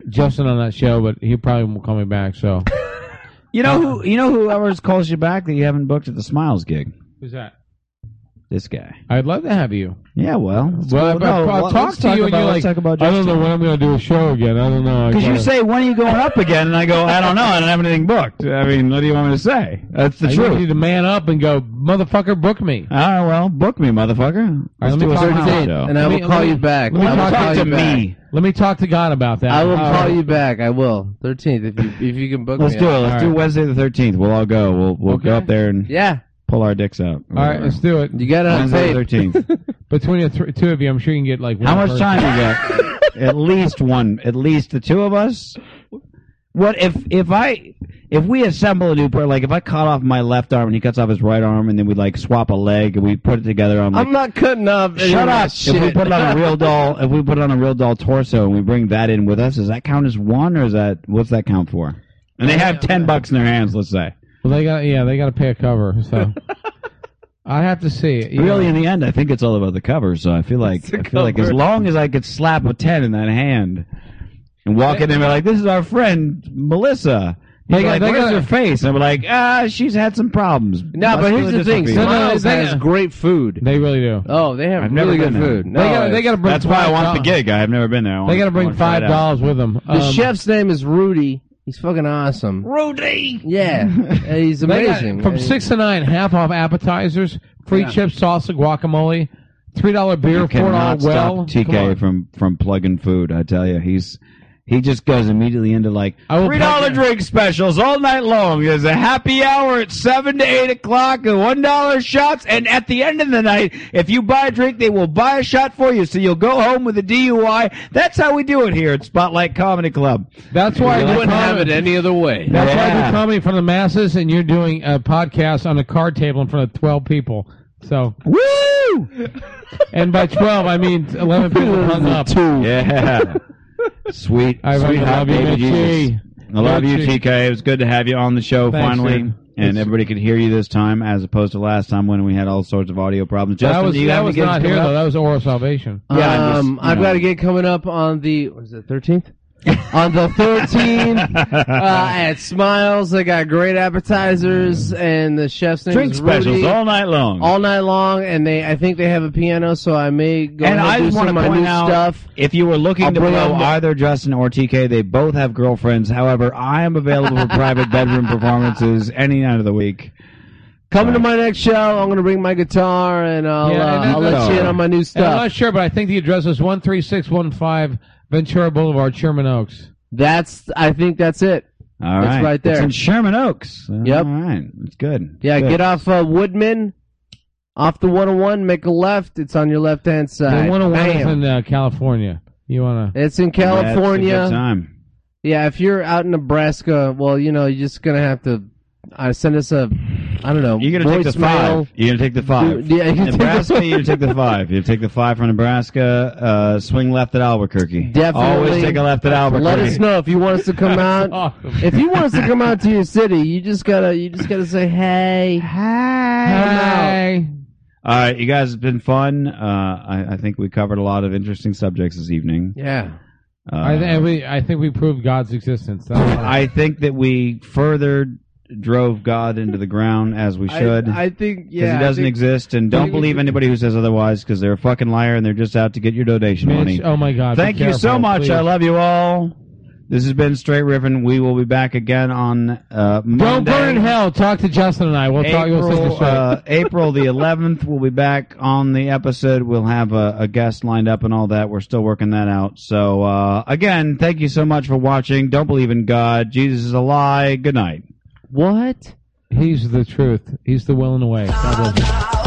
Speaker 2: Justin on that show, but he probably won't call me back. So
Speaker 1: You know who? You know whoever calls you back that you haven't booked at the Smiles gig.
Speaker 2: who's that?
Speaker 1: This guy.
Speaker 2: I'd love to have you.
Speaker 1: Yeah, well, let's
Speaker 2: Well,
Speaker 1: go-
Speaker 2: I- I-
Speaker 1: no,
Speaker 2: I'll
Speaker 1: let's
Speaker 2: talk to you, and
Speaker 1: about-
Speaker 2: you're
Speaker 1: let's
Speaker 2: like,
Speaker 1: talk about
Speaker 2: I don't know when I'm going to do a show again. I don't know. I
Speaker 1: Because you
Speaker 2: gotta-
Speaker 1: say, when are you going up again? And I go, I don't know. I don't have anything booked. I mean, what do you want me to say? That's the
Speaker 2: I need you
Speaker 1: truth.
Speaker 2: to man up and go, motherfucker, book me.
Speaker 1: All right, well, book me, motherfucker. Let's
Speaker 2: let me
Speaker 1: do a
Speaker 2: talk
Speaker 1: certain
Speaker 2: to Dave,
Speaker 1: show.
Speaker 3: And I
Speaker 2: Let
Speaker 3: will
Speaker 2: me-
Speaker 3: call
Speaker 2: let me-
Speaker 3: you back.
Speaker 2: let me
Speaker 3: I will
Speaker 2: talk
Speaker 3: call
Speaker 1: Talk
Speaker 3: you
Speaker 1: to
Speaker 3: back.
Speaker 1: me.
Speaker 2: Let me Oh. talk to God about that.
Speaker 3: I will
Speaker 2: All
Speaker 3: call
Speaker 2: right.
Speaker 3: you back. I will. Thirteenth, if you if you can book
Speaker 1: Let's
Speaker 3: me.
Speaker 1: do it.
Speaker 3: up.
Speaker 1: Let's
Speaker 2: All
Speaker 1: do
Speaker 2: right.
Speaker 1: Wednesday the 13th. We'll all go. We'll we'll go
Speaker 2: Okay.
Speaker 1: up there and
Speaker 3: Yeah,
Speaker 1: pull our dicks out.
Speaker 2: All right, uh, let's do it.
Speaker 3: you got it on
Speaker 1: Wednesday the
Speaker 3: tape.
Speaker 1: 13th.
Speaker 2: Between the th- two of you, I'm sure you can get like.
Speaker 1: How
Speaker 2: one
Speaker 1: much
Speaker 2: person.
Speaker 1: time do you got? At least one. At least the two of us. What if if I if we assemble a new pair? Like if I cut off my left arm and he cuts off his right arm, and then we like swap a leg and we put it together on like
Speaker 3: I'm not cutting up. any of
Speaker 1: Shut
Speaker 3: that
Speaker 1: up! If we
Speaker 3: shit.
Speaker 1: put it on a real doll, if we put it on a real doll torso and we bring that in with us, does that count as one or is that what's that count for? And they have ten bucks in their hands, let's say.
Speaker 2: Well, they got yeah, they got to pay a cover. So I have to see. it, yeah.
Speaker 1: Really, in the end, I think it's all about the cover. So I feel like I feel like as long as I could slap a ten in that hand and walk in there and be like, "This is our friend Melissa." He'd
Speaker 2: They
Speaker 1: be
Speaker 2: got-
Speaker 1: like,
Speaker 2: they
Speaker 1: "Where's
Speaker 2: got-
Speaker 1: her face?" And I'm like, "Ah, she's had some problems."
Speaker 3: No,
Speaker 1: Must
Speaker 3: but
Speaker 1: do a
Speaker 3: here's the
Speaker 1: different
Speaker 3: thing.
Speaker 1: people.
Speaker 2: No, no,
Speaker 3: Smiles
Speaker 2: they
Speaker 3: has
Speaker 2: got-
Speaker 3: great food.
Speaker 2: They really do.
Speaker 3: Oh, they have
Speaker 1: I've never
Speaker 3: really good
Speaker 1: been there.
Speaker 3: food. No,
Speaker 2: they got they got to bring.
Speaker 1: That's why I want the
Speaker 2: $5.
Speaker 1: gig. I've never been there. I
Speaker 2: They got
Speaker 1: wanna- I
Speaker 2: to bring
Speaker 1: wanna try
Speaker 2: five
Speaker 1: it out.
Speaker 2: dollars with them. Um,
Speaker 3: the
Speaker 1: Um,
Speaker 3: chef's name is Rudy. He's fucking awesome. Rudy. Yeah, he's
Speaker 2: They got-
Speaker 3: amazing.
Speaker 2: From
Speaker 3: Hey.
Speaker 2: six to nine, half off appetizers, free chips, salsa, guacamole, three dollar beer,
Speaker 1: You
Speaker 2: four dollar
Speaker 1: cannot stop
Speaker 2: well. Come on.
Speaker 1: TK from from plugging food. I tell you, he's he just goes immediately into like
Speaker 2: I will
Speaker 1: three dollar
Speaker 2: plug in.
Speaker 1: drink specials all night long. There's a happy hour at seven to eight o'clock, and one dollar shots. And at the end of the night, if you buy a drink, they will buy a shot for you, so you'll go home with a DUI. That's how we do it here at Spotlight Comedy Club.
Speaker 2: That's why I do
Speaker 3: wouldn't have it
Speaker 2: comedy.
Speaker 3: any other way.
Speaker 2: That's why I
Speaker 1: Yeah.
Speaker 2: do comedy from the masses, and you're doing a podcast on a card table in front of twelve people. So,
Speaker 1: Woo!
Speaker 2: and by twelve, I mean eleven people hung up.
Speaker 1: Yeah, sweet,
Speaker 2: I
Speaker 1: sweet
Speaker 2: really
Speaker 1: hot
Speaker 2: love you,
Speaker 1: baby
Speaker 2: Mitchie.
Speaker 1: Jesus. I love you,
Speaker 2: Chief.
Speaker 1: TK. It was good to have you on the show
Speaker 2: Thanks,
Speaker 1: finally,
Speaker 2: man.
Speaker 1: and
Speaker 2: It's-
Speaker 1: everybody could hear you this time, as opposed to last time when we had all sorts of audio problems. Justin,
Speaker 2: that was
Speaker 1: do you
Speaker 2: that
Speaker 1: have
Speaker 2: was
Speaker 1: any gigs
Speaker 2: not here
Speaker 1: coming
Speaker 2: though.
Speaker 1: up?
Speaker 2: That was oral salvation.
Speaker 1: Yeah, I'm just,
Speaker 3: um,
Speaker 1: you
Speaker 3: I've
Speaker 1: know.
Speaker 3: got a gig coming up on the what is it thirteenth? on the thirteenth uh, at Smiles, they got great appetizers, and the chef's name
Speaker 1: Drink
Speaker 3: is Rudy.
Speaker 1: specials all night long.
Speaker 3: all night long, and they I think they have a piano, so I may go
Speaker 1: and
Speaker 3: ahead
Speaker 1: I
Speaker 3: and do
Speaker 1: just
Speaker 3: some
Speaker 1: want
Speaker 3: of
Speaker 1: to
Speaker 3: my
Speaker 1: point
Speaker 3: new
Speaker 1: out,
Speaker 3: stuff.
Speaker 1: if you were looking
Speaker 3: I'll
Speaker 1: to
Speaker 3: bring
Speaker 1: blow
Speaker 3: up-
Speaker 1: either Justin or TK, they both have girlfriends. However, I am available for private bedroom performances any night of the week.
Speaker 3: Coming to my next show, I'm gonna bring my guitar, and I'll
Speaker 2: Yeah,
Speaker 3: uh,
Speaker 2: and
Speaker 3: I'll
Speaker 2: that's-
Speaker 3: let you in on my new
Speaker 2: And I'm
Speaker 3: stuff.
Speaker 2: not sure, but I think the address is one three six one five Ventura Boulevard, Sherman Oaks.
Speaker 3: That's I think that's it.
Speaker 1: All right,
Speaker 3: It's right there.
Speaker 1: It's in Sherman Oaks.
Speaker 3: Yep.
Speaker 1: All right, it's good.
Speaker 3: Yeah,
Speaker 1: good.
Speaker 3: get off uh, Woodman, off the 101, make a left. It's on your left hand
Speaker 2: The
Speaker 3: side.
Speaker 2: one on one is
Speaker 3: Bam.
Speaker 2: in uh, California. You wanna?
Speaker 3: It's in
Speaker 1: Yeah, it's a good
Speaker 3: California.
Speaker 1: time.
Speaker 3: Yeah, if you're out in Nebraska, well, you know, you're just gonna have to uh, send us a, I don't know,
Speaker 1: You're gonna take the
Speaker 3: voicemail.
Speaker 1: five. You're gonna take the five.
Speaker 3: Yeah, you take
Speaker 1: Nebraska.
Speaker 3: the-
Speaker 1: You're gonna take the five. You take the five from Nebraska. Uh, swing left at Albuquerque.
Speaker 3: Definitely.
Speaker 1: Always take a left at Albuquerque.
Speaker 3: Let us know if you want us to come out.
Speaker 1: Oh.
Speaker 2: Awesome.
Speaker 3: If you want us to come out to your city, you just gotta, you just gotta say, hey, hey,
Speaker 2: Hi.
Speaker 1: All right, you guys, it's been fun. Uh, I, I think we covered a lot of interesting subjects this evening.
Speaker 3: yeah,
Speaker 1: Uh,
Speaker 2: I, th- we, I think we proved God's existence. That's all.
Speaker 1: I think that we further drove God into the ground as we should.
Speaker 3: I, I think,
Speaker 1: because
Speaker 3: yeah,
Speaker 1: he doesn't
Speaker 3: I think-
Speaker 1: exist, and don't believe anybody who says otherwise, because they're a fucking liar and they're just out to get your donation
Speaker 2: Mitch,
Speaker 1: money.
Speaker 2: oh my God! be
Speaker 1: Thank you so
Speaker 2: careful,
Speaker 1: much.
Speaker 2: please.
Speaker 1: I love you all. This has been Straight Riffin. We will be back again on uh,
Speaker 2: Don't
Speaker 1: Monday.
Speaker 2: burn in hell. Talk to Justin and I. We'll talk. We'll set the
Speaker 1: April,
Speaker 2: show.
Speaker 1: uh, April the 11th, we'll be back on the episode. We'll have a, a guest lined up and all that. We're still working that out. So, uh, again, thank you so much for watching. Don't believe in God. Jesus is a lie. Good night.
Speaker 3: what?
Speaker 2: He's the truth. He's the will and the way. God bless you.